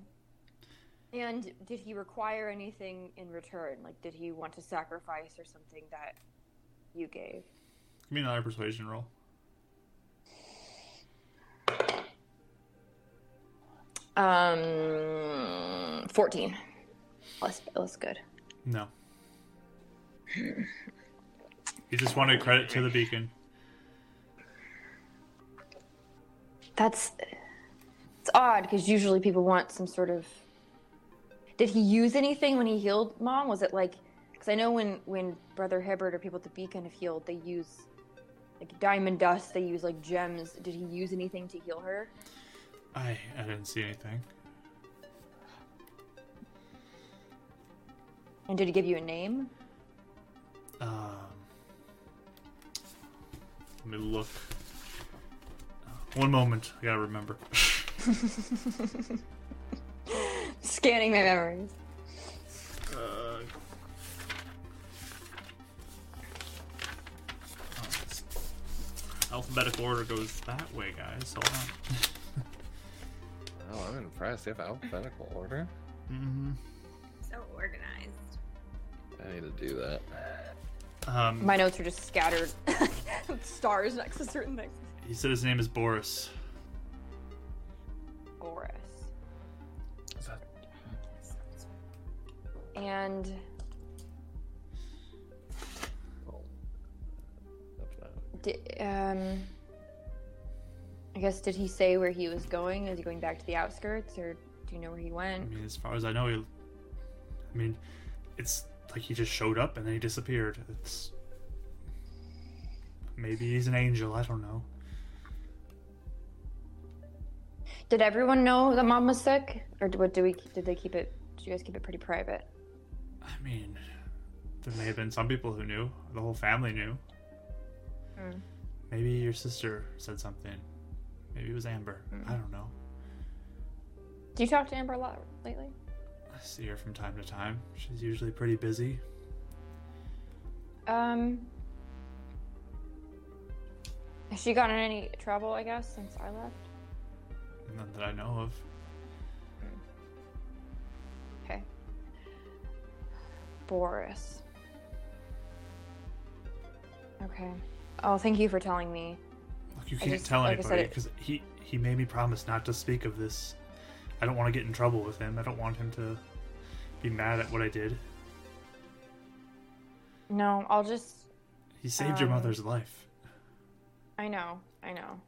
[SPEAKER 4] And did he require anything in return? Like, did he want to sacrifice or something that you gave?
[SPEAKER 2] Give me another persuasion roll.
[SPEAKER 4] Um, fourteen. Less, less good.
[SPEAKER 2] No. he just wanted credit to the beacon.
[SPEAKER 4] That's it's odd because usually people want some sort of. Did he use anything when he healed mom? Was it like because I know when when Brother Hibbert or people at the Beacon have healed, they use like diamond dust. They use like gems. Did he use anything to heal her?
[SPEAKER 2] I I didn't see anything.
[SPEAKER 4] And did he give you a name?
[SPEAKER 2] Um, let me look. Uh, One moment, I gotta remember.
[SPEAKER 4] Scanning my memories.
[SPEAKER 2] Uh, oh, it's- alphabetical order goes that way, guys. Hold on.
[SPEAKER 5] Oh, I'm impressed. You have alphabetical order.
[SPEAKER 2] hmm
[SPEAKER 3] So organized.
[SPEAKER 5] I need to do that.
[SPEAKER 2] Um,
[SPEAKER 4] My notes are just scattered. Stars next to certain things.
[SPEAKER 2] he said his name is Boris.
[SPEAKER 4] Boris.
[SPEAKER 5] Is that-
[SPEAKER 4] And
[SPEAKER 5] oh. That's not-
[SPEAKER 4] di- um, I guess did he say where he was going? Is he going back to the outskirts, or do you know where he
[SPEAKER 2] I
[SPEAKER 4] went?
[SPEAKER 2] mean, as far as I know, he. I mean, it's like he just showed up and then he disappeared. It's maybe he's an angel. I don't know.
[SPEAKER 4] Did everyone know that mom was sick, or do, what do we? Did they keep it? Did you guys keep it pretty private?
[SPEAKER 2] I mean, there may have been some people who knew. The whole family knew.
[SPEAKER 4] Hmm.
[SPEAKER 2] Maybe your sister said something. Maybe it was Amber. I don't know.
[SPEAKER 4] Do you talk to Amber a lot lately?
[SPEAKER 2] I see her from time to time. She's usually pretty busy.
[SPEAKER 4] Um, has she gotten in any trouble? I guess since I left.
[SPEAKER 2] None that I know of.
[SPEAKER 4] Okay. Boris. Okay. Oh, thank you for telling me.
[SPEAKER 2] Look, you
[SPEAKER 4] I
[SPEAKER 2] can't
[SPEAKER 4] just-
[SPEAKER 2] tell
[SPEAKER 4] like I said,
[SPEAKER 2] anybody
[SPEAKER 4] it-
[SPEAKER 2] because he he made me promise not to speak of this. I don't want to get in trouble with him. I don't want him to be mad at what I did.
[SPEAKER 4] No, I'll just.
[SPEAKER 2] He saved your
[SPEAKER 4] Um,
[SPEAKER 2] mother's life.
[SPEAKER 4] I know. I know.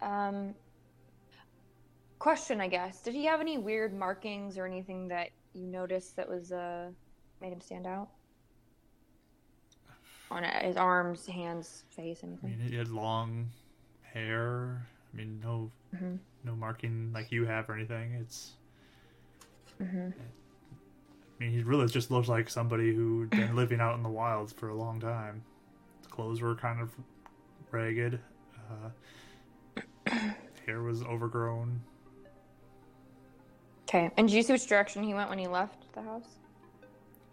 [SPEAKER 4] Um. Question, I guess. Did he have any weird markings or anything that you noticed that was uh made him stand out? On his arms, hands, face,
[SPEAKER 2] I mean,
[SPEAKER 4] anything.
[SPEAKER 2] he had long hair. I mean, no
[SPEAKER 4] Mhm.
[SPEAKER 2] no marking like you have or anything. It's.
[SPEAKER 4] Mhm.
[SPEAKER 2] I mean, he really just looked like somebody who'd been living out in the wilds for a long time. His clothes were kind of ragged. Uh, hair was overgrown.
[SPEAKER 4] Okay. And did you see which direction he went when he left the house?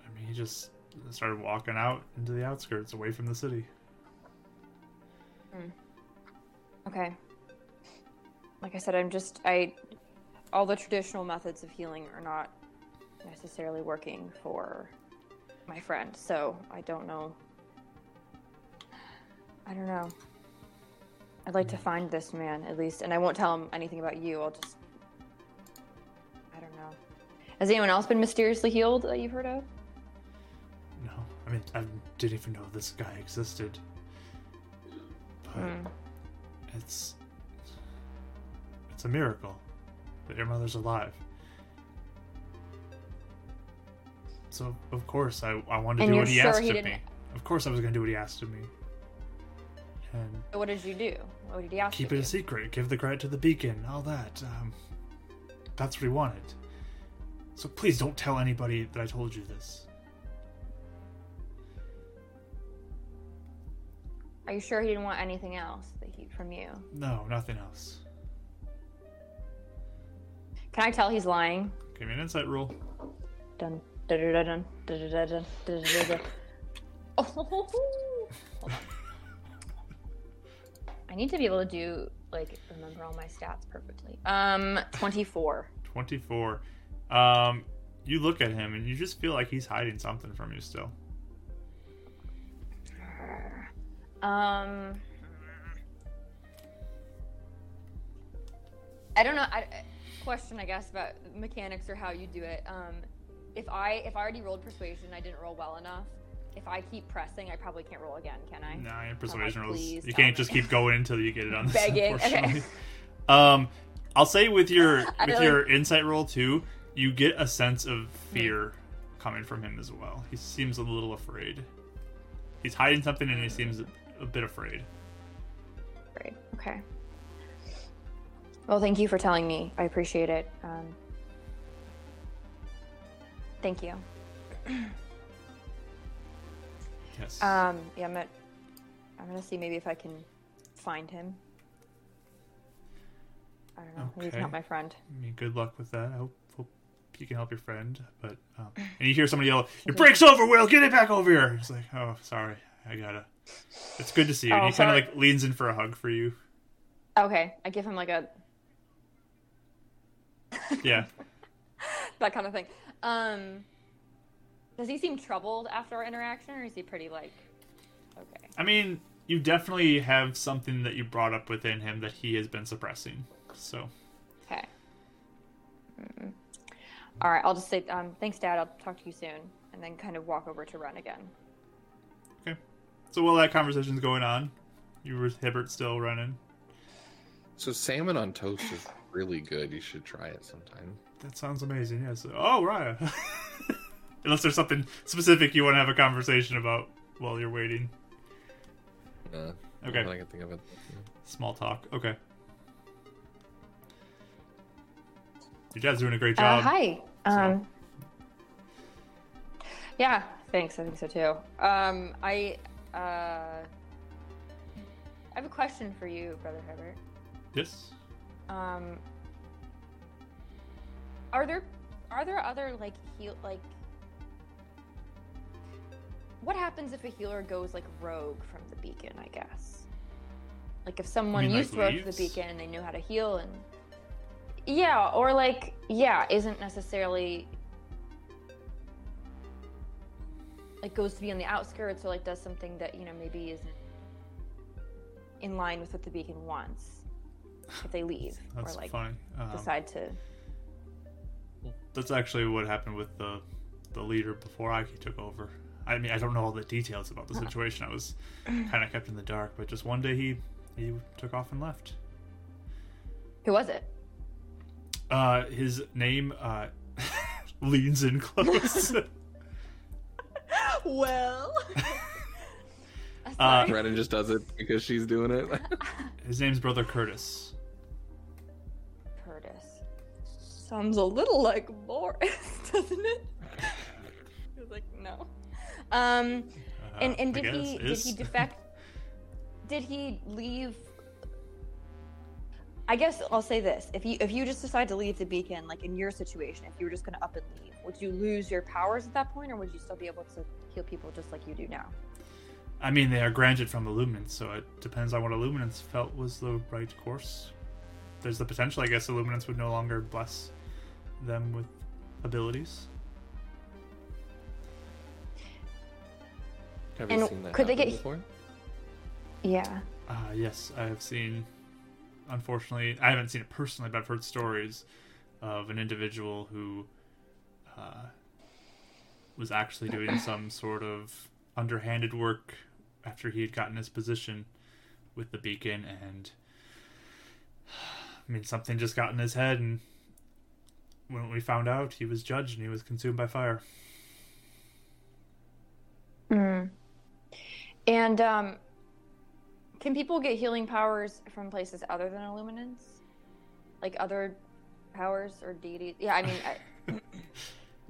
[SPEAKER 2] I mean, he just started walking out into the outskirts, away from the city.
[SPEAKER 4] Okay. Like I said, I'm just I all the traditional methods of healing are not necessarily working for my friend, so I don't know. I don't know. I'd like to
[SPEAKER 2] Hmm.
[SPEAKER 4] find this man at least, and I won't tell him anything about you. I'll just I don't know. Has anyone else been mysteriously healed that you've heard of?
[SPEAKER 2] No, I mean, I didn't even know this guy existed. But
[SPEAKER 4] Hmm.
[SPEAKER 2] it's it's a miracle that your mother's alive. So of course I, I wanted to
[SPEAKER 4] And
[SPEAKER 2] do
[SPEAKER 4] you're
[SPEAKER 2] what he
[SPEAKER 4] sure
[SPEAKER 2] asked
[SPEAKER 4] he
[SPEAKER 2] of
[SPEAKER 4] didn't-
[SPEAKER 2] me. Of course I was gonna do what he asked of me. And
[SPEAKER 4] What did you do? What did he ask?
[SPEAKER 2] keep
[SPEAKER 4] of
[SPEAKER 2] it a
[SPEAKER 4] you?
[SPEAKER 2] secret, give the credit to the beacon, all that. Um, that's what he wanted. So please don't tell anybody that I told you this.
[SPEAKER 4] Are you sure he didn't want anything else that he, from you?
[SPEAKER 2] No, nothing else.
[SPEAKER 4] Can I tell he's lying?
[SPEAKER 2] Give me an insight roll.
[SPEAKER 4] Dun dun dun dun dun dun dun dun dun dun. Oh, hold on. Oh. I need to be able to do like remember all my stats perfectly. Um, twenty four.
[SPEAKER 2] 24. Um, you look at him and you just feel like he's hiding something from you still.
[SPEAKER 4] Um, I don't know. I, question, I guess, about mechanics or how you do it. Um, if I if I already rolled persuasion, I didn't roll well enough. If I keep pressing, I probably can't roll again, can I?
[SPEAKER 2] Nah, your persuasion rolls.
[SPEAKER 4] please
[SPEAKER 2] You
[SPEAKER 4] tell
[SPEAKER 2] can't
[SPEAKER 4] me.
[SPEAKER 2] just keep going until you get it on this.
[SPEAKER 4] Begging, okay.
[SPEAKER 2] Unfortunately. Um, I'll say with your
[SPEAKER 4] I
[SPEAKER 2] with
[SPEAKER 4] like- Hmm.
[SPEAKER 2] your insight roll too, you get a sense of fear
[SPEAKER 4] Hmm.
[SPEAKER 2] coming from him as well. He seems a little afraid. He's hiding something and he seems a a bit afraid.
[SPEAKER 4] Great. Okay. Well, thank you for telling me. I appreciate it. Um, thank you.
[SPEAKER 2] Yes.
[SPEAKER 4] Um, yeah, I'm at, I'm gonna see maybe if I can find him. I don't know. Maybe He's
[SPEAKER 2] Okay.
[SPEAKER 4] not my friend.
[SPEAKER 2] I mean, good luck with that. I hope, hope you can help your friend. But um, and you hear somebody yell, "Your brake's over, Will! Get it back over here!" It's like, oh, sorry, I gotta. It's good to see you.
[SPEAKER 4] Oh,
[SPEAKER 2] and he kind of
[SPEAKER 4] sorry.
[SPEAKER 2] like leans in for a hug for you.
[SPEAKER 4] Okay, I give him like a
[SPEAKER 2] Yeah.
[SPEAKER 4] that kind of thing. Um, does he seem troubled after our interaction, or is he pretty like, okay?
[SPEAKER 2] I mean, you definitely have something that you brought up within him that he has been suppressing. So
[SPEAKER 4] Okay. Mm. All right, I'll just say um, thanks, Dad. I'll talk to you soon, and then kind of walk over to Run again.
[SPEAKER 2] okay. So while that conversation's going on, you were Hibbert still running.
[SPEAKER 5] So salmon on toast is really good. You should try it sometime.
[SPEAKER 2] That sounds amazing. Yes. Oh, Raya. Unless there's something specific you want to have a conversation about while you're waiting.
[SPEAKER 5] Uh,
[SPEAKER 2] Okay.
[SPEAKER 5] I can think of it.
[SPEAKER 2] Small talk. Okay. Your dad's doing a great
[SPEAKER 4] Uh,
[SPEAKER 2] job.
[SPEAKER 4] hi.
[SPEAKER 2] so-
[SPEAKER 4] Um, Yeah, thanks. I think so too. Um, I uh, I have a question for you, Brother Herbert.
[SPEAKER 2] Yes.
[SPEAKER 4] Um, are there are there other like heal like what happens if a healer goes like rogue from the beacon? I guess like if someone
[SPEAKER 2] mean, like,
[SPEAKER 4] used rogue to
[SPEAKER 2] leaves?
[SPEAKER 4] the beacon and they knew how to heal and yeah, or like yeah, isn't necessarily like goes to be on the outskirts or like does something that you know maybe isn't in line with what the beacon wants if they leave
[SPEAKER 2] That's
[SPEAKER 4] or like
[SPEAKER 2] funny. Um,
[SPEAKER 4] decide to
[SPEAKER 2] that's actually what happened with the the leader before Aki took over. I mean, I don't know all the details about the situation. I was kind of kept in the dark, but just one day he he took off and left.
[SPEAKER 4] who was it
[SPEAKER 2] Uh, his name uh, leans in close.
[SPEAKER 4] well
[SPEAKER 2] Uh,
[SPEAKER 5] Brennan just does it because she's doing it.
[SPEAKER 2] his name's brother Curtis.
[SPEAKER 4] curtis sounds a little like boris doesn't it he was like no um
[SPEAKER 2] Uh,
[SPEAKER 4] and and
[SPEAKER 2] I
[SPEAKER 4] did he
[SPEAKER 2] guess, is-
[SPEAKER 4] did he defect did he leave i guess i'll say this if you if you just decide to leave the beacon like in your situation if you were just going to up and leave would you lose your powers at that point or would you still be able to heal people just like you do now
[SPEAKER 2] I mean, they are granted from Illuminance, so it depends on what Illuminance felt was the right course. There's the potential, I guess, Illuminance would no longer bless them with abilities.
[SPEAKER 5] Have
[SPEAKER 4] And
[SPEAKER 5] you seen that
[SPEAKER 4] could they
[SPEAKER 5] happen
[SPEAKER 4] get-
[SPEAKER 5] before?
[SPEAKER 4] yeah
[SPEAKER 2] Uh, yes, I have seen. Unfortunately, I haven't seen it personally, but I've heard stories of an individual who uh, was actually doing some sort of underhanded work after he had gotten his position with the beacon, and I mean, something just got in his head, and when we found out, he was judged and he was consumed by fire.
[SPEAKER 4] Mm. And um, can people get healing powers from places other than Illuminance? Like other powers or deities? Yeah, I mean, I,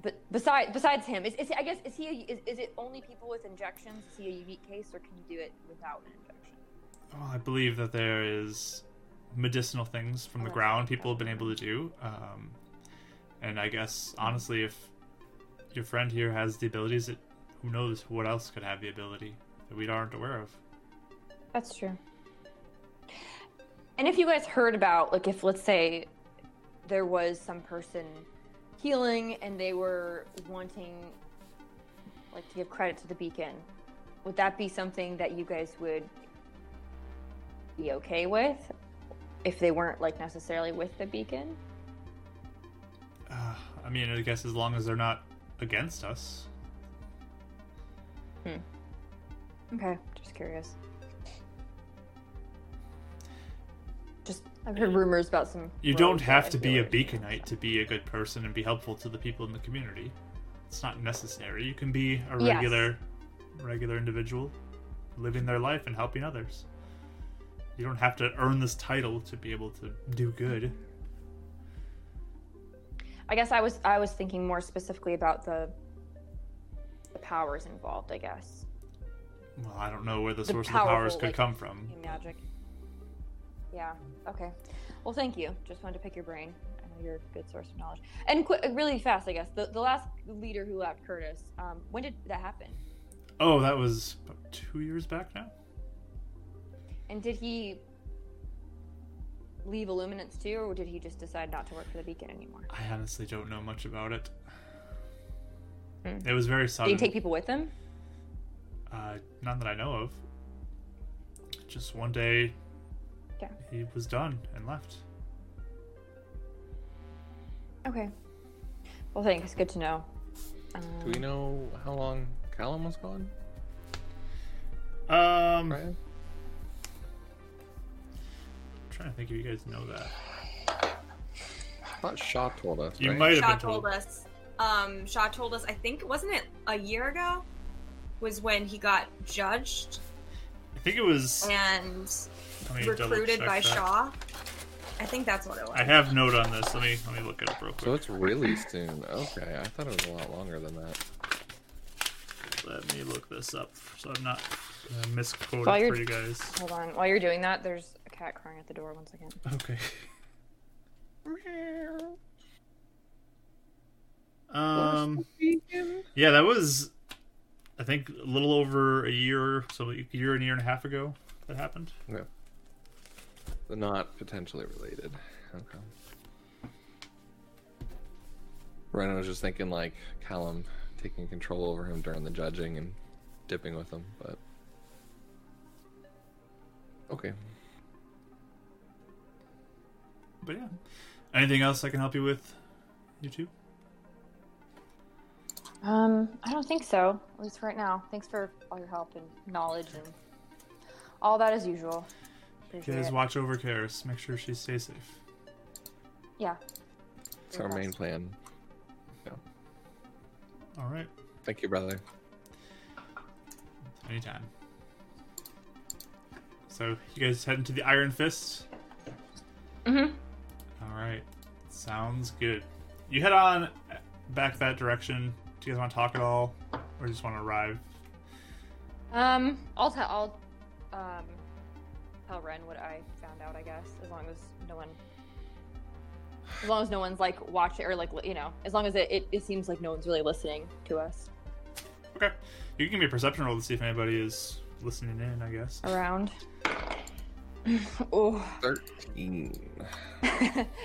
[SPEAKER 4] but besides besides him, is, is he, I guess is he a, is, is it only people with injections? Is he a unique case, or can you do it without an injection?
[SPEAKER 2] Well, I believe that there is medicinal things from the
[SPEAKER 4] Okay.
[SPEAKER 2] ground people have been able to do. Um, and I guess, honestly, if your friend here has the abilities, it, who knows what else could have the ability that we aren't aware of.
[SPEAKER 4] That's true. And if you guys heard about, like, if let's say there was some person healing and they were wanting, like, to give credit to the beacon, would that be something that you guys would be okay with if they weren't, like, necessarily with the beacon?
[SPEAKER 2] Uh, I mean, I guess as long as they're not against us.
[SPEAKER 4] Okay, just curious. Just, I've heard rumors about some.
[SPEAKER 2] You don't
[SPEAKER 4] rogue
[SPEAKER 2] have
[SPEAKER 4] that
[SPEAKER 2] to
[SPEAKER 4] I
[SPEAKER 2] be a
[SPEAKER 4] feel like-
[SPEAKER 2] beaconite to be a good person and be helpful to the people in the community. It's not necessary. You can be a
[SPEAKER 4] Yes.
[SPEAKER 2] regular, regular individual. living their life and helping others. You don't have to earn this title to be able to do good.
[SPEAKER 4] I guess I was I was thinking more specifically about the the powers involved. I guess
[SPEAKER 2] Well, I don't know where the
[SPEAKER 4] The
[SPEAKER 2] source of the
[SPEAKER 4] powerful,
[SPEAKER 2] powers could
[SPEAKER 4] like,
[SPEAKER 2] come from.
[SPEAKER 4] in magic. Yeah. Okay. Well, thank you. Just wanted to pick your brain. I know you're a good source of knowledge. And qu- really fast, I guess the the last leader who left Curtis. Um, when did that happen?
[SPEAKER 2] Oh, that was about two years back now.
[SPEAKER 4] And did he leave Illuminance too, or did he just decide not to work for the Beacon anymore?
[SPEAKER 2] I honestly don't know much about it.
[SPEAKER 4] Hmm.
[SPEAKER 2] It was very
[SPEAKER 4] Did he
[SPEAKER 5] Um,
[SPEAKER 2] sudden.
[SPEAKER 4] take people with him?
[SPEAKER 2] uh, not that I know of. Just one day,
[SPEAKER 4] Okay.
[SPEAKER 2] he was done and left.
[SPEAKER 4] Okay. Well, thanks. Good to know. Um,
[SPEAKER 5] Do we know how long Callum was gone?
[SPEAKER 2] Um,
[SPEAKER 5] Brian?
[SPEAKER 2] trying to think if you guys know that.
[SPEAKER 5] I thought Shaw told us.
[SPEAKER 2] You
[SPEAKER 5] right?
[SPEAKER 2] might have
[SPEAKER 3] Shaw
[SPEAKER 2] been told.
[SPEAKER 3] told us. Um, Shaw told us. I think wasn't it a year ago? Was when he got judged
[SPEAKER 2] I think it was
[SPEAKER 3] and
[SPEAKER 2] let me double
[SPEAKER 3] recruited
[SPEAKER 2] check
[SPEAKER 3] by
[SPEAKER 2] that.
[SPEAKER 3] Shaw. I think that's what it was.
[SPEAKER 2] I have note on this. Let me let me look it up real
[SPEAKER 5] So
[SPEAKER 2] quick.
[SPEAKER 5] it's really soon. Okay, I thought it was a lot longer than that.
[SPEAKER 2] Let me look this up so I'm not uh, misquoted
[SPEAKER 4] While you're-
[SPEAKER 2] for you guys.
[SPEAKER 4] Hold on. While you're doing that, there's a cat crying at the door. One second.
[SPEAKER 2] Okay. Um. Yeah, that was, I think, a little over a year, so a year and a year and a half ago that happened.
[SPEAKER 5] No. They're not potentially related. Okay. Ryan was just thinking like Callum taking control over him during the judging and dipping with him, but okay.
[SPEAKER 2] But yeah, anything else I can help you with, you two?
[SPEAKER 4] Um, I don't think so. At least right now. Thanks for all your help and knowledge and all that as usual.
[SPEAKER 2] You
[SPEAKER 4] Appreciate
[SPEAKER 2] guys
[SPEAKER 4] it.
[SPEAKER 2] watch over Karis. Make sure she stays safe.
[SPEAKER 4] yeah.
[SPEAKER 5] It's our main plan.
[SPEAKER 2] All right.
[SPEAKER 5] Thank you, brother.
[SPEAKER 2] Anytime. So you guys head into the Iron Fist.
[SPEAKER 4] Mhm.
[SPEAKER 2] All right. Sounds good. You head on back that direction. Do you guys want to talk at all, or just want to arrive?
[SPEAKER 4] Um, I'll tell. I'll um tell Ren what I found out. I guess as long as no one, as long as no one's like watching or like li- you know, as long as it, it, it seems like no one's really listening to us
[SPEAKER 2] Okay. You can give me a perception roll to see if anybody is listening in. I guess.
[SPEAKER 4] around. oh,
[SPEAKER 5] Thirteen.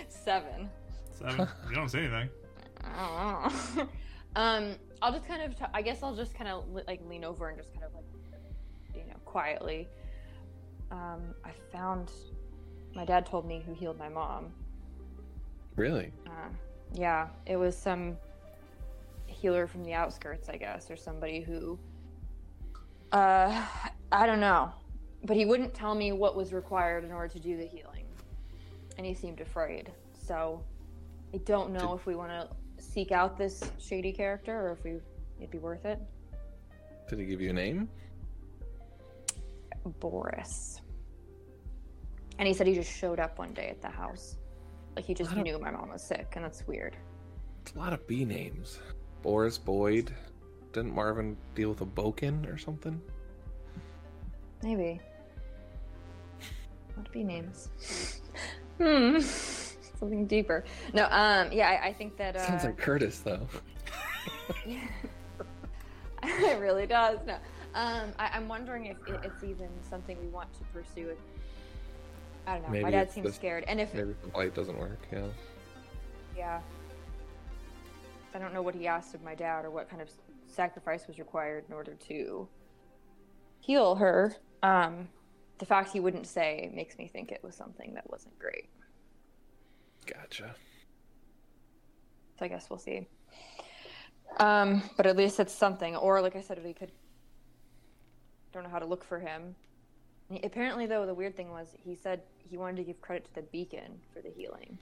[SPEAKER 4] seven.
[SPEAKER 2] Seven. you don't see anything.
[SPEAKER 4] I don't know. um, I'll just kind of, t- I guess I'll just kind of le- like lean over and just kind of like, you know, quietly. Um, I found my dad told me who healed my mom.
[SPEAKER 5] Really?
[SPEAKER 4] Uh, yeah, it was some healer from the outskirts, I guess, or somebody who, uh, I don't know, but he wouldn't tell me what was required in order to do the healing, and he seemed afraid. So, I don't know if we want to seek out this shady character or if we it'd be worth it.
[SPEAKER 5] Did he give you a name?
[SPEAKER 4] Boris, and he said he just showed up one day at the house, like he just knew my mom was sick, and that's weird.
[SPEAKER 5] It's a lot of B names. Boris Boyd. Didn't Marvin deal with a Boken or something?
[SPEAKER 4] Maybe. What be names? hmm. Something deeper. No. Um. Yeah. I, I think that. Uh,
[SPEAKER 5] Sounds like Curtis though.
[SPEAKER 4] it really does. No. Um. I, I'm wondering if it, it's even something we want to pursue. If, I don't know.
[SPEAKER 5] Maybe
[SPEAKER 4] My dad
[SPEAKER 5] it's
[SPEAKER 4] seems
[SPEAKER 5] just-
[SPEAKER 4] scared, and if
[SPEAKER 5] Maybe the light doesn't work, yeah.
[SPEAKER 4] yeah, I don't know what he asked of my dad or what kind of sacrifice was required in order to heal her. Um. The fact he wouldn't say makes me think it was something that wasn't great.
[SPEAKER 5] Gotcha.
[SPEAKER 4] So I guess we'll see. Um, but at least it's something. Or like I said, we could. Don't know how to look for him. He- Apparently, though, the weird thing was he said he wanted to give credit to the beacon for the healing.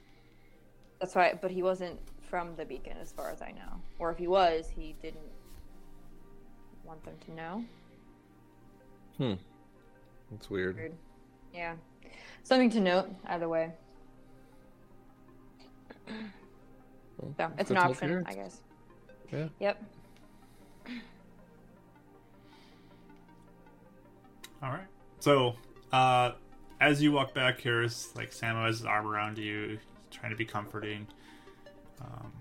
[SPEAKER 4] That's why, but he wasn't from the beacon, as far as I know. Or if he was, he didn't want them to know.
[SPEAKER 5] It's weird.
[SPEAKER 4] Weird. Yeah. Something to note either way.
[SPEAKER 5] Well,
[SPEAKER 4] So it's an
[SPEAKER 5] good to look
[SPEAKER 4] option,
[SPEAKER 5] here.
[SPEAKER 4] I guess.
[SPEAKER 5] Yeah.
[SPEAKER 4] Yep.
[SPEAKER 2] All right. So, uh, as you walk back, Karis, like Sam has his arm around you, trying to be comforting, um,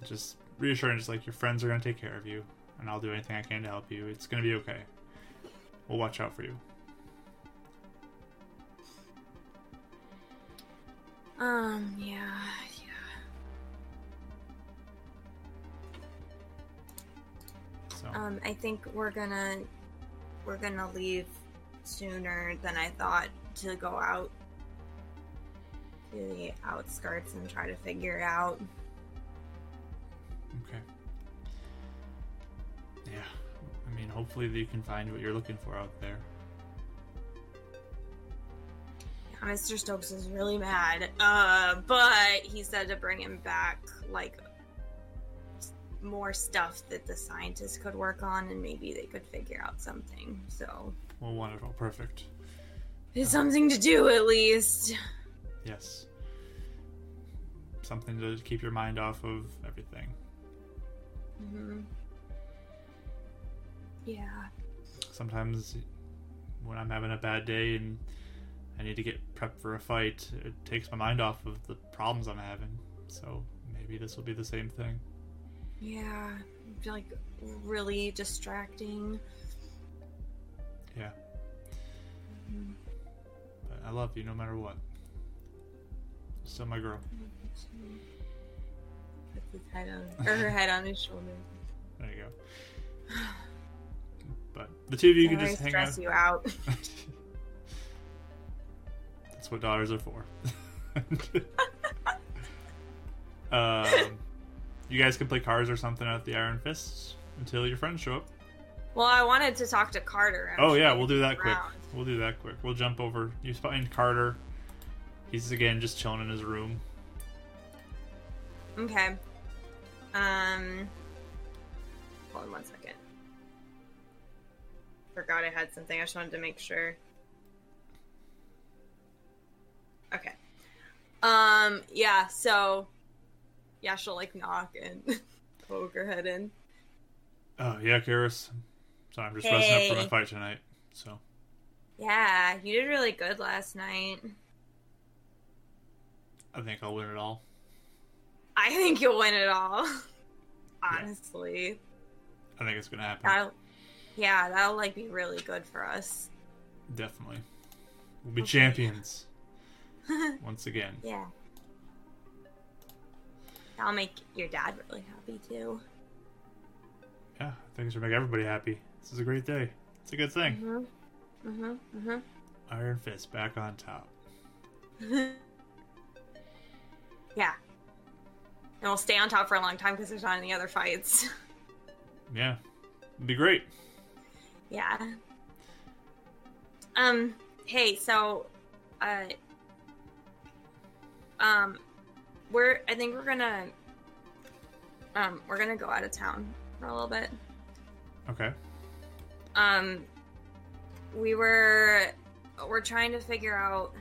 [SPEAKER 2] and just reassuring, just like your friends are gonna take care of you, and I'll do anything I can to help you. It's gonna be okay. We'll watch out for you.
[SPEAKER 3] Um, yeah, yeah.
[SPEAKER 2] So,
[SPEAKER 3] Um, I think we're gonna we're gonna leave sooner than I thought to go out to the outskirts and try to figure it out.
[SPEAKER 2] okay. Yeah. I mean, hopefully that you can find what you're looking for out there.
[SPEAKER 3] Yeah, Mr. Stokes is really mad, uh, but he said to bring him back like more stuff that the scientists could work on, and maybe they could figure out something. So
[SPEAKER 2] Well, wonderful. Perfect.
[SPEAKER 3] it's something to do at least.
[SPEAKER 2] Yes. Something to keep your mind off of everything.
[SPEAKER 3] hmm Yeah.
[SPEAKER 2] sometimes when I'm having a bad day and I need to get prepped for a fight, it takes my mind off of the problems I'm having. So maybe this will be the same thing.
[SPEAKER 3] Yeah, be, like really distracting.
[SPEAKER 2] Yeah.
[SPEAKER 3] Mhm.
[SPEAKER 2] But I love you no matter what. You're Still my girl.
[SPEAKER 3] Puts his head on, or her head on his shoulder.
[SPEAKER 2] There you go. But the two of you
[SPEAKER 3] Don't
[SPEAKER 2] can
[SPEAKER 3] really
[SPEAKER 2] just hang out.
[SPEAKER 3] stress you out.
[SPEAKER 2] That's what dollars are for. um, you guys can play cards or something at the Iron Fists until your friends show up.
[SPEAKER 3] Well, I wanted to talk to Carter.
[SPEAKER 2] Oh yeah,
[SPEAKER 3] actually,
[SPEAKER 2] we'll do that quick.
[SPEAKER 3] around.
[SPEAKER 2] We'll do that quick. We'll jump over. You find Carter. He's again just chilling in his room.
[SPEAKER 3] Okay. Um. Hold on one second. Forgot I had something. I just wanted to make sure. Okay. Um. Yeah. So. Yeah, she'll like knock and poke her head in.
[SPEAKER 2] Oh yeah, Karis. Sorry, I'm just resting up for my
[SPEAKER 3] Hey.
[SPEAKER 2] fight tonight. So
[SPEAKER 3] Yeah, you did really good last night.
[SPEAKER 2] I think I'll win it all.
[SPEAKER 3] I think you'll win it all. Honestly.
[SPEAKER 2] I think it's gonna happen.
[SPEAKER 3] That'll yeah, that'll like be really good for us.
[SPEAKER 2] Definitely. We'll be champions once again.
[SPEAKER 3] yeah. That'll make your dad really happy too.
[SPEAKER 2] Yeah, I think it's gonna make everybody happy. This is a great day. It's a good thing.
[SPEAKER 3] Mhm. Mhm. Mhm.
[SPEAKER 2] Iron Fist back on top.
[SPEAKER 3] yeah. And we'll stay on top for a long time because there's not any other fights.
[SPEAKER 2] Yeah, it'd be great.
[SPEAKER 3] Yeah. Um, hey, so uh um we're I think we're gonna um we're gonna go out of town for a little bit.
[SPEAKER 2] Okay.
[SPEAKER 3] Um we were we're trying to figure out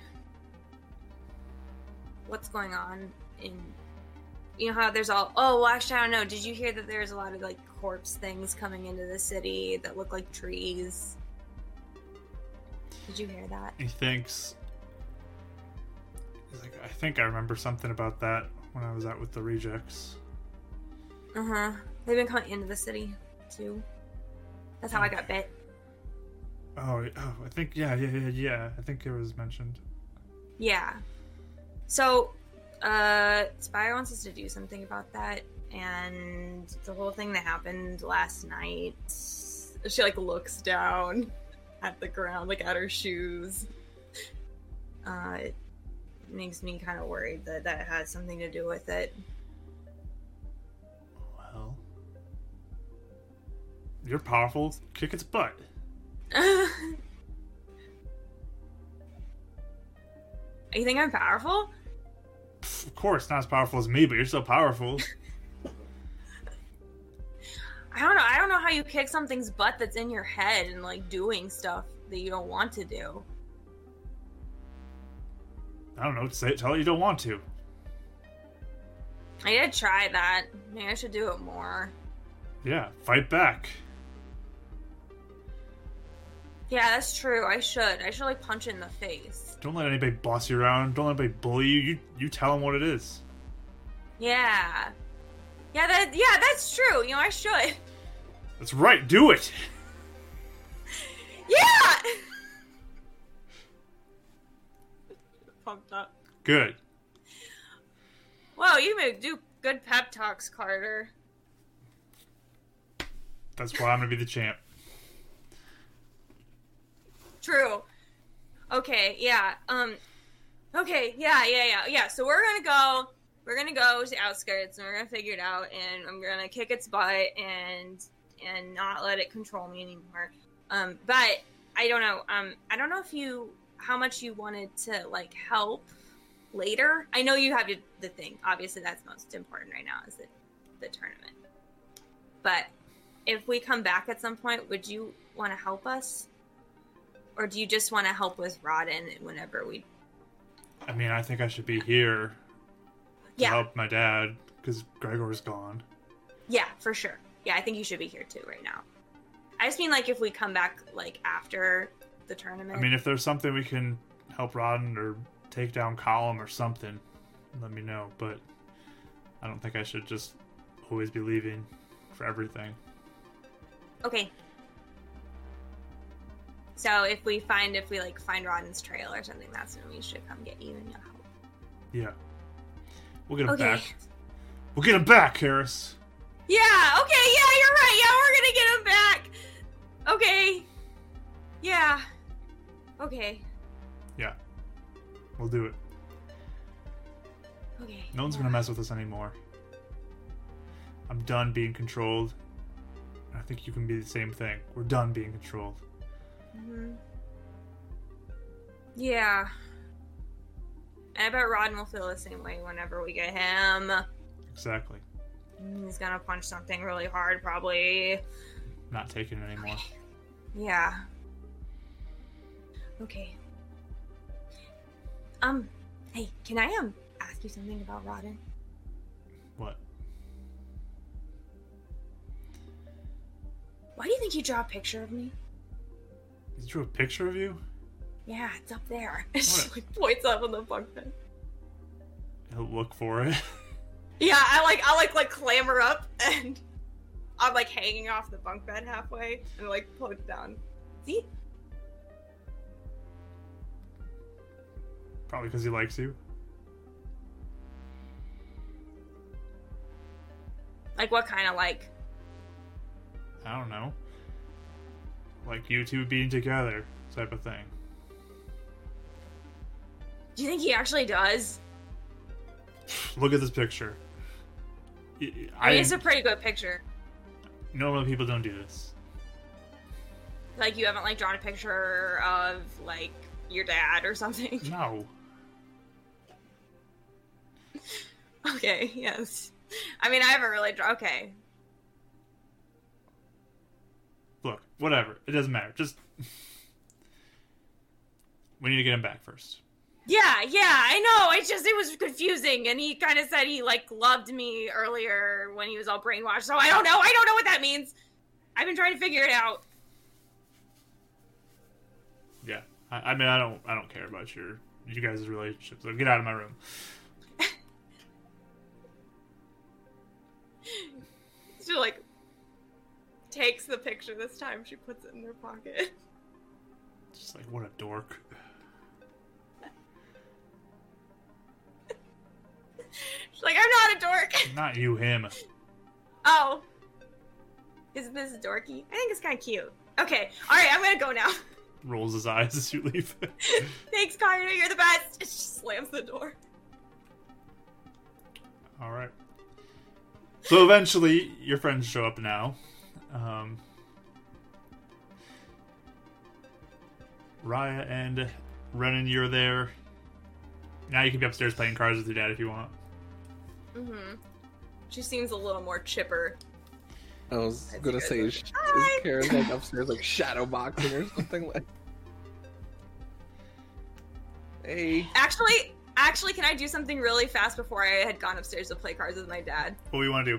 [SPEAKER 3] what's going on in you know how there's all oh well actually I don't know. Did you hear that there's a lot of like corpse things coming into the city that look like trees? Did you hear that?
[SPEAKER 2] he thinks he's like i think i remember something about that when i was out with the rejects
[SPEAKER 3] Uh-huh. They've been coming into the city too. That's how I got bit.
[SPEAKER 2] oh, oh i think yeah yeah yeah yeah i think it was mentioned
[SPEAKER 3] Yeah. So, uh, Spire wants us to do something about that, and the whole thing that happened last night. She like looks down at the ground, like at her shoes. Uh, it makes me kind of worried that that has something to do with it.
[SPEAKER 2] well you're powerful kick its butt
[SPEAKER 3] you think I'm powerful?
[SPEAKER 2] Pff, of course not as powerful as me but you're still powerful
[SPEAKER 3] I don't know. I don't know how you kick something's butt that's in your head and like doing stuff that you don't want to do.
[SPEAKER 2] I don't know. Say, tell her you don't want to.
[SPEAKER 3] I did try that. Maybe I should do it more.
[SPEAKER 2] Yeah, fight back.
[SPEAKER 3] Yeah, that's true. I should. I should like punch it in the face.
[SPEAKER 2] Don't let anybody boss you around. Don't let anybody bully you. You you tell them what it is.
[SPEAKER 3] Yeah. Yeah, that yeah, that's true. You know, I should.
[SPEAKER 2] That's right. Do it.
[SPEAKER 3] Yeah. Pumped up.
[SPEAKER 2] Good.
[SPEAKER 3] Whoa, you may do good pep talks, Carter.
[SPEAKER 2] That's why I'm gonna be the champ.
[SPEAKER 3] True. Okay, yeah. Um Okay, yeah, yeah, yeah. Yeah, so we're going to go we're going to go to the outskirts and we're going to figure it out and I'm going to kick its butt and and not let it control me anymore. Um but I don't know. Um I don't know if you how much you wanted to like help later. I know you have the thing. Obviously that's most important right now is the, the tournament. But if we come back at some point, would you want to help us? Or do you just want to help with Rodden whenever we.
[SPEAKER 2] I mean, I think I should be here to
[SPEAKER 3] Yeah,
[SPEAKER 2] help my dad because Gregor's gone.
[SPEAKER 3] yeah, for sure. Yeah, I think you should be here too right now. I just mean, like, if we come back, like, after the tournament.
[SPEAKER 2] I mean, if there's something we can help Rodden or take down Column or something, let me know. But I don't think I should just always be leaving for everything.
[SPEAKER 3] okay. So if we find, if we, like, find Rodden's trail or something, that's when we should come get you and you'll help.
[SPEAKER 2] Yeah, we'll get him
[SPEAKER 3] Okay.
[SPEAKER 2] back. We'll get him back, Harris.
[SPEAKER 3] Yeah, okay, yeah, you're right. Yeah, we're gonna get him back. Okay. Yeah. Okay.
[SPEAKER 2] Yeah, we'll do it.
[SPEAKER 3] Okay.
[SPEAKER 2] No one's gonna mess with us anymore. I'm done being controlled. I think you can be the same thing. We're done being controlled.
[SPEAKER 3] Mhm. Yeah. And I bet Rodden will feel the same way whenever we get him.
[SPEAKER 2] Exactly.
[SPEAKER 3] He's gonna punch something really hard, probably.
[SPEAKER 2] Not taking it anymore.
[SPEAKER 3] Yeah. Okay. Um, hey, can I um ask you something about Rodden?
[SPEAKER 2] What?
[SPEAKER 3] Why do you think he drew a picture of me?
[SPEAKER 2] He drew a picture of you?
[SPEAKER 3] Yeah, it's up there. It
[SPEAKER 2] What?
[SPEAKER 3] just like points up on the bunk bed.
[SPEAKER 2] He'll look for it.
[SPEAKER 3] Yeah, I like I like like clamber up and I'm like hanging off the bunk bed halfway and like pull it down. See?
[SPEAKER 2] Probably because he likes you.
[SPEAKER 3] Like what kind of like?
[SPEAKER 2] I don't know. Like you two being together, type of thing.
[SPEAKER 3] Do you think he actually does?
[SPEAKER 2] Look at this picture. I-
[SPEAKER 3] I, mean,
[SPEAKER 2] I
[SPEAKER 3] it's a pretty good picture.
[SPEAKER 2] normally people don't do this.
[SPEAKER 3] Like you haven't like drawn a picture of like your dad or something.
[SPEAKER 2] No.
[SPEAKER 3] okay, yes. I mean, I haven't really drawn. Okay,
[SPEAKER 2] Look, whatever. It doesn't matter. Just we need to get him back first.
[SPEAKER 3] Yeah, yeah, I know. I just it was confusing, and he kind of said he like loved me earlier when he was all brainwashed. So I don't know. I don't know what that means. I've been trying to figure it out.
[SPEAKER 2] Yeah. I, I mean, I don't. I don't care about your you guys' relationship. So get out of my room.
[SPEAKER 3] She like takes the picture this time. She puts it in their pocket.
[SPEAKER 2] Just like what a dork.
[SPEAKER 3] She's like, I'm not a dork.
[SPEAKER 2] Not you, him.
[SPEAKER 3] Oh, is this dorky? I think it's kind of cute. Okay, all right, I'm gonna go now.
[SPEAKER 2] Rolls his eyes as you leave.
[SPEAKER 3] Thanks, Carter. You're the best. She slams the door.
[SPEAKER 2] All right. So eventually, your friends show up now. Um, Raya and Renan, you're there. Now you can be upstairs playing cards with your dad if you want.
[SPEAKER 3] Mm-hmm. She seems a little more chipper.
[SPEAKER 5] I was
[SPEAKER 3] I
[SPEAKER 5] gonna
[SPEAKER 3] think I
[SPEAKER 5] say,
[SPEAKER 3] know.
[SPEAKER 5] is, is
[SPEAKER 3] Hi.
[SPEAKER 5] Karen like upstairs like shadow boxing or something? Like, hey,
[SPEAKER 3] Actually, actually, can I do something really fast before I had gone upstairs to play cards with my dad?
[SPEAKER 2] What do you want to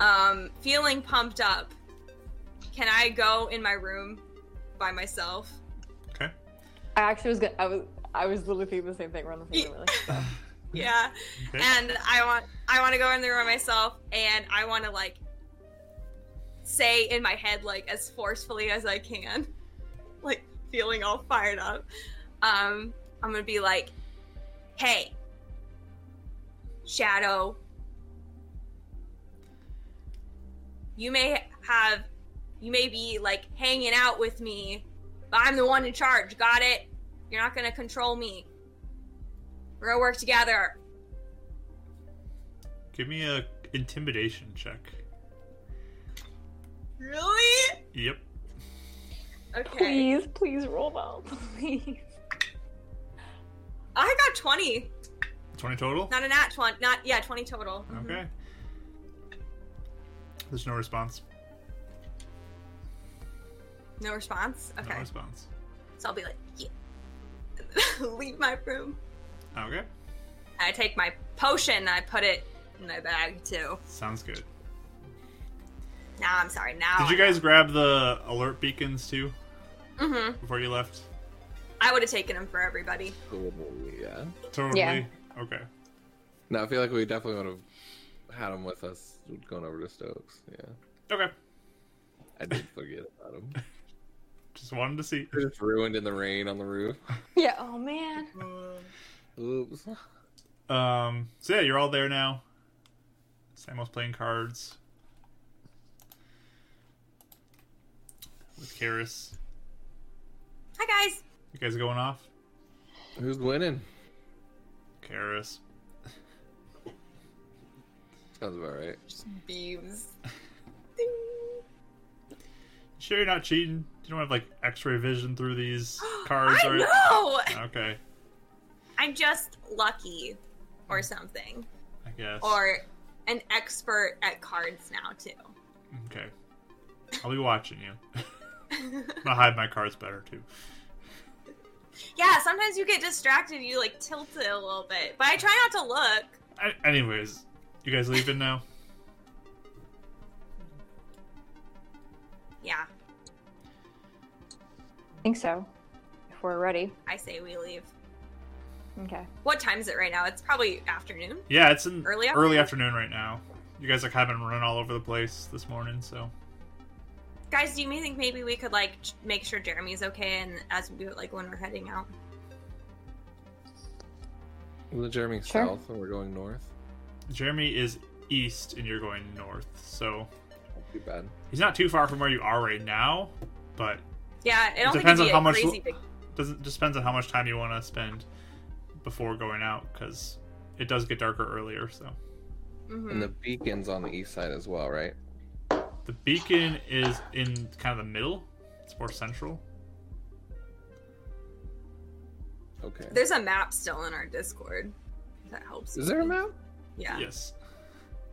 [SPEAKER 2] do?
[SPEAKER 3] Um, feeling pumped up. Can I go in my room by myself?
[SPEAKER 2] Okay.
[SPEAKER 4] I actually was gonna. I was. I was literally thinking the same thing. We're on the same really.
[SPEAKER 3] Yeah.
[SPEAKER 2] Okay.
[SPEAKER 3] And I want I want to go in the room by myself, and I want to like say in my head like as forcefully as I can, like feeling all fired up. Um, I'm gonna be like, "Hey, Shadow, you may have, you may be like hanging out with me, but I'm the one in charge. Got it? You're not gonna control me. We're gonna work together."
[SPEAKER 2] Give me a intimidation check.
[SPEAKER 3] Really?
[SPEAKER 2] Yep.
[SPEAKER 3] Okay.
[SPEAKER 4] Please, please roll well. Please.
[SPEAKER 3] I got 20.
[SPEAKER 2] Twenty total.
[SPEAKER 3] Not an at 20. Not, yeah, 20 total.
[SPEAKER 2] Okay. Mm-hmm. There's no response.
[SPEAKER 3] No response? Okay.
[SPEAKER 2] No response.
[SPEAKER 3] So I'll be like, yeah. Leave my room.
[SPEAKER 2] Okay.
[SPEAKER 3] I take my potion and I put it in my bag too.
[SPEAKER 2] Sounds good.
[SPEAKER 3] Now I'm sorry. Now.
[SPEAKER 2] Did you guys grab the alert beacons too
[SPEAKER 3] Mm-hmm.
[SPEAKER 2] before you left?
[SPEAKER 3] I would have taken them for everybody.
[SPEAKER 5] totally, yeah.
[SPEAKER 2] Totally.
[SPEAKER 4] Yeah.
[SPEAKER 2] Okay.
[SPEAKER 5] No, I feel like we definitely would have had him with us going over to Stokes. Yeah,
[SPEAKER 2] Okay.
[SPEAKER 5] I did forget about him.
[SPEAKER 2] Just wanted to see.
[SPEAKER 5] Just ruined in the rain on the roof.
[SPEAKER 4] Yeah. Oh man.
[SPEAKER 5] Oops.
[SPEAKER 2] Um. So yeah, you're all there now. Samuel's playing cards with Karis.
[SPEAKER 3] Hi, guys.
[SPEAKER 2] You guys going off?
[SPEAKER 5] Who's winning?
[SPEAKER 2] Karis.
[SPEAKER 5] Sounds about right.
[SPEAKER 3] Beams.
[SPEAKER 2] Sure, you're not cheating. You don't have like X-ray vision through these cards,
[SPEAKER 3] I
[SPEAKER 2] right?
[SPEAKER 3] know.
[SPEAKER 2] Okay,
[SPEAKER 3] I'm just lucky or something.
[SPEAKER 2] I guess.
[SPEAKER 3] Or an expert at cards now too.
[SPEAKER 2] okay, I'll be watching you. I'm gonna hide my cards better too.
[SPEAKER 3] Yeah, sometimes you get distracted, you like tilt it a little bit. But I try not to look.
[SPEAKER 2] I- anyways, you guys leaving now?
[SPEAKER 3] Yeah,
[SPEAKER 4] I think so. If we're ready.
[SPEAKER 3] I say we leave.
[SPEAKER 4] Okay.
[SPEAKER 3] What time is it right now? It's probably afternoon.
[SPEAKER 2] Yeah, it's in
[SPEAKER 3] Early
[SPEAKER 2] early afternoon right now. You guys like haven't run all over the place this morning, so
[SPEAKER 3] Guys, do you think maybe we could like ch- make sure Jeremy's okay and as we do it like when we're heading out?
[SPEAKER 5] Well, Jeremy's
[SPEAKER 4] Sure.
[SPEAKER 5] south, and we're going north.
[SPEAKER 2] Jeremy is east and you're going north, so
[SPEAKER 5] Too bad.
[SPEAKER 2] he's not too far from where you are right now, but
[SPEAKER 3] Yeah, I
[SPEAKER 2] It
[SPEAKER 3] don't
[SPEAKER 2] depends on
[SPEAKER 3] think it'd be a
[SPEAKER 2] how much
[SPEAKER 3] crazy
[SPEAKER 2] l-
[SPEAKER 3] big.
[SPEAKER 2] doesn't just depends on how much time you want to spend before going out because it does get darker earlier. So
[SPEAKER 3] Mhm.
[SPEAKER 5] And the beacon's on the east side as well, right?
[SPEAKER 2] the beacon is in kind of the middle. It's more central.
[SPEAKER 5] Okay.
[SPEAKER 3] There's a map still in our Discord. If That helps.
[SPEAKER 5] Is there a map?
[SPEAKER 3] Yeah.
[SPEAKER 2] Yes.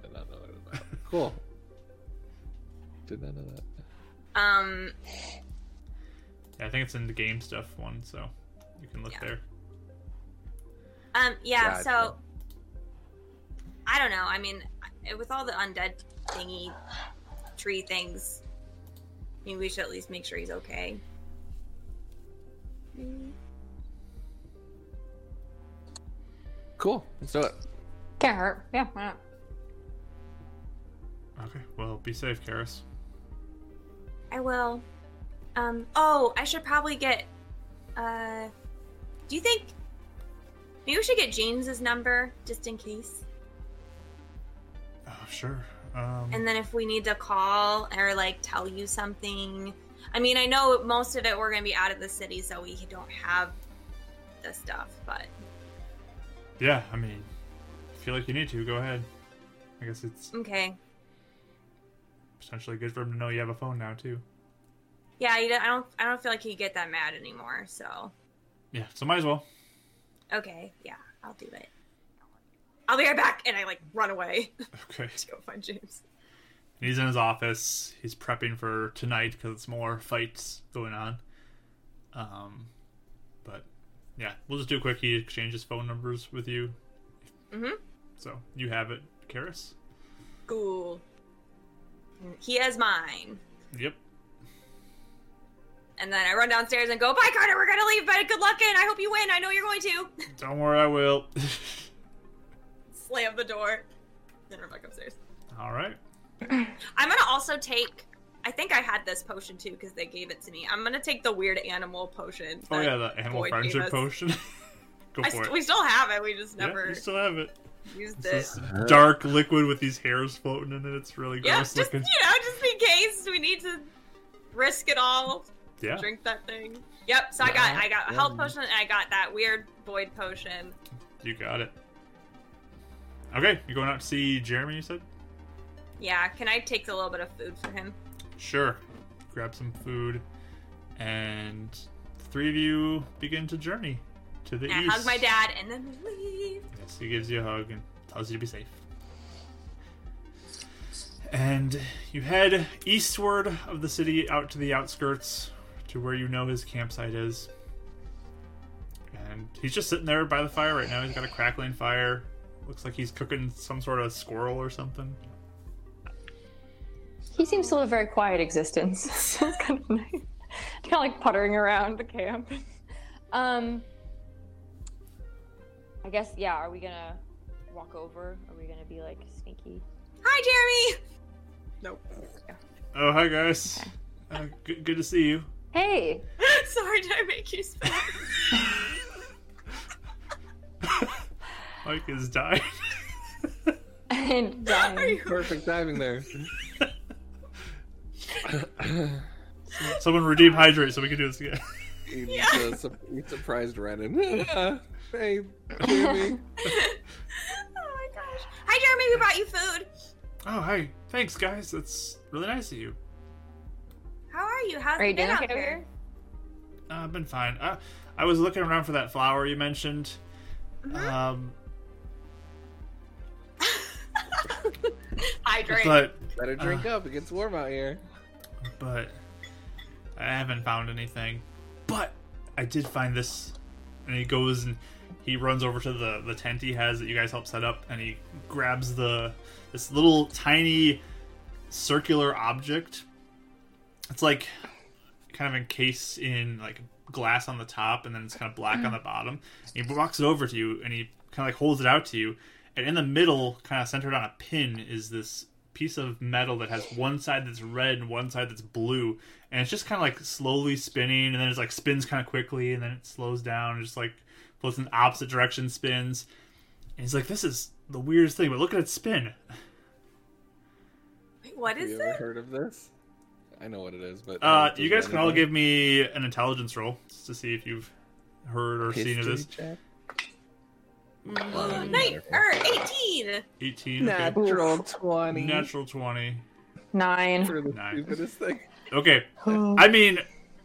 [SPEAKER 5] Did not know there was a map. Cool. Did not know that.
[SPEAKER 3] Um.
[SPEAKER 2] Yeah, I think it's in the game stuff one, so you can look
[SPEAKER 3] Yeah.
[SPEAKER 2] there.
[SPEAKER 3] Um. Yeah.
[SPEAKER 5] Yeah, I
[SPEAKER 3] so. I don't know. I mean, I- with all the undead thingy, tree things, I mean, we should at least make sure he's okay.
[SPEAKER 5] Cool. Let's do it.
[SPEAKER 4] Can't hurt. Yeah. Why not?
[SPEAKER 2] Okay. Well, be safe, Karis.
[SPEAKER 3] I will. Um. Oh, I should probably get. Uh. Do you think? Maybe we should get James's number just in case,
[SPEAKER 2] Oh, sure. Um,
[SPEAKER 3] and then if we need to call or like tell you something. I mean, I know most of it we're gonna be out of the city, so we don't have the stuff. But
[SPEAKER 2] yeah, I mean, if you feel like you need to, go ahead. I guess it's
[SPEAKER 3] okay,
[SPEAKER 2] potentially good for him to know you have a phone now too.
[SPEAKER 3] yeah, you don't, I don't, I don't feel like you get that mad anymore. So
[SPEAKER 2] Yeah. So might as well.
[SPEAKER 3] okay, yeah, I'll do it. I'll be right back, and I like run away
[SPEAKER 2] Okay.
[SPEAKER 3] to go find James.
[SPEAKER 2] He's in his office. He's prepping for tonight because it's more fights going on. Um, but yeah, we'll just do a quick. He exchanges phone numbers with you.
[SPEAKER 3] Mhm.
[SPEAKER 2] So you have it, Karis.
[SPEAKER 3] Cool. He has mine.
[SPEAKER 2] Yep.
[SPEAKER 3] And then I run downstairs and go, bye, Carter, we're gonna leave, but good luck, and I hope you win. I know you're going to.
[SPEAKER 2] Don't worry, I will.
[SPEAKER 3] Slam the door. Then run back upstairs.
[SPEAKER 2] All right.
[SPEAKER 3] I'm gonna also take. I think I had this potion too because they gave it to me. I'm gonna take the weird animal potion.
[SPEAKER 2] Oh
[SPEAKER 3] that
[SPEAKER 2] yeah, the animal
[SPEAKER 3] Boyd gave
[SPEAKER 2] friendship
[SPEAKER 3] us.
[SPEAKER 2] potion. Go
[SPEAKER 3] I
[SPEAKER 2] for
[SPEAKER 3] st-
[SPEAKER 2] it.
[SPEAKER 3] we still have it. We just
[SPEAKER 2] Yeah,
[SPEAKER 3] never
[SPEAKER 2] you still have it.
[SPEAKER 3] used it.
[SPEAKER 2] It's this dark liquid with these hairs floating in it. It's really
[SPEAKER 3] yeah,
[SPEAKER 2] gross
[SPEAKER 3] just you
[SPEAKER 2] looking.
[SPEAKER 3] know, just in case we need to risk it all.
[SPEAKER 2] Yeah.
[SPEAKER 3] Drink that thing. Yep. So I got I got a health potion and I got that weird void potion.
[SPEAKER 2] You got it. Okay, you're going out to see Jeremy, you said?
[SPEAKER 3] Yeah. Can I take a little bit of food for him?
[SPEAKER 2] Sure. Grab some food, and the three of you begin to journey to the
[SPEAKER 3] And I
[SPEAKER 2] east.
[SPEAKER 3] hug my dad and then we leave.
[SPEAKER 2] Yes, he gives you a hug and tells you to be safe. And you head eastward of the city out to the outskirts to where you know his campsite is. And he's just sitting there by the fire right now. He's got a crackling fire. Looks like he's cooking some sort of squirrel or something.
[SPEAKER 4] He seems to live a very quiet existence. so it's kind of nice. Kind of like puttering around the camp. Um, I guess, yeah, are we gonna walk over? Are we gonna be like sneaky?
[SPEAKER 3] Hi, Jeremy. Nope.
[SPEAKER 2] Oh, hi guys. Uh, good, good to see you.
[SPEAKER 4] Hey!
[SPEAKER 3] Sorry, did I make you Oh spell?
[SPEAKER 2] Mike is dying.
[SPEAKER 4] And
[SPEAKER 3] Are
[SPEAKER 4] Diane.
[SPEAKER 3] you-
[SPEAKER 5] Perfect diving there.
[SPEAKER 2] Someone redeem hydrate so we can do this again.
[SPEAKER 5] He
[SPEAKER 3] Yeah.
[SPEAKER 5] uh, su- he surprised Renan. Ah, hey, Jeremy.
[SPEAKER 3] oh my gosh. Hi, Jeremy. We brought you food.
[SPEAKER 2] Oh, hi. Thanks, guys. That's really nice of you.
[SPEAKER 3] How are you? How's
[SPEAKER 4] Are
[SPEAKER 3] it
[SPEAKER 4] you
[SPEAKER 3] been
[SPEAKER 4] doing
[SPEAKER 3] out
[SPEAKER 4] okay over
[SPEAKER 3] there?
[SPEAKER 4] here?
[SPEAKER 2] Uh, I've been fine. Uh, I was looking around for that flower you mentioned. Um,
[SPEAKER 3] Hydrate.
[SPEAKER 2] but
[SPEAKER 5] Better drink
[SPEAKER 2] Uh.
[SPEAKER 5] up. It gets warm out here.
[SPEAKER 2] but I haven't found anything. But I did find this, and he goes and he runs over to the the tent he has that you guys helped set up, and he grabs the this little tiny circular object. It's like kind of encased in like glass on the top, and then it's kind of black on the bottom. And he walks it over to you, and he kind of like holds it out to you, and in the middle, kind of centered on a pin, is this piece of metal that has one side that's red and one side that's blue, and it's just kind of like slowly spinning, and then it's like spins kind of quickly, and then it slows down, and just like floats in the opposite direction, spins. And he's like, "This is the weirdest thing, but look at it spin."
[SPEAKER 3] Wait, what
[SPEAKER 5] Have
[SPEAKER 3] is
[SPEAKER 5] you ever
[SPEAKER 3] it?
[SPEAKER 5] heard of this? I know what it is, but
[SPEAKER 2] Uh, you guys can all give me an intelligence roll just to see if you've heard or seen of
[SPEAKER 5] History
[SPEAKER 2] this.
[SPEAKER 5] check.
[SPEAKER 3] Mm, Night er, or eighteen.
[SPEAKER 2] Eighteen, okay.
[SPEAKER 5] Natural twenty.
[SPEAKER 2] natural twenty.
[SPEAKER 4] Nine.
[SPEAKER 5] For the
[SPEAKER 2] Nice.
[SPEAKER 5] stupidest thing.
[SPEAKER 2] Okay, I mean,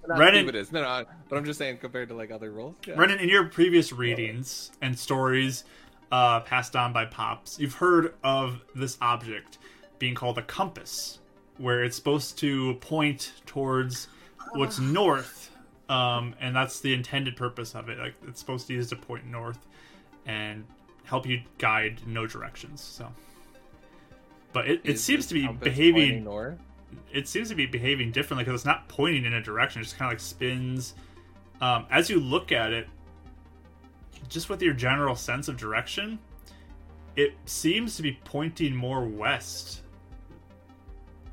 [SPEAKER 5] Not
[SPEAKER 2] Renan-
[SPEAKER 5] stupidest. No, no. I- But I'm just saying compared to like other roles. Yeah.
[SPEAKER 2] Brennan, in your previous readings and stories uh, passed on by Pops, you've heard of this object being called a compass, where it's supposed to point towards what's north, um, and that's the intended purpose of it. Like it's supposed to use to point north and help you guide no directions. So, but it, it
[SPEAKER 5] Is
[SPEAKER 2] seems
[SPEAKER 5] this
[SPEAKER 2] to be
[SPEAKER 5] compass pointing
[SPEAKER 2] behaving
[SPEAKER 5] north?
[SPEAKER 2] it seems to be behaving differently because it's not pointing in a direction. It just kind of like spins. Um, as you look at it, just with your general sense of direction, it seems to be pointing more west.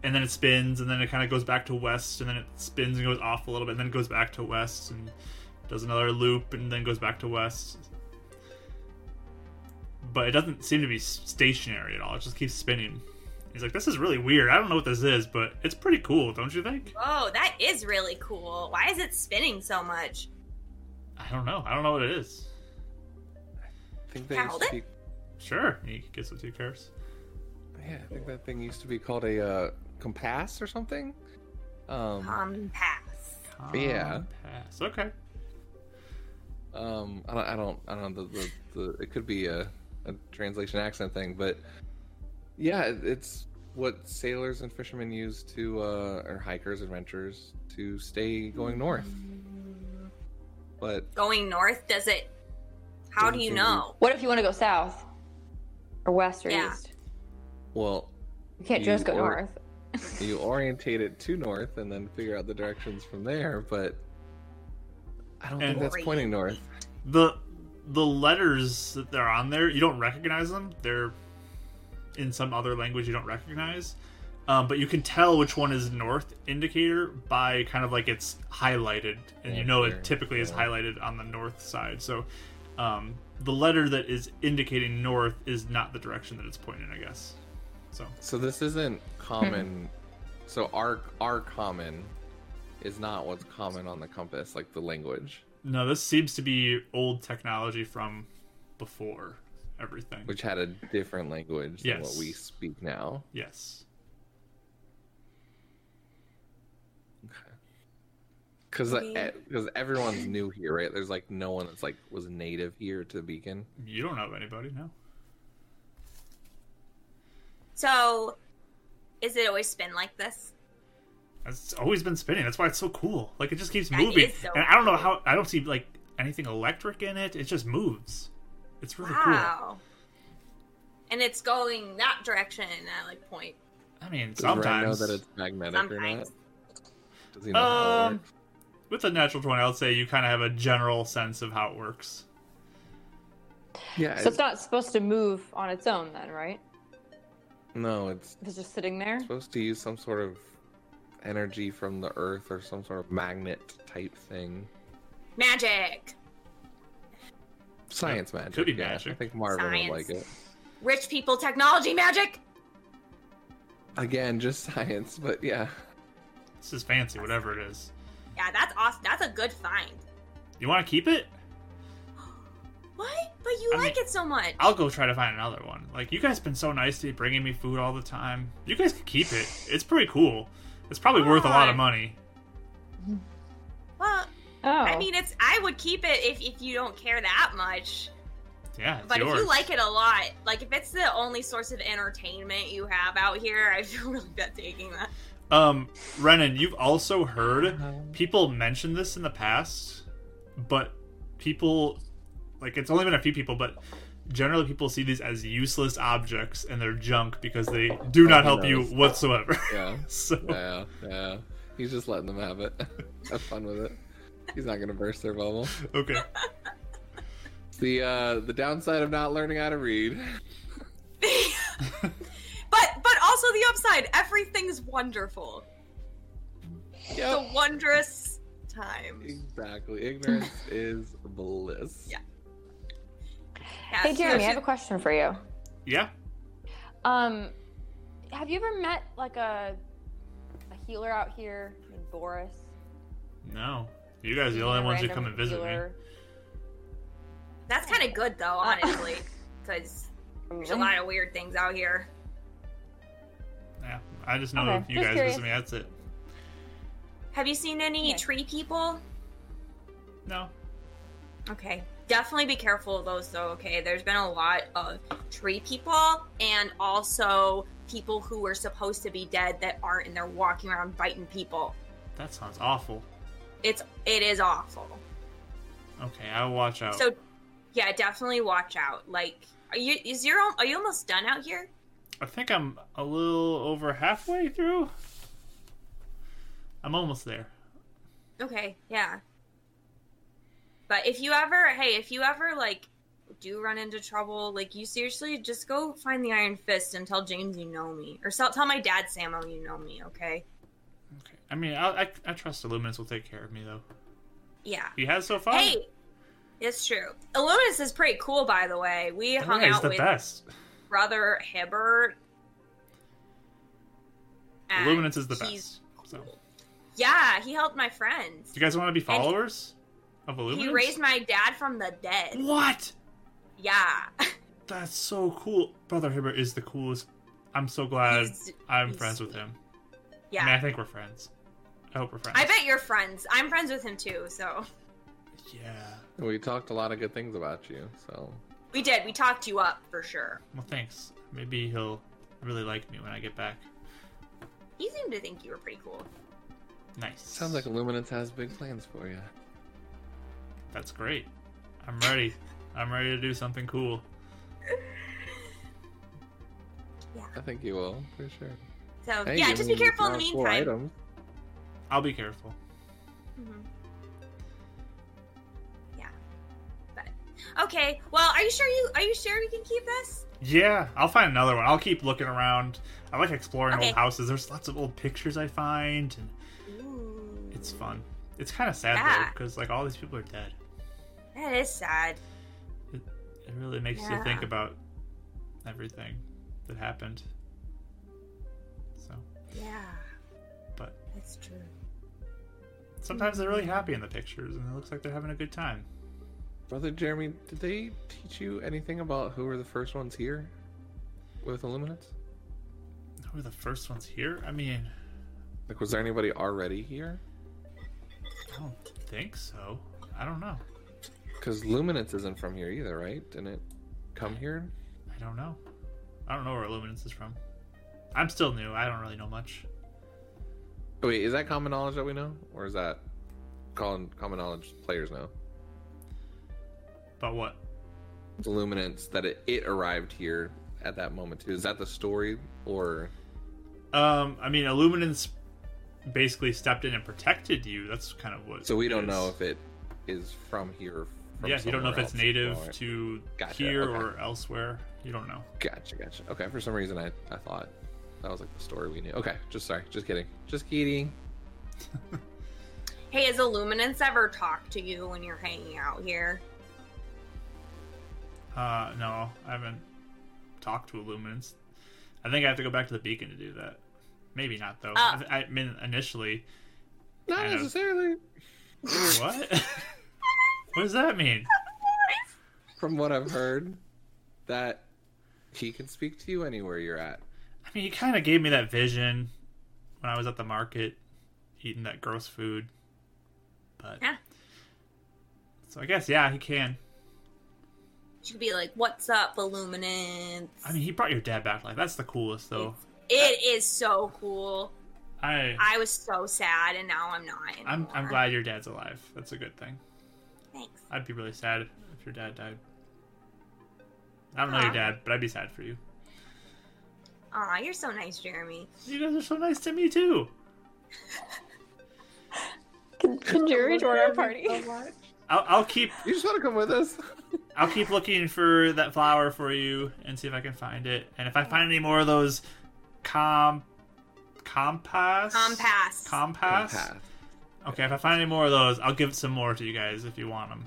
[SPEAKER 2] And then it spins, and then it kind of goes back to west, and then it spins and goes off a little bit, and then it goes back to west, and does another loop, and then goes back to west. But it doesn't seem to be s- stationary at all. It just keeps spinning. He's like, this is really weird. I don't know what this is, but it's pretty cool, don't you think?
[SPEAKER 3] Oh, that is really cool. Why is it spinning so much?
[SPEAKER 2] I don't know. I don't know what it is.
[SPEAKER 5] I think that
[SPEAKER 3] Can I
[SPEAKER 5] used
[SPEAKER 3] hold
[SPEAKER 5] to
[SPEAKER 3] it?
[SPEAKER 5] be
[SPEAKER 2] Sure. He gets what two cares.
[SPEAKER 5] Yeah, I think that thing used to be called a uh, compass or something. Um,
[SPEAKER 3] Um, pass.
[SPEAKER 5] Yeah.
[SPEAKER 2] Compass. Okay.
[SPEAKER 5] um, I don't, I don't, I don't know. The, the, the, it could be a, a a translation accent thing, but yeah, it- it's what sailors and fishermen use to, uh, or hikers, adventurers, to stay going north. But
[SPEAKER 3] Going north, does it? How do you know?
[SPEAKER 4] What if you want to go south, or west, or
[SPEAKER 3] Yeah.
[SPEAKER 4] east?
[SPEAKER 5] well,
[SPEAKER 4] You can't
[SPEAKER 5] You
[SPEAKER 4] just go
[SPEAKER 5] or-
[SPEAKER 4] north.
[SPEAKER 5] you orientate it to north and then figure out the directions from there. But I don't
[SPEAKER 2] And-
[SPEAKER 5] think that's pointing north.
[SPEAKER 2] the the letters that they're on there you don't recognize them they're in some other language you don't recognize um, but you can tell which one is north indicator by kind of like it's highlighted and you know
[SPEAKER 5] Marker,
[SPEAKER 2] it typically is
[SPEAKER 5] yeah.
[SPEAKER 2] highlighted on the north side so um, the letter that is indicating north is not the direction that it's pointing i guess so
[SPEAKER 5] So this isn't
[SPEAKER 2] Hmm.
[SPEAKER 5] common. so our our common is not what's common on the compass, like the language,
[SPEAKER 2] no this seems to be old technology from before everything
[SPEAKER 5] which had a different language than what
[SPEAKER 2] Yes.
[SPEAKER 5] we speak now.
[SPEAKER 2] yes
[SPEAKER 5] Because
[SPEAKER 3] Maybe.
[SPEAKER 5] because eh, everyone's new here, right? There's like no one that's like was native here to Beacon.
[SPEAKER 2] you don't know anybody no
[SPEAKER 3] So, is it always been like this?
[SPEAKER 2] It's always been spinning. That's why it's so cool. Like it just keeps
[SPEAKER 3] That
[SPEAKER 2] moving.
[SPEAKER 3] is so
[SPEAKER 2] and I don't know
[SPEAKER 3] cool.
[SPEAKER 2] how I don't see like anything electric in it. It just moves. It's really
[SPEAKER 3] Wow. And it's going that direction, and I like point.
[SPEAKER 2] cool. I mean,
[SPEAKER 5] Does Ryan know
[SPEAKER 2] sometimes
[SPEAKER 5] that it's magnetic or not?
[SPEAKER 3] Sometimes.
[SPEAKER 5] Does he know how it
[SPEAKER 2] Um,
[SPEAKER 5] works?
[SPEAKER 2] with a natural twenty, I would say you kind of have a general sense of how it works.
[SPEAKER 5] Yeah.
[SPEAKER 4] So
[SPEAKER 5] it's-
[SPEAKER 4] it's not supposed to move on its own, then, right?
[SPEAKER 5] no, it's
[SPEAKER 4] If it's just sitting there.
[SPEAKER 5] supposed to use some sort of energy from the earth or some sort of magnet type thing.
[SPEAKER 3] Magic.
[SPEAKER 5] Science magic.
[SPEAKER 2] could be
[SPEAKER 5] yeah. I
[SPEAKER 2] magic.
[SPEAKER 5] think Marvin
[SPEAKER 3] Science.
[SPEAKER 5] would like it.
[SPEAKER 3] Rich people technology magic.
[SPEAKER 5] Again, just science, but yeah.
[SPEAKER 2] This is fancy, whatever it is.
[SPEAKER 3] Yeah, that's awesome. That's a good find.
[SPEAKER 2] You want to keep it?
[SPEAKER 3] What? But you
[SPEAKER 2] I
[SPEAKER 3] like
[SPEAKER 2] mean-
[SPEAKER 3] it so much.
[SPEAKER 2] I'll go try to find another one. Like you guys been so nice to me, bringing me food all the time. You guys can keep it. It's pretty cool. It's probably worth a lot of
[SPEAKER 3] Why?
[SPEAKER 2] money.
[SPEAKER 3] Well,
[SPEAKER 4] Oh,
[SPEAKER 3] I mean, it's. I would keep it if, if you don't care that much.
[SPEAKER 2] Yeah, it's
[SPEAKER 3] But
[SPEAKER 2] yours.
[SPEAKER 3] if you like it a lot, like if it's the only source of entertainment you have out here, I feel really bad taking that.
[SPEAKER 2] Um, Renan, you've also heard people mention this in the past, but people like it's only been a few people, but generally people see these as useless objects and they're junk because they do not help you
[SPEAKER 5] knows?
[SPEAKER 2] whatsoever.
[SPEAKER 5] Yeah.
[SPEAKER 2] so
[SPEAKER 5] Yeah, yeah. He's just letting them have it. have fun with it. He's not gonna burst their bubble.
[SPEAKER 2] okay,
[SPEAKER 5] It's the uh the downside of not learning how to read.
[SPEAKER 3] but but also the upside, everything's wonderful. It's
[SPEAKER 5] Yep.
[SPEAKER 3] a wondrous time.
[SPEAKER 5] Exactly. Ignorance is bliss.
[SPEAKER 3] Yeah.
[SPEAKER 4] hey,
[SPEAKER 3] Yes,
[SPEAKER 4] Jeremy, I have a
[SPEAKER 3] yes,
[SPEAKER 4] question for you.
[SPEAKER 2] yeah,
[SPEAKER 4] Um, have you ever met like a a healer out here named Boris?
[SPEAKER 2] no, you guys are the
[SPEAKER 4] He's
[SPEAKER 2] only
[SPEAKER 4] a
[SPEAKER 2] ones who
[SPEAKER 4] random
[SPEAKER 2] come and visit me.
[SPEAKER 4] healer.
[SPEAKER 3] that's kind of good though, honestly, because there's a lot of weird things out here.
[SPEAKER 2] Yeah, I just know
[SPEAKER 4] Okay,
[SPEAKER 2] if you
[SPEAKER 4] just
[SPEAKER 2] guys
[SPEAKER 4] curious.
[SPEAKER 2] visit me. That's it.
[SPEAKER 3] Have you seen any
[SPEAKER 4] Okay.
[SPEAKER 3] tree people?
[SPEAKER 2] No,
[SPEAKER 3] Okay. Definitely be careful of those though, okay? There's been a lot of tree people and also people who were supposed to be dead that aren't and they're walking around biting people.
[SPEAKER 2] that sounds awful.
[SPEAKER 3] It's it is awful.
[SPEAKER 2] Okay, I'll watch out.
[SPEAKER 3] So yeah, definitely watch out. Like are you is your al- are you almost done out here?
[SPEAKER 2] I think I'm a little over halfway through. I'm almost there.
[SPEAKER 3] Okay, yeah. But if you ever hey, if you ever like do run into trouble, like you seriously just go find the Iron Fist and tell James you know me. Or tell, tell my dad Samo you know me, okay?
[SPEAKER 2] Okay. I mean, I, I, I trust Illuminus will take care of me, though.
[SPEAKER 3] Yeah.
[SPEAKER 2] He has so far.
[SPEAKER 3] Hey, it's true. Illuminus is pretty cool, by the way. We
[SPEAKER 2] Yeah,
[SPEAKER 3] hung
[SPEAKER 2] he's
[SPEAKER 3] out
[SPEAKER 2] the
[SPEAKER 3] with
[SPEAKER 2] best.
[SPEAKER 3] Brother Hibbert. and
[SPEAKER 2] Illuminus is the
[SPEAKER 3] he's-
[SPEAKER 2] best. So,
[SPEAKER 3] Yeah, he helped my friends.
[SPEAKER 2] you guys want to be followers of Illuminus?
[SPEAKER 3] He raised my dad from the dead.
[SPEAKER 2] What?
[SPEAKER 3] Yeah.
[SPEAKER 2] That's so cool. Brother Hibbert is the coolest. I'm so glad
[SPEAKER 3] He's-
[SPEAKER 2] I'm
[SPEAKER 3] he's
[SPEAKER 2] friends with
[SPEAKER 3] sweet.
[SPEAKER 2] him. I mean, I
[SPEAKER 3] Yeah.
[SPEAKER 2] think we're friends. I hope we're friends.
[SPEAKER 3] I bet you're friends. I'm friends with him too, so.
[SPEAKER 2] Yeah.
[SPEAKER 5] We talked a lot of good things about you, so
[SPEAKER 3] We did. We talked you up for sure.
[SPEAKER 2] Well, thanks. Maybe he'll really like me when I get back.
[SPEAKER 3] You seemed to think you were pretty cool.
[SPEAKER 2] Nice.
[SPEAKER 5] Sounds like Illuminance has big plans for you.
[SPEAKER 2] That's great. I'm ready. I'm ready to do something cool.
[SPEAKER 5] I think you will, for sure.
[SPEAKER 3] So
[SPEAKER 5] Hey,
[SPEAKER 3] Um, yeah,
[SPEAKER 5] you
[SPEAKER 3] just be
[SPEAKER 5] only
[SPEAKER 3] careful in the
[SPEAKER 5] found four
[SPEAKER 3] meantime.
[SPEAKER 5] items.
[SPEAKER 2] I'll be careful.
[SPEAKER 3] Mhm. Yeah. But okay. Well, are you sure you are you sure we can keep this?
[SPEAKER 2] Yeah, I'll find another one. I'll keep looking around. I like exploring
[SPEAKER 3] Okay.
[SPEAKER 2] old houses. There's lots of old pictures I find, and it's fun. It's kind of sad though,
[SPEAKER 3] Yeah.
[SPEAKER 2] because like all these people are dead.
[SPEAKER 3] That is sad.
[SPEAKER 2] It really makes you think
[SPEAKER 3] Yeah.
[SPEAKER 2] about everything that happened. So
[SPEAKER 3] Yeah.
[SPEAKER 2] But-
[SPEAKER 3] that's true.
[SPEAKER 2] sometimes they're really happy in the pictures, and it looks like they're having a good time.
[SPEAKER 5] Brother Jeremy, did they teach you anything about who were the first ones here with Illuminance?
[SPEAKER 2] Who are the first ones here? I mean,
[SPEAKER 5] Like, was there anybody already here?
[SPEAKER 2] I don't think so. I don't know.
[SPEAKER 5] Because Luminance isn't from here either, right? Didn't it come here?
[SPEAKER 2] I don't know. I don't know where Illuminance is from. I'm still new. I don't really know much.
[SPEAKER 5] Oh, wait, is that common knowledge that we know, or is that common common knowledge players know?
[SPEAKER 2] But what?
[SPEAKER 5] Luminance that it, it arrived here at that moment too. Is that the story, or
[SPEAKER 2] Um, I mean, Illuminance basically stepped in and protected you. That's kind of what.
[SPEAKER 5] so we
[SPEAKER 2] it
[SPEAKER 5] don't
[SPEAKER 2] is.
[SPEAKER 5] know if it is from here? Or from
[SPEAKER 2] yeah, you don't know if
[SPEAKER 5] somewhere
[SPEAKER 2] it's
[SPEAKER 5] else.
[SPEAKER 2] native
[SPEAKER 5] Alright.
[SPEAKER 2] to
[SPEAKER 5] Gotcha,
[SPEAKER 2] here
[SPEAKER 5] okay.
[SPEAKER 2] or elsewhere. You don't know.
[SPEAKER 5] Gotcha, gotcha. Okay, for some reason I, I thought that was like the story we knew. Okay, just sorry, just kidding, just kidding.
[SPEAKER 3] Hey, has Illuminance ever talked to you when you're hanging out here?
[SPEAKER 2] Uh, no, I haven't talked to Illuminance. I think I have to go back to the beacon to do that. Maybe not though.
[SPEAKER 3] Ah.
[SPEAKER 2] I, I mean, initially,
[SPEAKER 5] Not
[SPEAKER 2] I know.
[SPEAKER 5] necessarily.
[SPEAKER 2] what? what does that mean?
[SPEAKER 5] From what I've heard, that he can speak to you anywhere you're at.
[SPEAKER 2] I mean, he kind of gave me that vision when I was at the market eating that gross food. But
[SPEAKER 3] Yeah.
[SPEAKER 2] so I guess yeah, he can.
[SPEAKER 3] She could be like, "What's up, Illuminance?"
[SPEAKER 2] I mean, he brought your dad back. Like that's the coolest though.
[SPEAKER 3] it is so cool.
[SPEAKER 2] I
[SPEAKER 3] I was so sad, and now I'm not. Anymore.
[SPEAKER 2] I'm I'm glad your dad's alive. That's a good thing.
[SPEAKER 3] Thanks.
[SPEAKER 2] I'd be really sad if your dad died. I don't know your
[SPEAKER 3] Aw.
[SPEAKER 2] dad, but I'd be sad for you.
[SPEAKER 3] Aw, you're so nice, Jeremy.
[SPEAKER 2] You guys are so nice to me too.
[SPEAKER 4] Can, can Jerry join our party?
[SPEAKER 2] I'll, I'll keep
[SPEAKER 5] You just want to come with us?
[SPEAKER 2] I'll keep looking for that flower for you and see if I can find it. And if I find any more of those com compass
[SPEAKER 3] Compass.
[SPEAKER 2] compass. Okay, if I find any more of those, I'll give some more to you guys if you want them.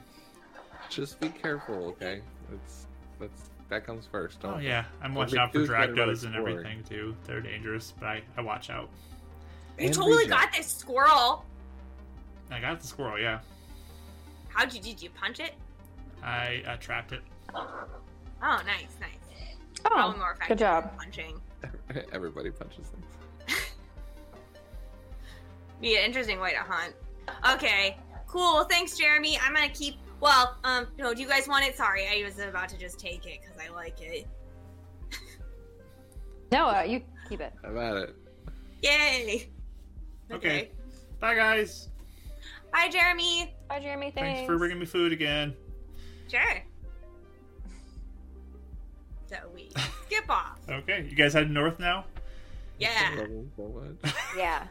[SPEAKER 5] Just be careful, okay? It's that's that comes first. Don't
[SPEAKER 2] Oh yeah, I'm watching
[SPEAKER 5] be
[SPEAKER 2] out for
[SPEAKER 5] too excited about
[SPEAKER 2] Dracos and
[SPEAKER 5] exploring.
[SPEAKER 2] everything too. They're dangerous, but I, I watch out.
[SPEAKER 3] You
[SPEAKER 5] And
[SPEAKER 3] totally
[SPEAKER 5] reject.
[SPEAKER 3] got this squirrel.
[SPEAKER 2] I got the squirrel. Yeah,
[SPEAKER 3] How'd you did you punch it?
[SPEAKER 2] I uh, trapped it.
[SPEAKER 3] Oh, nice, nice. Probably
[SPEAKER 4] Oh,
[SPEAKER 3] more effective
[SPEAKER 4] good
[SPEAKER 3] than
[SPEAKER 4] job.
[SPEAKER 3] punching.
[SPEAKER 5] Everybody punches things.
[SPEAKER 3] Be an interesting way to hunt. Okay, cool. Thanks, Jeremy. I'm gonna keep. Well, um, no. Do you guys want it? Sorry, I was about to just take it because I like it.
[SPEAKER 4] Noah, uh, you keep it.
[SPEAKER 5] How about it?
[SPEAKER 3] Yay!
[SPEAKER 2] Okay. Bye guys.
[SPEAKER 3] Bye, Jeremy.
[SPEAKER 4] Bye, Jeremy.
[SPEAKER 2] Thanks, for bringing me food again.
[SPEAKER 3] Sure. So we skip off.
[SPEAKER 2] Okay, you guys heading north now?
[SPEAKER 5] I
[SPEAKER 3] Yeah.
[SPEAKER 5] love him so much.
[SPEAKER 4] Yeah.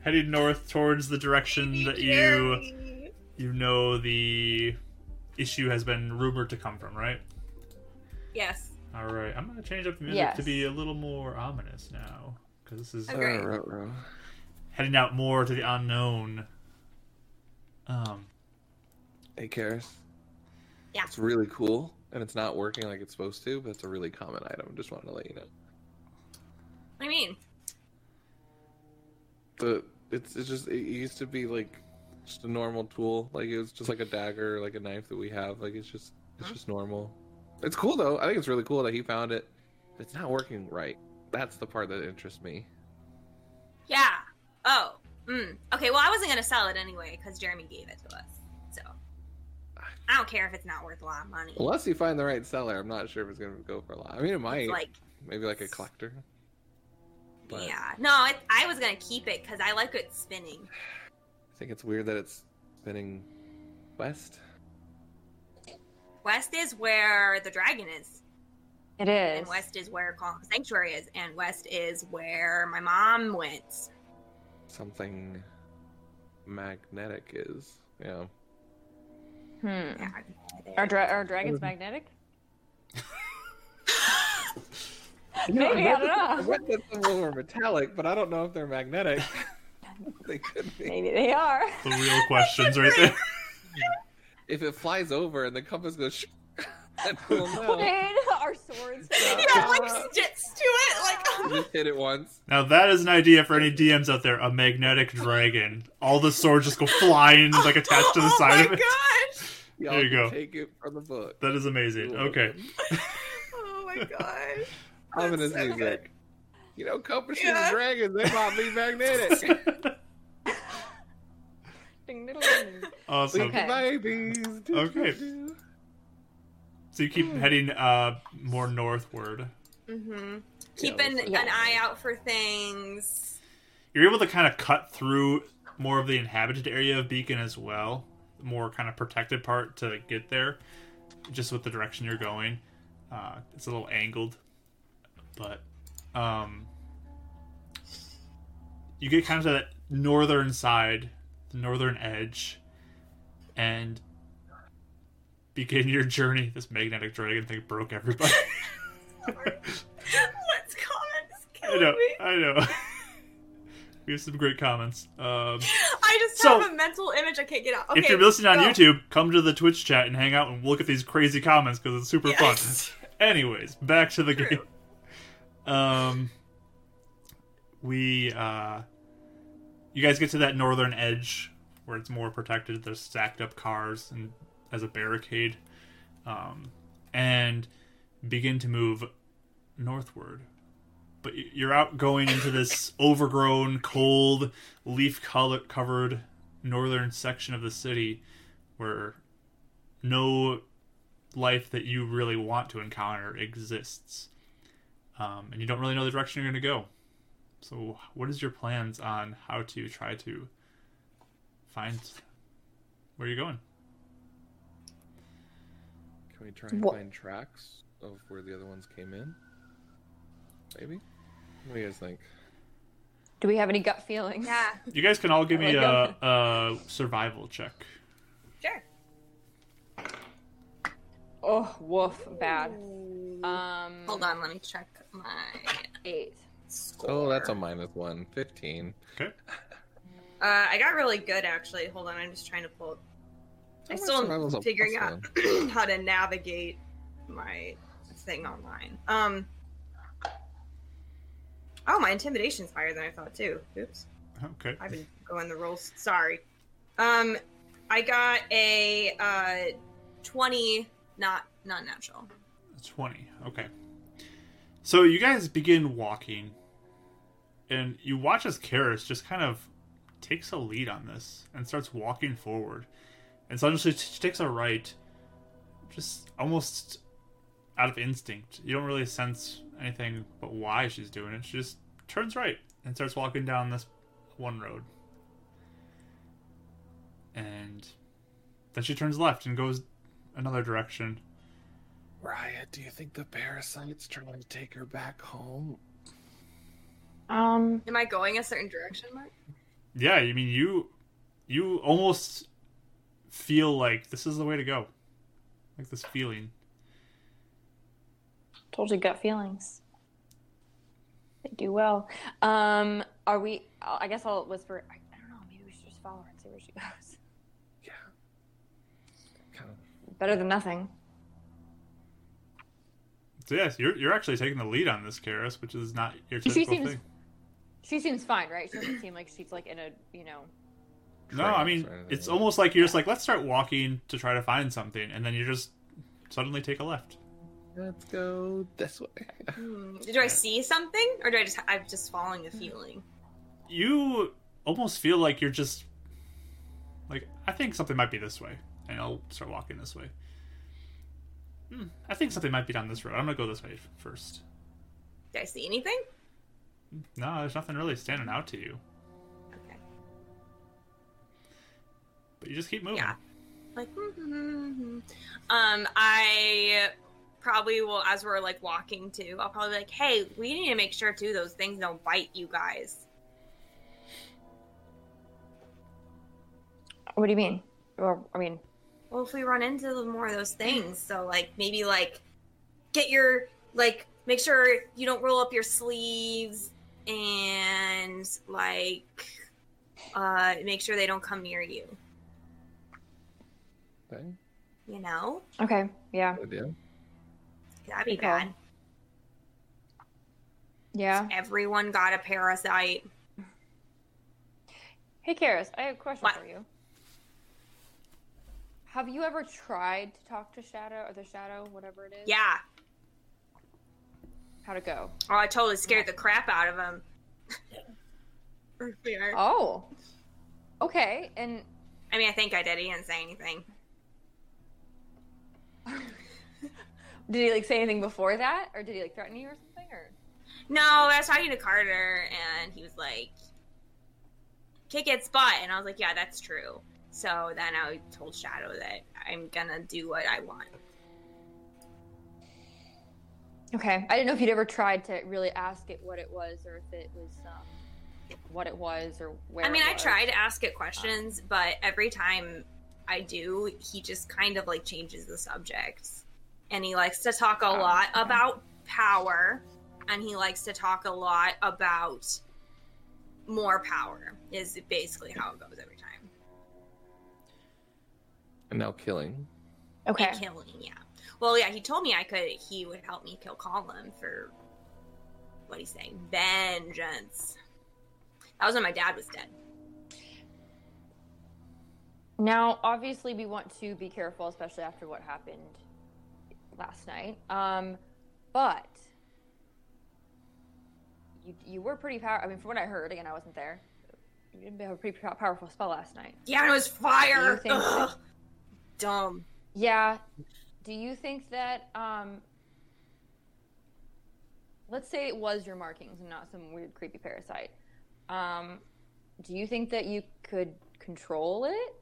[SPEAKER 2] Heading north towards the direction that you
[SPEAKER 3] Jeremy.
[SPEAKER 2] you know the issue has been rumored to come from, right?
[SPEAKER 3] Yes.
[SPEAKER 2] All right, I'm gonna change up the music
[SPEAKER 4] Yes.
[SPEAKER 2] to be a little more ominous now, because this is
[SPEAKER 3] Okay. Great.
[SPEAKER 5] Uh, ruh, ruh.
[SPEAKER 2] heading out more to the unknown. Um,
[SPEAKER 5] Hey, Karis.
[SPEAKER 3] Yeah.
[SPEAKER 5] It's really cool, and it's not working like it's supposed to, but it's a really common item. Just wanted to let you know.
[SPEAKER 3] What do you mean?
[SPEAKER 5] The it's it's just it used to be like just a normal tool, like it was just like a dagger, like a knife that we have. Like it's just it's just normal. It's cool though. I think it's really cool that he found it. It's not working right. That's the part that interests me.
[SPEAKER 3] Yeah. Oh. Mm. Okay. Well, I wasn't gonna sell it anyway because Jeremy gave it to us. So I don't care if it's not worth a lot of money.
[SPEAKER 5] Unless you find the right seller, I'm not sure if it's gonna go for a lot. I mean, it might.
[SPEAKER 3] It's like
[SPEAKER 5] Maybe like a collector. But
[SPEAKER 3] yeah, no, it, I was gonna keep it because I like it spinning.
[SPEAKER 5] I think it's weird that it's spinning west.
[SPEAKER 3] West is where the dragon is,
[SPEAKER 4] It is.
[SPEAKER 3] and west is where Calm Sanctuary is, and west is where my mom went.
[SPEAKER 5] Something magnetic is. Yeah.
[SPEAKER 4] Hmm.
[SPEAKER 3] Yeah,
[SPEAKER 4] Are, dra- are dragons magnetic? Maybe I
[SPEAKER 5] I
[SPEAKER 4] don't know.
[SPEAKER 5] read that some were metallic, but I don't know if they're magnetic. they could be.
[SPEAKER 4] Maybe they are.
[SPEAKER 2] The real questions right there.
[SPEAKER 5] If it flies over and the compass goes, sh- I don't know.
[SPEAKER 4] Wait, our swords.
[SPEAKER 3] yeah, like sticks to it, like. oh
[SPEAKER 5] You just hit it once.
[SPEAKER 2] Now that is an idea for any DMs out there. A magnetic dragon. All the swords just go flying like attached to the
[SPEAKER 3] oh
[SPEAKER 2] side
[SPEAKER 3] my
[SPEAKER 2] of it.
[SPEAKER 3] gosh!
[SPEAKER 5] Y'all
[SPEAKER 2] There you
[SPEAKER 5] can
[SPEAKER 2] go.
[SPEAKER 5] Take it from the book.
[SPEAKER 2] That is amazing. Okay.
[SPEAKER 3] Oh my gosh!
[SPEAKER 5] Ominous
[SPEAKER 3] so
[SPEAKER 5] music.
[SPEAKER 3] good.
[SPEAKER 5] You know, compass
[SPEAKER 3] Yeah.
[SPEAKER 5] and dragons, they might be magnetic.
[SPEAKER 2] awesome.
[SPEAKER 4] Okay.
[SPEAKER 5] Babies.
[SPEAKER 2] Okay. So you
[SPEAKER 3] Hmm.
[SPEAKER 2] keep heading uh more northward.
[SPEAKER 3] Mm-hmm.
[SPEAKER 5] Yeah,
[SPEAKER 3] Keeping
[SPEAKER 5] we'll see.
[SPEAKER 3] an eye out for things.
[SPEAKER 2] You're able to kind of cut through more of the inhabited area of Beacon as well, the more kind of protected part to get there, just with the direction you're going. Uh, it's a little angled, but um, you get kind of to that northern side, the northern edge, and begin your journey. This magnetic dragon thing broke everybody.
[SPEAKER 3] What's comment is
[SPEAKER 2] I
[SPEAKER 3] killing
[SPEAKER 2] know.
[SPEAKER 3] me.
[SPEAKER 2] I know. we have some great comments. Um,
[SPEAKER 3] I just
[SPEAKER 2] So-
[SPEAKER 3] have a mental image I can't get out. Okay,
[SPEAKER 2] if you're listening on
[SPEAKER 3] go.
[SPEAKER 2] YouTube, come to the Twitch chat and hang out and look at these crazy comments because it's super
[SPEAKER 3] Yes.
[SPEAKER 2] fun. Anyways, back to the
[SPEAKER 3] True.
[SPEAKER 2] game. Um, we uh, you guys get to that northern edge where it's more protected. There's stacked up cars and as a barricade, um, and begin to move northward. But y- you're out going into this overgrown, cold, leaf color covered northern section of the city where no life that you really want to encounter exists. Um, and you don't really know the direction you're going to go. So, what is your plans on how to try to find where you're going?
[SPEAKER 5] Can we try and
[SPEAKER 4] What-
[SPEAKER 5] find tracks of where the other ones came in? Maybe. What do you guys think?
[SPEAKER 4] Do we have any gut feelings?
[SPEAKER 3] Yeah,
[SPEAKER 2] You guys can all give me
[SPEAKER 4] Oh
[SPEAKER 2] a,
[SPEAKER 4] my
[SPEAKER 2] a survival check.
[SPEAKER 3] sure.
[SPEAKER 4] Oh, woof, bad. Um,
[SPEAKER 3] Hold on, let me check my
[SPEAKER 4] Eight.
[SPEAKER 3] score.
[SPEAKER 5] Oh, that's a minus one. 15.
[SPEAKER 2] Okay.
[SPEAKER 3] Uh, I got really good actually. Hold on, I'm just trying to pull. I
[SPEAKER 5] Someone's
[SPEAKER 3] still
[SPEAKER 5] survival's a
[SPEAKER 3] am figuring
[SPEAKER 5] plus
[SPEAKER 3] out how to navigate my thing online. Um. Oh, my intimidation's higher than I thought too. Oops.
[SPEAKER 2] Okay.
[SPEAKER 3] I've been going the rolls. Sorry. Um, I got a uh, twenty, not not natural.
[SPEAKER 2] 20. Okay. So you guys begin walking, and you watch as Karis just kind of takes a lead on this and starts walking forward. And suddenly she she takes a right, just almost out of instinct. You don't really sense anything but why she's doing it. She just turns right and starts walking down this one road. And then she turns left and goes another direction.
[SPEAKER 5] Raya, do you think the parasite's trying to take her back home?
[SPEAKER 4] Um,
[SPEAKER 3] Am I going a certain direction, Mark?
[SPEAKER 2] yeah i mean you you almost feel like this is the way to go like this feeling
[SPEAKER 4] told you gut feelings. They do well. Um, are we? I'll- I guess I'll whisper. I, I don't know. Maybe we should just follow her and see where she goes.
[SPEAKER 5] Yeah. Kind of.
[SPEAKER 4] Better than nothing.
[SPEAKER 2] so yes you're, you're actually taking the lead on this Karis, which is not your
[SPEAKER 4] She
[SPEAKER 2] typical
[SPEAKER 4] seems-
[SPEAKER 2] thing
[SPEAKER 4] She seems fine, right? She doesn't seem like she's like in a you know.
[SPEAKER 2] no i mean
[SPEAKER 5] Trance or
[SPEAKER 2] it's
[SPEAKER 5] anything.
[SPEAKER 2] almost like you're just like let's start walking to try to find something and then you just suddenly take a left
[SPEAKER 5] Let's go this way.
[SPEAKER 3] Hmm. Do I see something, or do I just I'm just following the feeling?
[SPEAKER 2] you almost feel like you're just like i think something might be this way and I'll start walking this way. Hmm, I think something might be down this road. I'm gonna go this way f- first.
[SPEAKER 3] Did I see anything?
[SPEAKER 2] No, there's nothing really standing out to you,
[SPEAKER 3] Okay.
[SPEAKER 2] but you just keep moving.
[SPEAKER 3] Yeah. Like, um, I probably will as we're like walking too. I'll probably be like, hey, we need to make sure too those things don't bite you guys.
[SPEAKER 4] What do you mean? Well, I mean,
[SPEAKER 3] Well, if we run into the- more of those things, so like maybe like get your like make sure you don't roll up your sleeves and like uh make sure they don't come near you,
[SPEAKER 5] Okay.
[SPEAKER 3] you know?
[SPEAKER 4] okay, yeah,
[SPEAKER 5] Good idea.
[SPEAKER 3] That'd be
[SPEAKER 4] Okay.
[SPEAKER 3] bad.
[SPEAKER 4] yeah.
[SPEAKER 3] Everyone got a parasite.
[SPEAKER 4] Hey, Karis, I have a question
[SPEAKER 3] What?
[SPEAKER 4] for you. Have you ever tried to talk to Shadow or the Shadow, whatever it is?
[SPEAKER 3] Yeah.
[SPEAKER 4] How'd it go?
[SPEAKER 3] Oh, I totally scared the crap out of him. I
[SPEAKER 4] Oh. Okay, and
[SPEAKER 3] mean, I think I did. He didn't say anything.
[SPEAKER 4] did he like say anything before that, or did he like threaten you or something? Or
[SPEAKER 3] No, I was talking to Carter, and he was like, "Kick its butt," and I was like, "Yeah, that's true." So then I told Shadow that I'm gonna do what I want.
[SPEAKER 4] okay, I didn't know if you'd ever tried to really ask it what it was, or if it was um, what it was, or where.
[SPEAKER 3] I mean,
[SPEAKER 4] it
[SPEAKER 3] I
[SPEAKER 4] was.
[SPEAKER 3] try to ask it questions,
[SPEAKER 4] Um,
[SPEAKER 3] but every time I do, he just kind of like changes the subject. And he likes to talk a
[SPEAKER 4] Oh,
[SPEAKER 3] lot
[SPEAKER 4] okay.
[SPEAKER 3] about power, and he likes to talk a lot about more power, is basically how it goes every time.
[SPEAKER 5] And now killing.
[SPEAKER 4] Okay.
[SPEAKER 3] and killing. Yeah. Well, yeah, he told me I could. He would help me kill Colin for what he's saying, vengeance. That was when my dad was dead.
[SPEAKER 4] Now, obviously, we want to be careful, especially after what happened last night. Um, but you, you were pretty powerful. I mean, from what I heard, again, I wasn't there. You did have a pretty pow- powerful spell last night.
[SPEAKER 3] Yeah, and it was
[SPEAKER 4] Do you
[SPEAKER 3] fire.
[SPEAKER 4] think-
[SPEAKER 3] Ugh. Dumb.
[SPEAKER 4] Yeah. Do you think that, um, let's say it was your markings and not some weird, creepy parasite? Um, do you think that you could control it?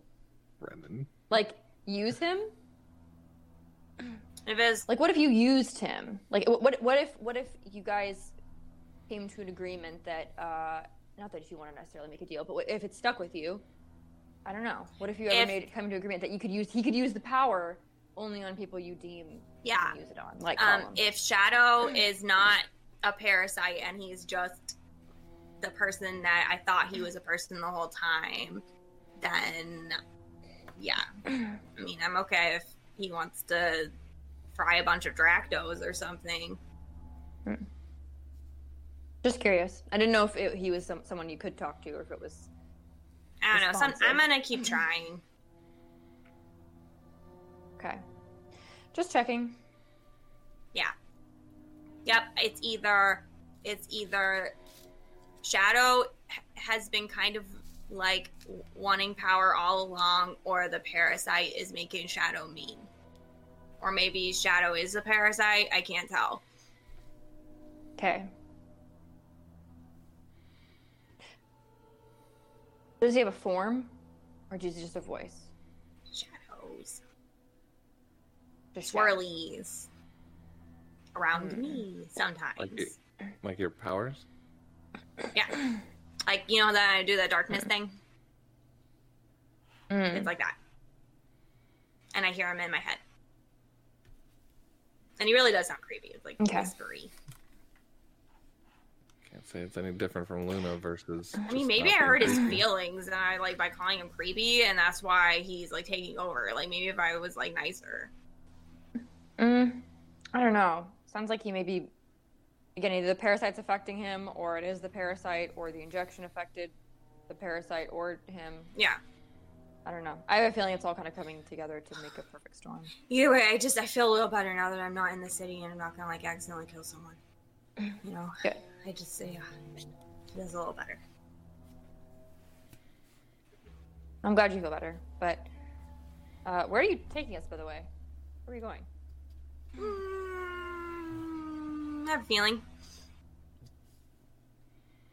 [SPEAKER 5] Brendan.
[SPEAKER 4] Like, use him?
[SPEAKER 3] If it was,
[SPEAKER 4] Like, what if you used him? Like, wh- what what if what if you guys came to an agreement that uh, not that you want to necessarily make a deal, but what- if it stuck with you, I don't know. What if you ever
[SPEAKER 3] If-
[SPEAKER 4] made it come to agreement that you could use he could use the power only on people you deem you
[SPEAKER 3] yeah.
[SPEAKER 4] can use it on, like
[SPEAKER 3] Um,
[SPEAKER 4] Colin.
[SPEAKER 3] if Shadow is not a parasite and he's just the person that I thought he was a person the whole time, then yeah. I mean, I'm okay if he wants to fry a bunch of Dractos or something.
[SPEAKER 4] Just curious. I didn't know if it, he was some, someone you could talk to or if it was.
[SPEAKER 3] I don't know. Some,
[SPEAKER 4] Responsive.
[SPEAKER 3] I'm gonna keep trying.
[SPEAKER 4] Okay. Just checking.
[SPEAKER 3] Yep, it's either it's either Shadow h- has been kind of like w- wanting power all along, or the parasite is making Shadow mean, or maybe Shadow is the parasite. I can't tell.
[SPEAKER 4] Okay. Does he have a form, or does he just a voice?
[SPEAKER 3] Shadows,
[SPEAKER 4] Just shadow.
[SPEAKER 3] swirlies around me sometimes.
[SPEAKER 5] Like it- Like your powers?
[SPEAKER 3] yeah, like you know that I do the darkness thing.
[SPEAKER 4] Mm.
[SPEAKER 3] It's like that. And I hear him in my head. And he really does sound creepy. It's like
[SPEAKER 4] Okay.
[SPEAKER 3] whispery.
[SPEAKER 5] Can't say it's any different from Luna versus.
[SPEAKER 3] I mean, maybe I heard his feelings and I like by calling him creepy and that's why he's like taking over. Like maybe if I was like nicer.
[SPEAKER 4] Mm, I don't know. Sounds like he may be again either the parasite's affecting him, or it is the parasite, or the injection affected the parasite or him.
[SPEAKER 3] Yeah.
[SPEAKER 4] I don't know. I have a feeling it's all kind of coming together to make a perfect storm.
[SPEAKER 3] Either way, I just I feel a little better now that I'm not in the city and I'm not gonna like accidentally kill someone.
[SPEAKER 4] Mm.
[SPEAKER 3] You know?
[SPEAKER 4] Good.
[SPEAKER 3] I just yeah. It feels a little better.
[SPEAKER 4] I'm glad you feel better, but Uh, where are you taking us, by the way? Where are you going?
[SPEAKER 3] Mm, I have a feeling.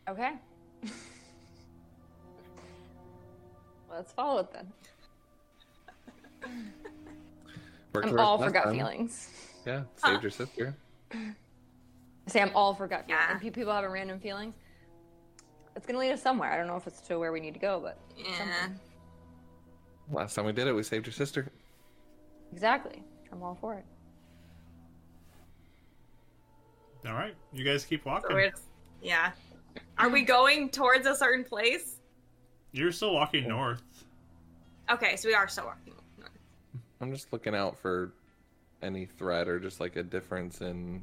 [SPEAKER 4] Okay. Let's follow it then.
[SPEAKER 5] Worked
[SPEAKER 4] I'm
[SPEAKER 5] for us
[SPEAKER 4] all for
[SPEAKER 5] last
[SPEAKER 4] gut
[SPEAKER 5] time.
[SPEAKER 4] feelings.
[SPEAKER 5] Yeah, saved your sister.
[SPEAKER 4] Say I'm all for gut feelings.
[SPEAKER 3] Yeah.
[SPEAKER 4] If you people have random feelings, it's gonna lead us somewhere. I don't know if it's to where we need to go, but
[SPEAKER 3] Yeah.
[SPEAKER 4] something.
[SPEAKER 5] Last time we did it, we saved your sister.
[SPEAKER 4] Exactly. I'm all for it.
[SPEAKER 2] All right, you guys keep
[SPEAKER 3] So
[SPEAKER 2] walking.
[SPEAKER 3] we're just- yeah. Are we going towards a certain place?
[SPEAKER 2] You're still walking north.
[SPEAKER 3] Okay, so we are still walking. north.
[SPEAKER 5] I'm just looking out for any threat or just like a difference in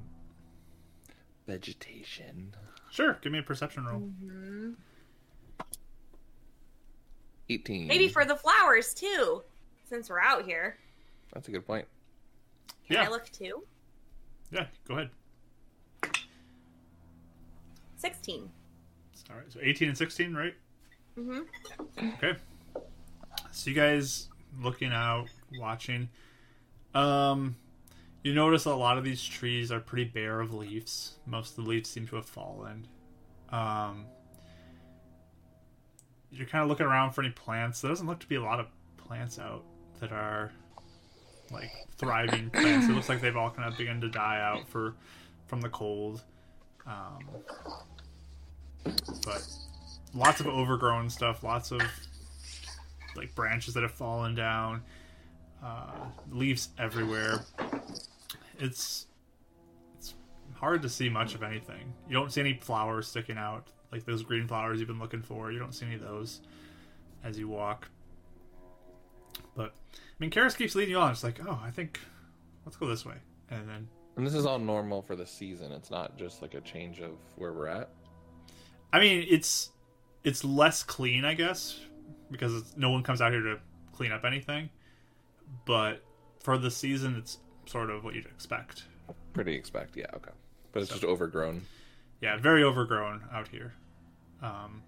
[SPEAKER 5] vegetation.
[SPEAKER 2] Sure, give me a perception roll.
[SPEAKER 3] Mm-hmm.
[SPEAKER 5] 18.
[SPEAKER 3] Maybe for the flowers too, since we're out here.
[SPEAKER 5] That's a good point.
[SPEAKER 3] Can
[SPEAKER 2] Yeah.
[SPEAKER 3] I look too?
[SPEAKER 2] Yeah, go ahead.
[SPEAKER 3] Sixteen.
[SPEAKER 2] All right, so 18 and 16, right?
[SPEAKER 3] Mm-hmm.
[SPEAKER 2] Okay. So you guys looking out, watching. Um, you notice a lot of these trees are pretty bare of leaves. Most of the leaves seem to have fallen. Um, you're kind of looking around for any plants. There doesn't look to be a lot of plants out that are like thriving plants. It looks like they've all kind of begun to die out for from the cold. Um, but lots of overgrown stuff, lots of like branches that have fallen down, uh, leaves everywhere. It's it's hard to see much of anything. You don't see any flowers sticking out, like those green flowers you've been looking for. You don't see any of those as you walk. But I mean, Karis keeps leading you on. It's like, oh, I think let's go this way, and then
[SPEAKER 5] And this is all normal for the season. It's not just like a change of where we're at.
[SPEAKER 2] I mean, it's it's less clean, I guess, because it's, no one comes out here to clean up anything. But for the season, it's sort of what you'd expect.
[SPEAKER 5] Pretty expect. Yeah, okay. But it's just overgrown.
[SPEAKER 2] Yeah, very overgrown out here, um,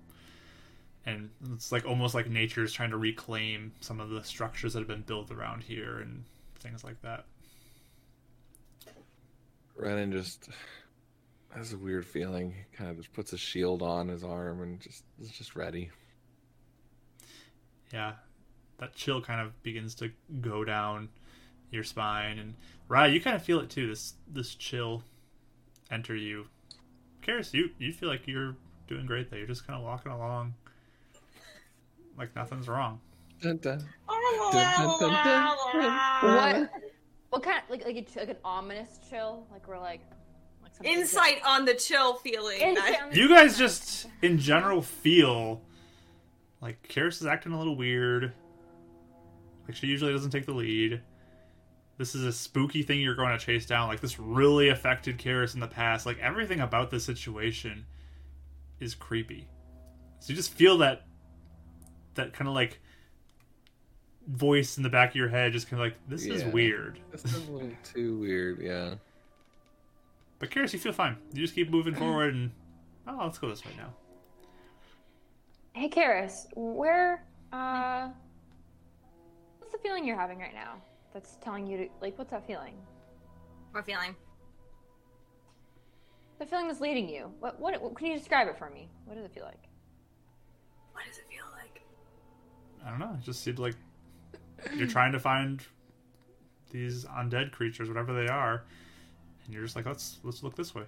[SPEAKER 2] and it's like almost like nature's trying to reclaim some of the structures that have been built around here and things like that.
[SPEAKER 5] Renan just has a weird feeling. He kind of just puts a shield on his arm and just is just ready.
[SPEAKER 2] yeah, that chill kind of begins to go down your spine, and Rye, you kind of feel it too. This this chill enter you. Karis, you you feel like you're doing great though. You're just kind of walking along, like nothing's wrong.
[SPEAKER 5] Dun, dun. Um,
[SPEAKER 4] What? What kind of like like, a, like an ominous chill? Like we're like, like something-
[SPEAKER 3] Insight on the chill feeling.
[SPEAKER 4] Insight on the-
[SPEAKER 2] You guys just in general feel like Karis is acting a little weird. Like she usually doesn't take the lead. This is a spooky thing you're going to chase down. Like this really affected Karis in the past. Like everything about this situation is creepy. So you just feel that that kind of like voice in the back of your head just kind of like this is
[SPEAKER 5] Yeah.
[SPEAKER 2] weird.
[SPEAKER 5] This is a little too weird. Yeah.
[SPEAKER 2] But Karis, you feel fine. You just keep moving forward and oh, let's go this way now.
[SPEAKER 4] Hey, Karis, where? Uh, what's the feeling you're having right now? That's telling you to like. What's that feeling?
[SPEAKER 3] What feeling?
[SPEAKER 4] The feeling that's leading you. What? What? what can you describe it for me? What does it feel like?
[SPEAKER 3] What does it feel like?
[SPEAKER 2] I don't know. It just seems like you're trying to find these undead creatures, whatever they are, and you're just like, let's let's look this way.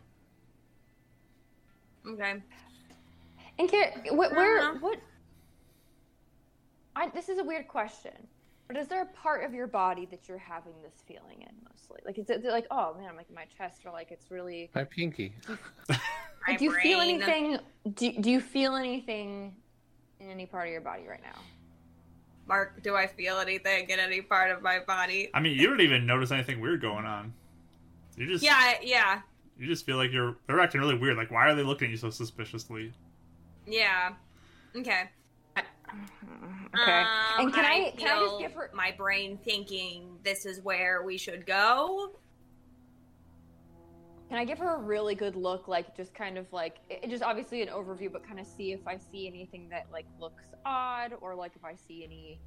[SPEAKER 3] Okay.
[SPEAKER 4] And Kar- wh- where?
[SPEAKER 3] Uh-huh.
[SPEAKER 4] What? I, this is a weird question, but is there a part of your body that you're having this feeling in mostly? Like, is it, is it like, oh man, I'm like in my chest, or like it's really?
[SPEAKER 5] My pinky.
[SPEAKER 3] My
[SPEAKER 4] do you feel
[SPEAKER 3] brain.
[SPEAKER 4] anything? Do, do you feel anything in any part of your body right now?
[SPEAKER 3] Mark, do I feel anything in any part of my body?
[SPEAKER 2] I mean, you don't even notice anything weird going on. You just
[SPEAKER 3] Yeah, I- yeah,
[SPEAKER 2] you just feel like you're they're acting really weird. Like, why are they looking at you so suspiciously?
[SPEAKER 3] yeah. Okay.
[SPEAKER 4] Okay.
[SPEAKER 3] Um,
[SPEAKER 4] and can I, can I just
[SPEAKER 3] feel
[SPEAKER 4] give her?
[SPEAKER 3] my brain thinking this is where we should go?
[SPEAKER 4] Can I give her a really good look, like just kind of like it, it just obviously an overview, but kind of see if I see anything that like looks odd or like if I see any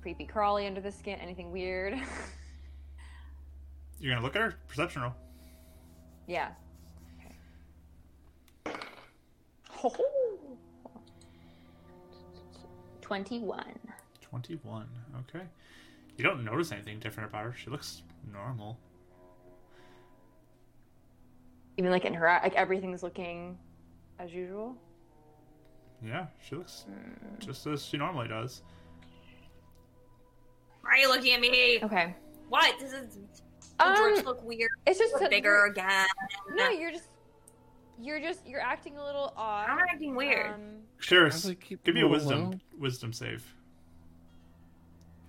[SPEAKER 4] creepy crawly under the skin, anything weird.
[SPEAKER 2] You're gonna look at her perception roll.
[SPEAKER 4] yeah. Okay. Twenty-one.
[SPEAKER 2] Twenty-one. Okay. You don't notice anything different about her. She looks normal.
[SPEAKER 4] Even like in her, eye- like everything's looking as usual. Mm.
[SPEAKER 2] Yeah, she looks just as she normally does.
[SPEAKER 3] Why are you looking at me?
[SPEAKER 4] Okay.
[SPEAKER 3] What? This is
[SPEAKER 4] Um,
[SPEAKER 3] George look weird.
[SPEAKER 4] It's just
[SPEAKER 3] Look
[SPEAKER 4] that
[SPEAKER 3] bigger
[SPEAKER 4] you're-
[SPEAKER 3] again.
[SPEAKER 4] No, you're just, you're just, you're acting a little odd.
[SPEAKER 3] I'm acting weird.
[SPEAKER 4] Um,
[SPEAKER 2] Sheriff,
[SPEAKER 5] Probably keep
[SPEAKER 2] give me a
[SPEAKER 5] them all
[SPEAKER 2] wisdom
[SPEAKER 5] alone.
[SPEAKER 2] wisdom save.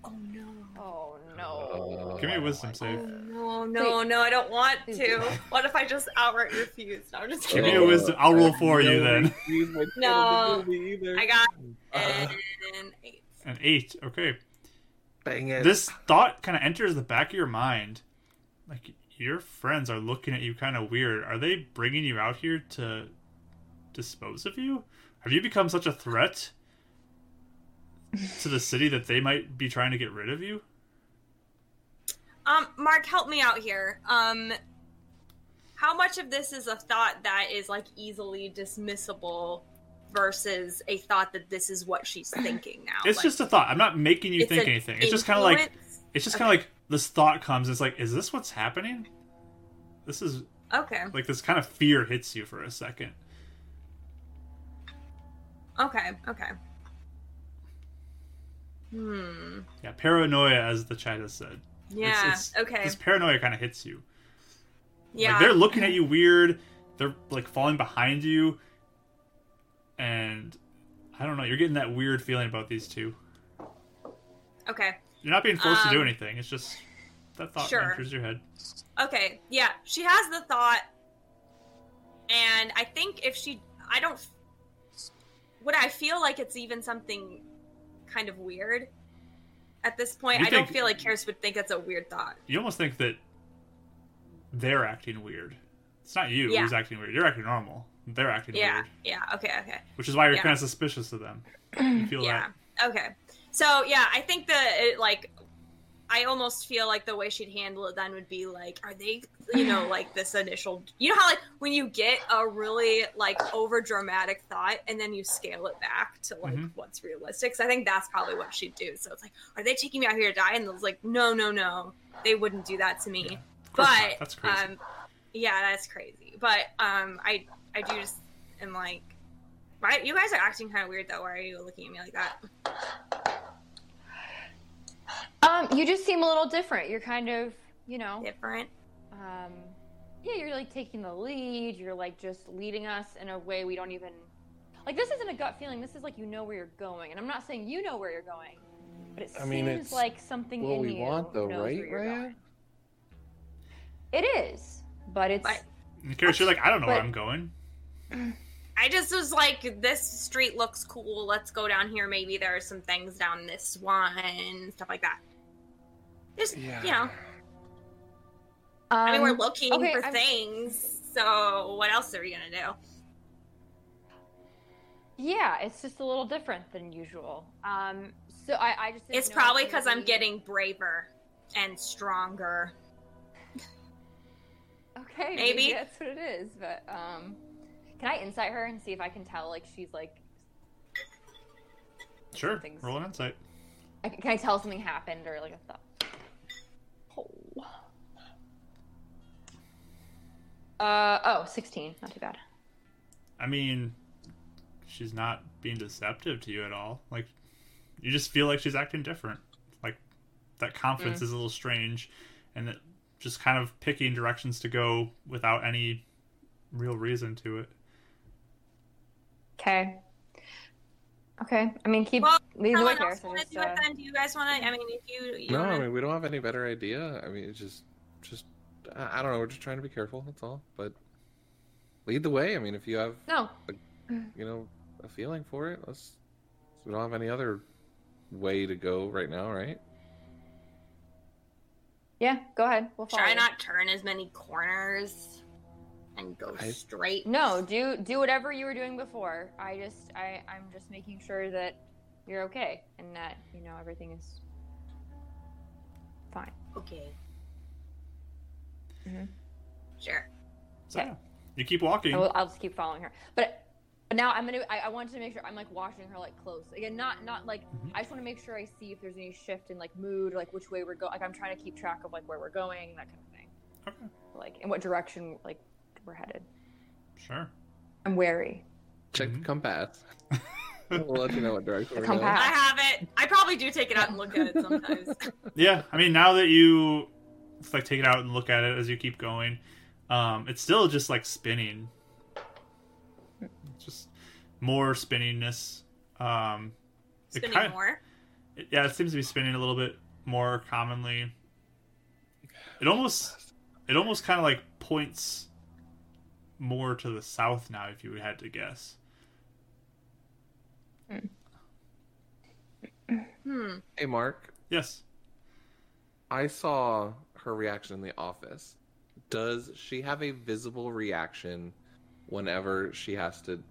[SPEAKER 3] oh no.
[SPEAKER 4] oh no.
[SPEAKER 2] Give me a
[SPEAKER 5] Uh,
[SPEAKER 2] wisdom
[SPEAKER 3] Oh,
[SPEAKER 2] save.
[SPEAKER 3] no, no, no, I don't want
[SPEAKER 4] Please
[SPEAKER 3] to.
[SPEAKER 4] do.
[SPEAKER 3] What if I just outright refuse? No, I'm just
[SPEAKER 2] Give
[SPEAKER 3] kidding.
[SPEAKER 2] me a wisdom. I'll roll for you then.
[SPEAKER 5] Use my
[SPEAKER 3] No.
[SPEAKER 5] total to do me either.
[SPEAKER 3] I got
[SPEAKER 2] Uh-huh.
[SPEAKER 5] Uh,
[SPEAKER 3] an eight.
[SPEAKER 2] An eight. Okay.
[SPEAKER 5] Dang it.
[SPEAKER 2] This thought kind of enters the back of your mind. Like your friends are looking at you kind of weird. Are they bringing you out here to dispose of you? Have you become such a threat to the city that they might be trying to get rid of you?
[SPEAKER 3] Um, Mark, help me out here. Um, how much of this is a thought that is like easily dismissible versus a thought that this is what she's thinking now?
[SPEAKER 2] It's
[SPEAKER 3] Like,
[SPEAKER 2] just a thought. I'm not making you
[SPEAKER 3] it's
[SPEAKER 2] think
[SPEAKER 3] an
[SPEAKER 2] anything. It's just kind of like
[SPEAKER 3] influence?
[SPEAKER 2] it's just kind of like this thought comes. It's like, is this what's happening? This is
[SPEAKER 3] okay,
[SPEAKER 2] like this kind of fear hits you for a second.
[SPEAKER 3] okay, okay. Hmm.
[SPEAKER 2] Yeah, paranoia, as the chat has said. It's-
[SPEAKER 3] Yeah.
[SPEAKER 2] it's-
[SPEAKER 3] okay.
[SPEAKER 2] This paranoia kind of hits you.
[SPEAKER 3] yeah.
[SPEAKER 2] Like they're looking at you weird. They're like falling behind you, and I don't know. You're getting that weird feeling about these two.
[SPEAKER 3] okay.
[SPEAKER 2] You're not being forced to do
[SPEAKER 3] Um,
[SPEAKER 2] anything. It's just that thought
[SPEAKER 3] sure.
[SPEAKER 2] enters your head.
[SPEAKER 3] Okay, yeah, she has the thought, and I think if she, I don't. Would I feel like it's even something kind of weird at this point?
[SPEAKER 2] You
[SPEAKER 3] I don't
[SPEAKER 2] think-
[SPEAKER 3] feel like Karis would think that's a weird thought.
[SPEAKER 2] You almost think that they're acting weird. It's not you
[SPEAKER 3] Yeah.
[SPEAKER 2] who's acting weird. You're acting normal. They're acting
[SPEAKER 3] Yeah,
[SPEAKER 2] weird,
[SPEAKER 3] yeah, okay, okay,
[SPEAKER 2] which is why you're
[SPEAKER 3] Yeah.
[SPEAKER 2] kind of suspicious of them. You feel
[SPEAKER 3] yeah, okay. So yeah, I think that it, like. I almost feel like the way she'd handle it then would be like, are they, you know, like this initial, you know how like when you get a really like over dramatic thought and then you scale it back to like
[SPEAKER 2] Mhm.
[SPEAKER 3] what's realistic. So I think that's probably what she'd do. So it's like, are they taking me out here to die? And it's like, no, no, no, they wouldn't do that to me.
[SPEAKER 2] Yeah, of course
[SPEAKER 3] but
[SPEAKER 2] not. That's crazy.
[SPEAKER 3] um, yeah, that's crazy. But um, I, I do just am like, why you guys are acting kind of weird though? Why are you looking at me like that?
[SPEAKER 5] Uh,
[SPEAKER 4] Um, you just seem a little different. You're kind of, you know,
[SPEAKER 3] Different.
[SPEAKER 4] um, yeah, you're like taking the lead. You're like just leading us in a way we don't even like. This isn't a gut feeling. This is like you know where you're going, and I'm not saying you know where you're going, but it
[SPEAKER 5] I mean,
[SPEAKER 4] seems
[SPEAKER 5] it's
[SPEAKER 4] like something
[SPEAKER 5] what
[SPEAKER 4] in
[SPEAKER 5] we
[SPEAKER 4] you
[SPEAKER 5] want, though,
[SPEAKER 4] knows
[SPEAKER 5] right,
[SPEAKER 4] where you're
[SPEAKER 5] Raya?
[SPEAKER 4] going. It is, but it's
[SPEAKER 3] But-
[SPEAKER 2] And Karis,
[SPEAKER 3] uh,
[SPEAKER 2] you're like, I don't know where
[SPEAKER 4] but-
[SPEAKER 2] I'm going.
[SPEAKER 3] I just was like, this street looks cool. Let's go down here. Maybe there are some things down this one, stuff like that. Just
[SPEAKER 5] Yeah.
[SPEAKER 3] you know, I mean,
[SPEAKER 4] um,
[SPEAKER 3] we're looking
[SPEAKER 4] okay,
[SPEAKER 3] for
[SPEAKER 4] I'm-
[SPEAKER 3] things. So what else are we gonna do?
[SPEAKER 4] yeah, it's just a little different than usual. Um, so I, I just didn't
[SPEAKER 3] It's
[SPEAKER 4] know
[SPEAKER 3] probably
[SPEAKER 4] if
[SPEAKER 3] because I'm
[SPEAKER 4] maybe-
[SPEAKER 3] getting braver and stronger.
[SPEAKER 4] Okay,
[SPEAKER 3] Maybe.
[SPEAKER 4] maybe. that's what it is. But um, can I insight her and see if I can tell? Like she's like,
[SPEAKER 2] Sure,
[SPEAKER 4] Things-
[SPEAKER 2] roll an insight.
[SPEAKER 4] I- can I tell something happened or like a thought? Oh. Uh oh, 16. Not too bad.
[SPEAKER 2] I mean, she's not being deceptive to you at all. Like, you just feel like she's acting different. Like, that
[SPEAKER 4] Mm.
[SPEAKER 2] confidence is a little strange, and that just kind of picking directions to go without any real reason to it.
[SPEAKER 4] Okay. Okay. I mean, keep
[SPEAKER 3] Well,
[SPEAKER 4] leading the way
[SPEAKER 3] Someone
[SPEAKER 4] here.
[SPEAKER 3] else
[SPEAKER 4] So
[SPEAKER 3] want to
[SPEAKER 4] just,
[SPEAKER 3] do it
[SPEAKER 4] uh,
[SPEAKER 3] then? Do you guys want to? I mean, if you, you
[SPEAKER 5] No, I
[SPEAKER 3] wanna...
[SPEAKER 5] mean we don't have any better idea. I mean it's just, just I I don't know. We're just trying to be careful. That's all. But lead the way. I mean, if you have
[SPEAKER 4] no.
[SPEAKER 5] you know a feeling for it, let's. We don't have any other way to go right now, right?
[SPEAKER 4] Yeah. Go ahead. We'll follow.
[SPEAKER 3] try
[SPEAKER 4] you.
[SPEAKER 3] not turn as many corners and go
[SPEAKER 5] I-
[SPEAKER 3] straight.
[SPEAKER 4] No. Do do whatever you were doing before. I just I I'm just making sure that you're okay and that you know everything is Fine.
[SPEAKER 3] Okay.
[SPEAKER 4] Mhm.
[SPEAKER 3] Sure.
[SPEAKER 2] So
[SPEAKER 4] Okay.
[SPEAKER 2] yeah, you keep walking.
[SPEAKER 4] I will, I'll just keep following her. But, but now I'm gonna. I, I wanted to make sure I'm like watching her like close. Again, not not like.
[SPEAKER 2] Mhm.
[SPEAKER 4] I just want to make sure I see if there's any shift in like mood, like which way we're going. Like I'm trying to keep track of like where we're going, that kind of thing.
[SPEAKER 2] Okay,
[SPEAKER 4] Like in what direction like we're headed.
[SPEAKER 2] sure.
[SPEAKER 4] I'm wary.
[SPEAKER 5] Check
[SPEAKER 2] Mhm.
[SPEAKER 5] the compass. we'll let you know what direction
[SPEAKER 4] The
[SPEAKER 5] we're
[SPEAKER 4] compass.
[SPEAKER 5] going.
[SPEAKER 3] I have it. I probably do take it out and look at it sometimes.
[SPEAKER 2] Yeah, I mean, now that you it's like take it out and look at it as you keep going, um, it's still just like spinning. It's just more spinningness. Um, It
[SPEAKER 3] Spinning
[SPEAKER 2] kind-
[SPEAKER 3] more.
[SPEAKER 2] it- yeah, it seems to be spinning a little bit more commonly. It almost, it almost kind of like points more to the south now, if you had to guess.
[SPEAKER 3] Hmm.
[SPEAKER 5] Hey, Mark.
[SPEAKER 2] Yes.
[SPEAKER 5] I saw her reaction in the office. Does she have a visible reaction whenever she has to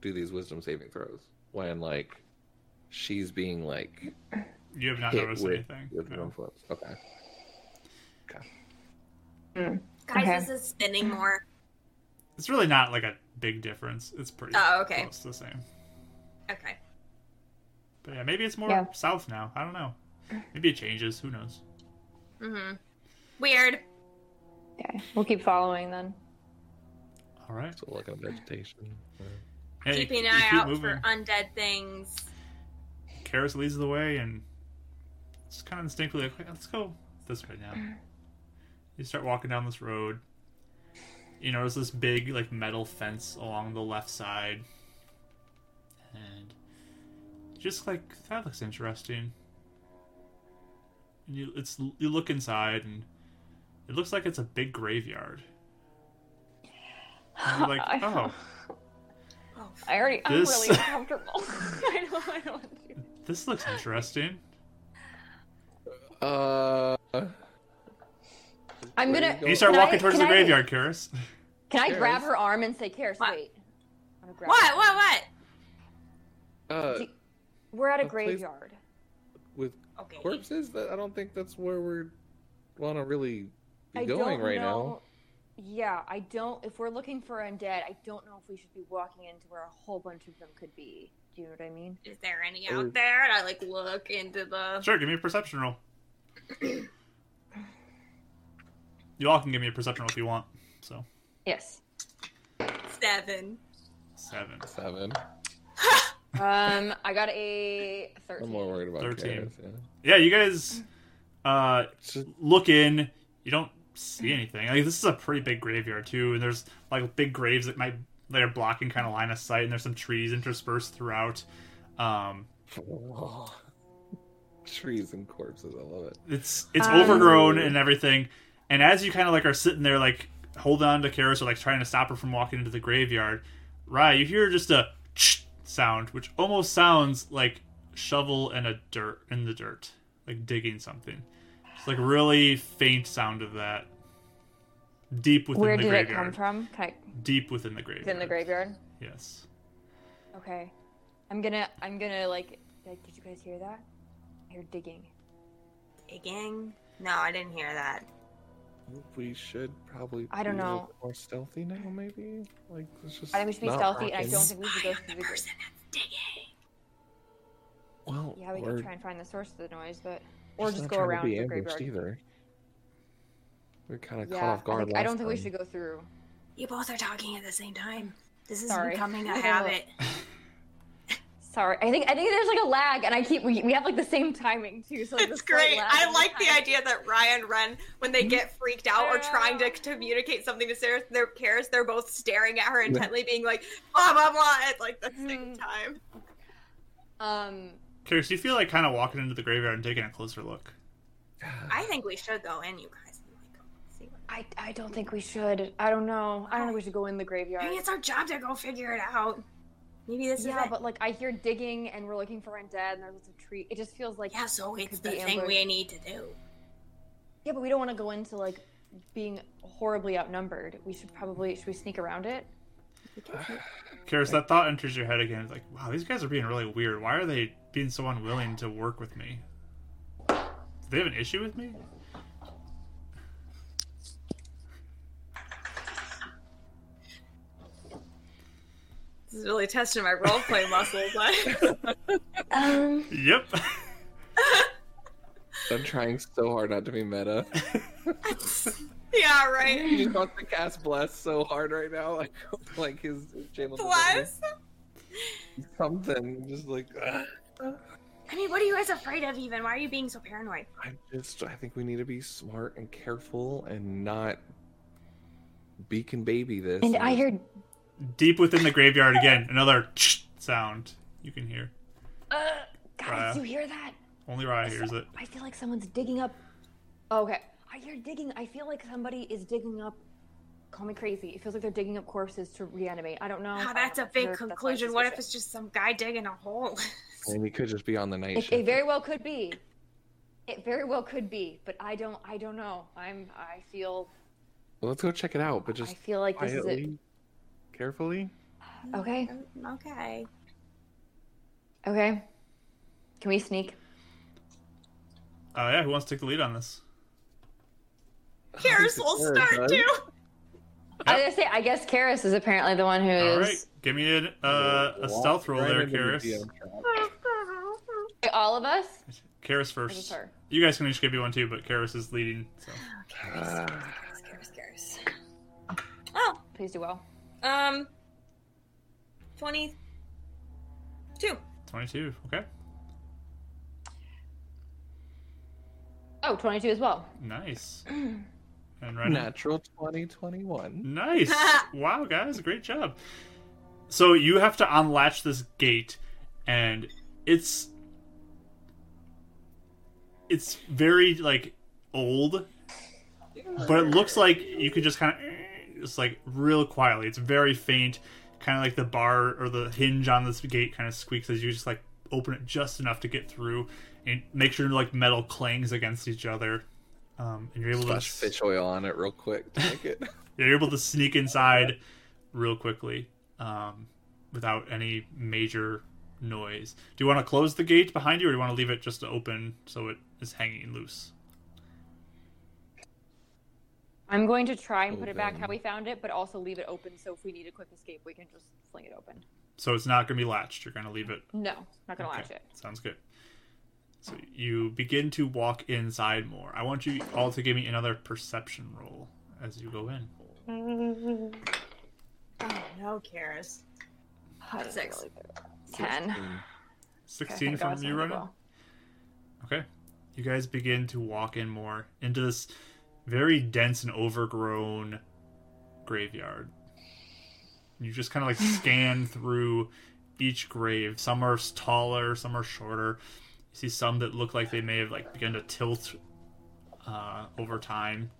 [SPEAKER 5] do these wisdom saving throws? When like she's being like
[SPEAKER 2] You have not
[SPEAKER 5] hit
[SPEAKER 2] noticed
[SPEAKER 5] with,
[SPEAKER 2] anything.
[SPEAKER 5] with
[SPEAKER 2] No.
[SPEAKER 5] one flip. Okay. Okay.
[SPEAKER 3] Guys,
[SPEAKER 4] Okay.
[SPEAKER 3] this is spinning more.
[SPEAKER 2] It's really not like a big difference. It's pretty
[SPEAKER 3] Oh, okay.
[SPEAKER 2] close to the same.
[SPEAKER 3] Okay.
[SPEAKER 2] But yeah, maybe it's more
[SPEAKER 4] Yeah.
[SPEAKER 2] south now. I don't know. Maybe it changes. Who knows?
[SPEAKER 3] Mm-hmm. Weird.
[SPEAKER 4] Okay. We'll keep following then.
[SPEAKER 2] All right.
[SPEAKER 5] Still looking at vegetation.
[SPEAKER 2] Hey,
[SPEAKER 3] Keeping
[SPEAKER 2] you
[SPEAKER 3] an eye
[SPEAKER 2] keep
[SPEAKER 3] out
[SPEAKER 2] moving.
[SPEAKER 3] for undead things.
[SPEAKER 2] Karis leads the way, and it's kind of instinctively like, "Hey, let's go this way now.
[SPEAKER 4] Mm.
[SPEAKER 2] You start walking down this road. You notice this big, like, metal fence along the left side. And just like, that looks interesting. And you, it's, you look inside, and it looks like it's a big graveyard. And you're like, oh,
[SPEAKER 3] Oh,
[SPEAKER 4] I already. I'm
[SPEAKER 2] This-
[SPEAKER 4] really uncomfortable. I don't. I don't want to.
[SPEAKER 2] this looks interesting.
[SPEAKER 5] Uh.
[SPEAKER 4] I'm gonna-
[SPEAKER 2] And you start
[SPEAKER 4] Can I-
[SPEAKER 2] walking towards the
[SPEAKER 4] can I-
[SPEAKER 2] graveyard, Karis.
[SPEAKER 4] Can I grab
[SPEAKER 5] Karis?
[SPEAKER 4] her arm and say, "Karis,
[SPEAKER 3] What?
[SPEAKER 4] wait"? I'm gonna grab
[SPEAKER 3] what?
[SPEAKER 4] her.
[SPEAKER 3] What? What?
[SPEAKER 5] Uh,
[SPEAKER 4] Do- We're at a
[SPEAKER 5] Oh, please.
[SPEAKER 4] graveyard.
[SPEAKER 5] with
[SPEAKER 3] Okay.
[SPEAKER 5] corpses, that I don't think that's where we're want to really be
[SPEAKER 4] I
[SPEAKER 5] going
[SPEAKER 4] don't
[SPEAKER 5] right
[SPEAKER 4] know. Yeah, I don't. If we're looking for undead, I don't know if we should be walking into where a whole bunch of them could be. Do you know what I mean?
[SPEAKER 3] Is there any
[SPEAKER 5] Or-
[SPEAKER 3] out there? And I like look into the.
[SPEAKER 2] Sure, give me a perception roll. you all can give me a perception roll if you want. So
[SPEAKER 4] Yes.
[SPEAKER 3] Seven.
[SPEAKER 2] seven.
[SPEAKER 5] now. Seven.
[SPEAKER 4] Um, I got a 13
[SPEAKER 5] I'm more worried about
[SPEAKER 2] Thirteen.
[SPEAKER 5] Karis, yeah.
[SPEAKER 2] Yeah, you guys uh,
[SPEAKER 5] It's just-
[SPEAKER 2] look in. You don't see anything. Like this is a pretty big graveyard too, and there's like big graves that might that are blocking kind of line of sight, and there's some trees interspersed throughout. Um,
[SPEAKER 5] Whoa. Trees and corpses, I love it.
[SPEAKER 2] it's it's
[SPEAKER 4] Um.
[SPEAKER 2] overgrown and everything. And as you kind of like are sitting there, like holding on to Karis or like trying to stop her from walking into the graveyard, Rye, you hear just a sound, which almost sounds like shovel and a dirt in the dirt, like digging something. It's like really faint sound of that. Deep within
[SPEAKER 4] Where
[SPEAKER 2] the
[SPEAKER 4] did it
[SPEAKER 2] graveyard.
[SPEAKER 4] come from? Can I,
[SPEAKER 2] Deep within the graveyard.
[SPEAKER 4] it's in the graveyard.
[SPEAKER 2] Yes.
[SPEAKER 4] Okay. I'm gonna. I'm gonna like. like did you guys hear that? I hear digging.
[SPEAKER 3] Digging. No, I didn't hear that.
[SPEAKER 5] We should probably.
[SPEAKER 4] I don't
[SPEAKER 5] be a
[SPEAKER 4] know.
[SPEAKER 5] little More stealthy now, maybe. Like let's just.
[SPEAKER 4] I think we should be
[SPEAKER 5] not
[SPEAKER 4] stealthy, and I
[SPEAKER 5] walk in.
[SPEAKER 4] don't think we should go through the. Group.
[SPEAKER 3] person that's digging.
[SPEAKER 5] Well,
[SPEAKER 4] Yeah, we
[SPEAKER 5] we're
[SPEAKER 4] can try and find the source of the noise, but or
[SPEAKER 5] just
[SPEAKER 4] just
[SPEAKER 5] not
[SPEAKER 4] go
[SPEAKER 5] trying to
[SPEAKER 4] around
[SPEAKER 5] be
[SPEAKER 4] the
[SPEAKER 5] ambushed
[SPEAKER 4] graveyard.
[SPEAKER 5] either. We're kind of
[SPEAKER 4] Yeah,
[SPEAKER 5] caught off
[SPEAKER 4] I,
[SPEAKER 5] guard.
[SPEAKER 4] think- I
[SPEAKER 5] last
[SPEAKER 4] don't think we
[SPEAKER 5] time.
[SPEAKER 4] should go through.
[SPEAKER 3] You both are talking at the same time. This is
[SPEAKER 4] Sorry.
[SPEAKER 3] becoming a habit.
[SPEAKER 4] Sorry, I think I think there's like a lag, and I keep we, we have like the same timing too. So like, the
[SPEAKER 3] It's
[SPEAKER 4] slight
[SPEAKER 3] great.
[SPEAKER 4] lag
[SPEAKER 3] I
[SPEAKER 4] in
[SPEAKER 3] like the
[SPEAKER 4] time.
[SPEAKER 3] idea that Ryan Ren, when they get freaked out or trying to
[SPEAKER 4] Yeah.
[SPEAKER 3] communicate something to Sarah, their cares, they're both staring at her
[SPEAKER 5] Yeah.
[SPEAKER 3] intently, being like, blah, blah, blah, at like the same
[SPEAKER 4] Mhm.
[SPEAKER 3] time.
[SPEAKER 4] Um,
[SPEAKER 2] Karis, you feel like kind of walking into the graveyard and taking a closer look.
[SPEAKER 3] I think we should go in, you guys. and, Like, see what...
[SPEAKER 4] I I don't think we should. I don't know. I don't think we should go in the graveyard.
[SPEAKER 3] Maybe it's our job to go figure it out. Maybe this
[SPEAKER 4] yeah,
[SPEAKER 3] is it.
[SPEAKER 4] but like I hear digging, and we're looking for undead, and there's lots of tree. It just feels like
[SPEAKER 3] Yeah, so it's
[SPEAKER 4] Could
[SPEAKER 3] the
[SPEAKER 4] be
[SPEAKER 3] thing
[SPEAKER 4] ambush.
[SPEAKER 3] we need to do.
[SPEAKER 4] yeah, but we don't want to go into like being horribly outnumbered. We should probably should we sneak around it?
[SPEAKER 2] Karis, that thought enters your head again. It's like, wow, these guys are being really weird. Why are they being so unwilling to work with me? Do they have an issue with me?
[SPEAKER 3] This is really testing my role play muscles. I-
[SPEAKER 4] Um,
[SPEAKER 2] Yep.
[SPEAKER 5] I'm trying so hard not to be meta.
[SPEAKER 3] yeah, right.
[SPEAKER 5] he just wants to cast bless so hard right now, like like his, his Jalen
[SPEAKER 3] Plus,
[SPEAKER 5] something. Just like uh, ugh.
[SPEAKER 3] I mean, what are you guys afraid of? Even why are you being so paranoid?
[SPEAKER 5] I just I think we need to be smart and careful and not beacon baby this.
[SPEAKER 4] and I heard.
[SPEAKER 2] Deep within the graveyard again, another sound you can hear.
[SPEAKER 4] Uh,
[SPEAKER 2] Raya.
[SPEAKER 4] guys, you hear that?
[SPEAKER 2] Only Raya hears it.
[SPEAKER 4] I feel like someone's digging up. Okay. I hear digging. I feel like somebody is digging up. Call me crazy. It feels like they're digging up corpses to reanimate. I don't know.
[SPEAKER 3] Oh,
[SPEAKER 4] I
[SPEAKER 3] that's a
[SPEAKER 4] don't
[SPEAKER 3] big
[SPEAKER 4] observe. That's my
[SPEAKER 3] conclusion. What if
[SPEAKER 4] suspicion.
[SPEAKER 3] it's just some guy digging a hole?
[SPEAKER 5] and he could just be on the night
[SPEAKER 4] It, it
[SPEAKER 5] shift.
[SPEAKER 4] very well could be. It very well could be, but I don't. I don't know. I'm. I feel.
[SPEAKER 5] Well, let's go check it out, but
[SPEAKER 4] I
[SPEAKER 5] just
[SPEAKER 4] feel like this is it.
[SPEAKER 5] quietly, carefully.
[SPEAKER 4] Okay.
[SPEAKER 3] okay.
[SPEAKER 4] Okay. Can we sneak?
[SPEAKER 2] Uh, yeah, who wants to take the lead on this?
[SPEAKER 3] Here's will
[SPEAKER 5] Sure,
[SPEAKER 3] start
[SPEAKER 5] bud.
[SPEAKER 3] too.
[SPEAKER 4] I was gonna say. I guess Karis is apparently the one who is.
[SPEAKER 2] All right, give me an, uh, a
[SPEAKER 5] Walk
[SPEAKER 2] stealth roll
[SPEAKER 5] right
[SPEAKER 2] there,
[SPEAKER 5] into the
[SPEAKER 2] Karis.
[SPEAKER 5] DM trap.
[SPEAKER 4] Wait, All of us.
[SPEAKER 2] Karis
[SPEAKER 4] Or just
[SPEAKER 2] first.
[SPEAKER 4] her?
[SPEAKER 2] You guys can each give me one too, but Karis is leading. So.
[SPEAKER 5] Ah.
[SPEAKER 3] Scares, scares. Oh,
[SPEAKER 4] Please do well.
[SPEAKER 3] um, twenty-two.
[SPEAKER 2] 22, okay.
[SPEAKER 4] Oh, 22 as well.
[SPEAKER 2] Nice. And right
[SPEAKER 5] Natural 2021.
[SPEAKER 2] Nice. wow, guys, great job. So you have to unlatch this gate and it's it's very like old but it looks like you could just kind of just like real quietly. It's very faint, kind of like the bar or the hinge on this gate kind of squeaks as you just like open it just enough to get through and make sure like metal clangs against each other. Um, and you're able
[SPEAKER 5] Splash
[SPEAKER 2] to
[SPEAKER 5] fish oil on it real quick to make it.
[SPEAKER 2] you're able to sneak inside real quickly um, without any major noise. Do you want to close the gate behind you, or do you want to leave it just open so it is hanging loose?
[SPEAKER 4] I'm going to try and put it back
[SPEAKER 5] Open.
[SPEAKER 4] how we found it, but also leave it open so if we need a quick escape, we can just fling it open.
[SPEAKER 2] So it's not going to be latched. You're going to leave it.
[SPEAKER 4] No, not gonna
[SPEAKER 2] Okay,
[SPEAKER 4] latch it.
[SPEAKER 2] Sounds good. So you begin to walk inside more. I want you all to give me another perception roll as you go in.
[SPEAKER 3] Oh no, cares.
[SPEAKER 4] I didn't
[SPEAKER 3] Six.
[SPEAKER 4] really do it. Ten. Okay,
[SPEAKER 2] Sixteen
[SPEAKER 4] thank God
[SPEAKER 2] from
[SPEAKER 4] it's
[SPEAKER 2] you,
[SPEAKER 4] not
[SPEAKER 2] right
[SPEAKER 4] as
[SPEAKER 2] now.
[SPEAKER 4] well.
[SPEAKER 2] Okay. You guys begin to walk in more into this very dense and overgrown graveyard. You just kind of like scan through each grave. Some are taller, some are shorter. You see some that look like they may have like begun to tilt uh, over time.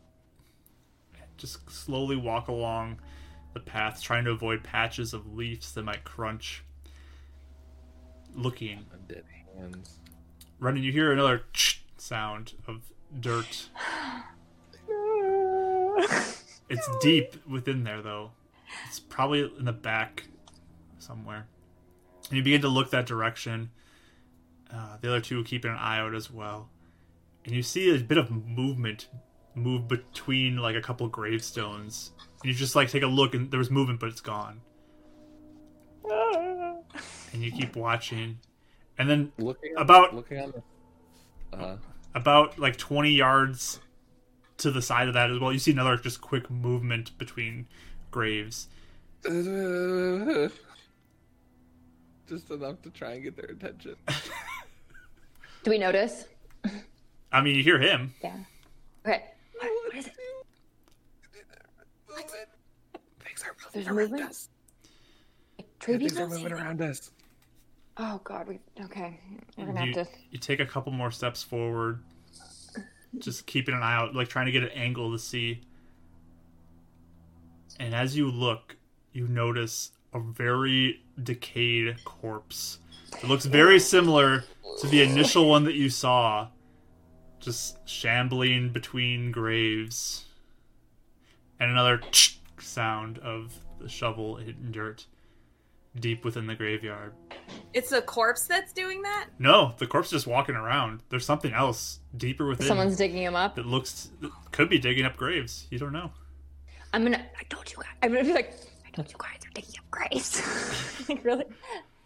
[SPEAKER 2] Just slowly walk along the path, trying to avoid patches of leaves that might crunch. Looking
[SPEAKER 5] Dead hands.
[SPEAKER 2] Running, you hear another sound of dirt. It's deep within there, though. It's probably in the back somewhere. And you begin to look that direction. Uh, the other two keeping an eye out as well. And you see a bit of movement move between like a couple gravestones. And you just like take a look, and there was movement, but it's gone. And you keep watching. And then
[SPEAKER 5] Looking
[SPEAKER 2] About-
[SPEAKER 5] looking on. The, uh,
[SPEAKER 2] about like 20 yards to the side of that as well you see another just quick movement between graves
[SPEAKER 5] just enough to try and get their attention.
[SPEAKER 4] Do we notice?
[SPEAKER 2] i mean you hear him
[SPEAKER 4] Yeah. Okay. What is it?
[SPEAKER 5] Things are moving
[SPEAKER 4] There's
[SPEAKER 5] around
[SPEAKER 4] movement?
[SPEAKER 5] us.
[SPEAKER 4] Tree
[SPEAKER 5] Things are
[SPEAKER 4] people?
[SPEAKER 5] moving around us.
[SPEAKER 4] Oh god, we okay. We're gonna
[SPEAKER 2] you,
[SPEAKER 4] have to
[SPEAKER 2] you take a couple more steps forward just keeping an eye out like trying to get an angle to see and as you look you notice a very decayed corpse it looks very similar to the initial one that you saw just shambling between graves and another sound of the shovel hitting dirt deep within the graveyard.
[SPEAKER 3] It's the corpse that's doing that?
[SPEAKER 2] No, the corpse is just walking around. There's something else deeper within
[SPEAKER 4] Someone's digging him up.
[SPEAKER 2] that looks that could be digging up graves. You don't know.
[SPEAKER 4] I'm gonna. I told you. guys- I'm gonna be like. I told you guys are digging up graves. like really.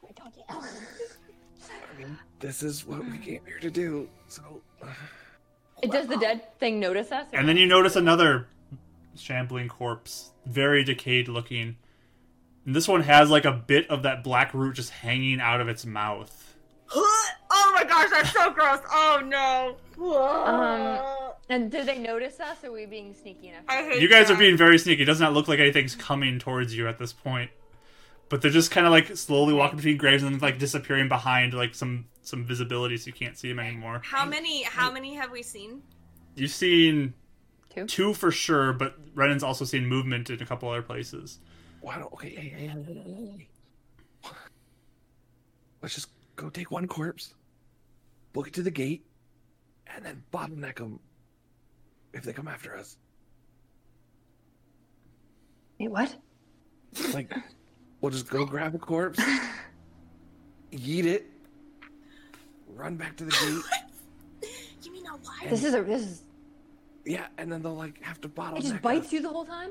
[SPEAKER 4] I told you.
[SPEAKER 5] This is what we came here to do. So
[SPEAKER 4] It does the dead thing notice us? or-
[SPEAKER 2] And then you notice another shambling corpse, very decayed looking. And this one has like a bit of that black root just hanging out of its mouth.
[SPEAKER 3] oh my gosh, that's so gross. Oh no.
[SPEAKER 4] Um, and do they notice us? Are we being sneaky enough?
[SPEAKER 3] I hate
[SPEAKER 2] You guys are
[SPEAKER 3] that.
[SPEAKER 2] being very sneaky. It does not look like anything's coming towards you at this point. But they're just kind of like slowly walking between graves and like disappearing behind like some some visibility so you can't see them anymore.
[SPEAKER 3] How many how many have we seen?
[SPEAKER 2] You've seen
[SPEAKER 4] Two.
[SPEAKER 2] two for sure, but Renan's also seen movement in a couple other places.
[SPEAKER 5] why don't okay? Hey, hey, hey, hey, hey, hey. Let's just go take one corpse, book it to the gate, and then bottleneck them if they come after us.
[SPEAKER 4] Wait, what?
[SPEAKER 5] Like, we'll just go grab a corpse, eat it, run back to the gate.
[SPEAKER 3] You mean a live
[SPEAKER 4] This is a. This is.
[SPEAKER 5] Yeah, and then they'll like have to
[SPEAKER 2] Oh,
[SPEAKER 5] bottleneck.
[SPEAKER 4] It just
[SPEAKER 5] us.
[SPEAKER 4] bites you the whole time.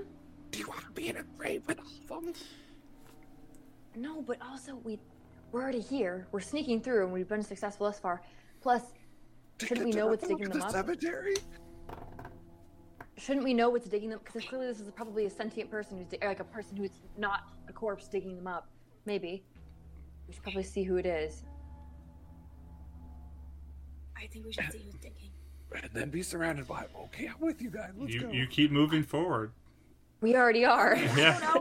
[SPEAKER 5] Do you want to be in a grave with all of them?
[SPEAKER 4] No, but also we, we're already here. We're sneaking through, and we've been successful thus far. Plus, shouldn't we know what's digging them
[SPEAKER 5] the
[SPEAKER 4] up?
[SPEAKER 5] cemetery?
[SPEAKER 4] Shouldn't we know what's digging them? Because clearly this is probably a sentient person who's dig- like a person who's not a corpse digging them up. Maybe we should probably see who it is.
[SPEAKER 3] I think we should see who's digging.
[SPEAKER 5] And then be surrounded by them. Okay, I'm with you guys. Let's
[SPEAKER 2] you
[SPEAKER 5] go.
[SPEAKER 2] you keep moving forward.
[SPEAKER 4] We already are.
[SPEAKER 2] Yeah.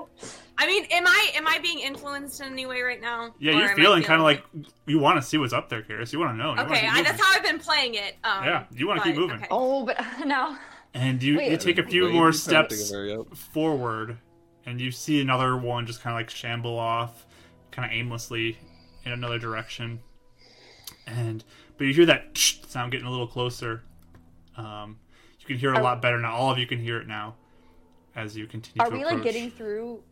[SPEAKER 3] I mean, am I am I being influenced in any way right now?
[SPEAKER 2] Yeah,
[SPEAKER 3] Or
[SPEAKER 2] you're
[SPEAKER 3] am I
[SPEAKER 2] feeling kind of like you want to see what's up there, Karis. You want to know. You wanna
[SPEAKER 3] Okay,
[SPEAKER 2] keep
[SPEAKER 3] I,
[SPEAKER 2] moving.
[SPEAKER 3] that's how I've been playing it. Um,
[SPEAKER 2] Yeah, you wanna keep
[SPEAKER 3] but-
[SPEAKER 2] moving.
[SPEAKER 3] okay.
[SPEAKER 4] Oh, but now
[SPEAKER 2] And you,
[SPEAKER 4] Wait,
[SPEAKER 2] you take a
[SPEAKER 4] Wait,
[SPEAKER 2] few
[SPEAKER 5] you
[SPEAKER 2] more
[SPEAKER 5] keep something
[SPEAKER 2] steps
[SPEAKER 5] there, yep.
[SPEAKER 2] forward, and you see another one just kind of like shamble off, kind of aimlessly in another direction. And but you hear that sound getting a little closer. Um, you can hear it a
[SPEAKER 4] Are-
[SPEAKER 2] lot better now. All of you can hear it now, as you continue.
[SPEAKER 4] are
[SPEAKER 2] to
[SPEAKER 4] we
[SPEAKER 2] approach.
[SPEAKER 4] like getting through?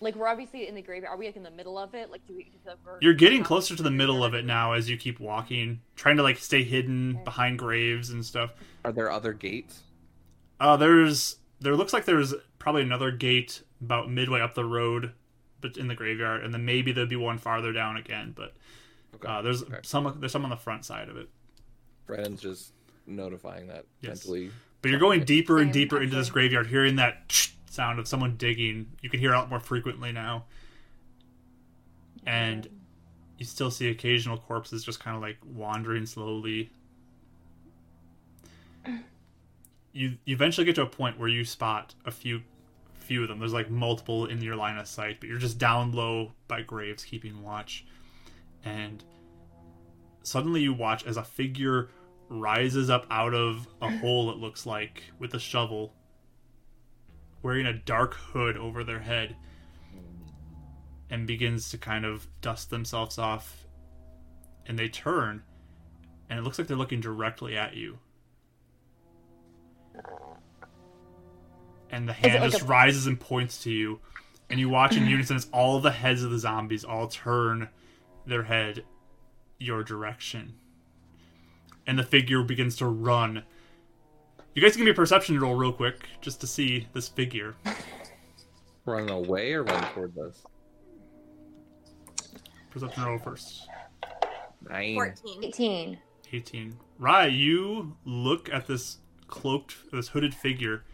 [SPEAKER 4] Like we're obviously in the graveyard. Are we like in the middle of it? Like do we? do we feel like we're-
[SPEAKER 2] You're getting closer to the middle of it now as you keep walking, trying to like stay hidden behind graves and stuff.
[SPEAKER 5] Are there other gates?
[SPEAKER 2] Uh, there's there looks like there's probably another gate about midway up the road, but in the graveyard, and then maybe there'd be one farther down again. But
[SPEAKER 5] Okay.
[SPEAKER 2] uh, there's
[SPEAKER 5] okay.
[SPEAKER 2] some there's some on the front side of it.
[SPEAKER 5] Brennan's just notifying that
[SPEAKER 2] Yes.
[SPEAKER 5] mentally.
[SPEAKER 2] But you're going deeper and
[SPEAKER 4] Same,
[SPEAKER 2] deeper into this
[SPEAKER 4] actually.
[SPEAKER 2] graveyard, hearing that sound of someone digging. You can hear it out more frequently now, and you still see occasional corpses just kind of like wandering slowly. You you eventually get to a point where you spot a few few of them. There's like multiple in your line of sight, but you're just down low by graves keeping watch. And suddenly you watch as a figure rises up out of a hole it looks like with a shovel wearing a dark hood over their head and begins to kind of dust themselves off and they turn and it looks like they're looking directly at you and the hand
[SPEAKER 4] like
[SPEAKER 2] just
[SPEAKER 4] a-
[SPEAKER 2] rises and points to you and you watch in unison as all the heads of the zombies all turn their head your direction and the figure begins to run you guys can give me a perception roll real quick just to see this figure
[SPEAKER 5] Run away or run toward us?
[SPEAKER 2] Perception roll first.
[SPEAKER 5] Nine.
[SPEAKER 3] 14.
[SPEAKER 4] eighteen.
[SPEAKER 2] 18. Rye, you look at this cloaked, this hooded figure.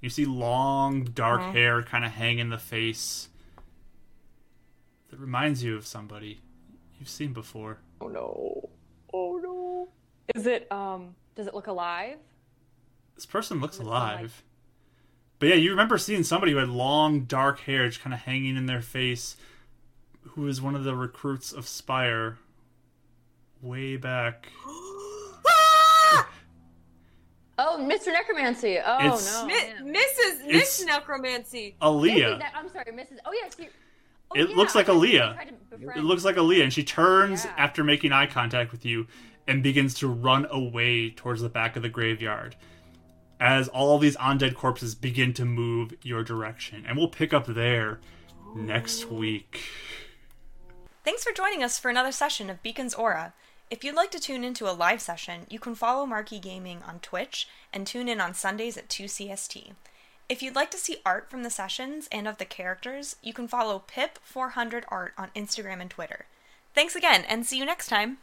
[SPEAKER 2] You see long, dark hair kind of hang in the face. That reminds you of somebody you've seen before.
[SPEAKER 5] Oh no.
[SPEAKER 4] Oh no. Is it um? Does it look alive?
[SPEAKER 2] This person looks
[SPEAKER 4] Looks like-
[SPEAKER 2] alive. But yeah, you remember seeing somebody who had long, dark hair just kind of hanging in their face, who is one of the recruits of Spire way back.
[SPEAKER 4] Oh, Mr. Necromancy. Oh
[SPEAKER 2] It's-
[SPEAKER 4] no.
[SPEAKER 3] Mi-
[SPEAKER 4] yeah.
[SPEAKER 3] Mrs.
[SPEAKER 2] It's-
[SPEAKER 3] Miss Necromancy.
[SPEAKER 2] Aaliyah.
[SPEAKER 4] Mrs. Ne- I'm sorry, Mrs. Oh yeah, she. Oh,
[SPEAKER 2] It
[SPEAKER 4] yeah,
[SPEAKER 2] looks like
[SPEAKER 4] I think she
[SPEAKER 2] Aaliyah.
[SPEAKER 4] tried to
[SPEAKER 2] It
[SPEAKER 4] befriend-
[SPEAKER 2] looks like Aaliyah, and she turns
[SPEAKER 4] Yeah.
[SPEAKER 2] after making eye contact with you and begins to run away towards the back of the graveyard as all these undead corpses begin to move your direction. And we'll pick up there next week.
[SPEAKER 1] Thanks for joining us for another session of Beacon's Aura. If you'd like to tune into a live session, you can follow Marquee Gaming on Twitch and tune in on Sundays at 2 CST. If you'd like to see art from the sessions and of the characters, you can follow Pip400Art on Instagram and Twitter. Thanks again, and see you next time!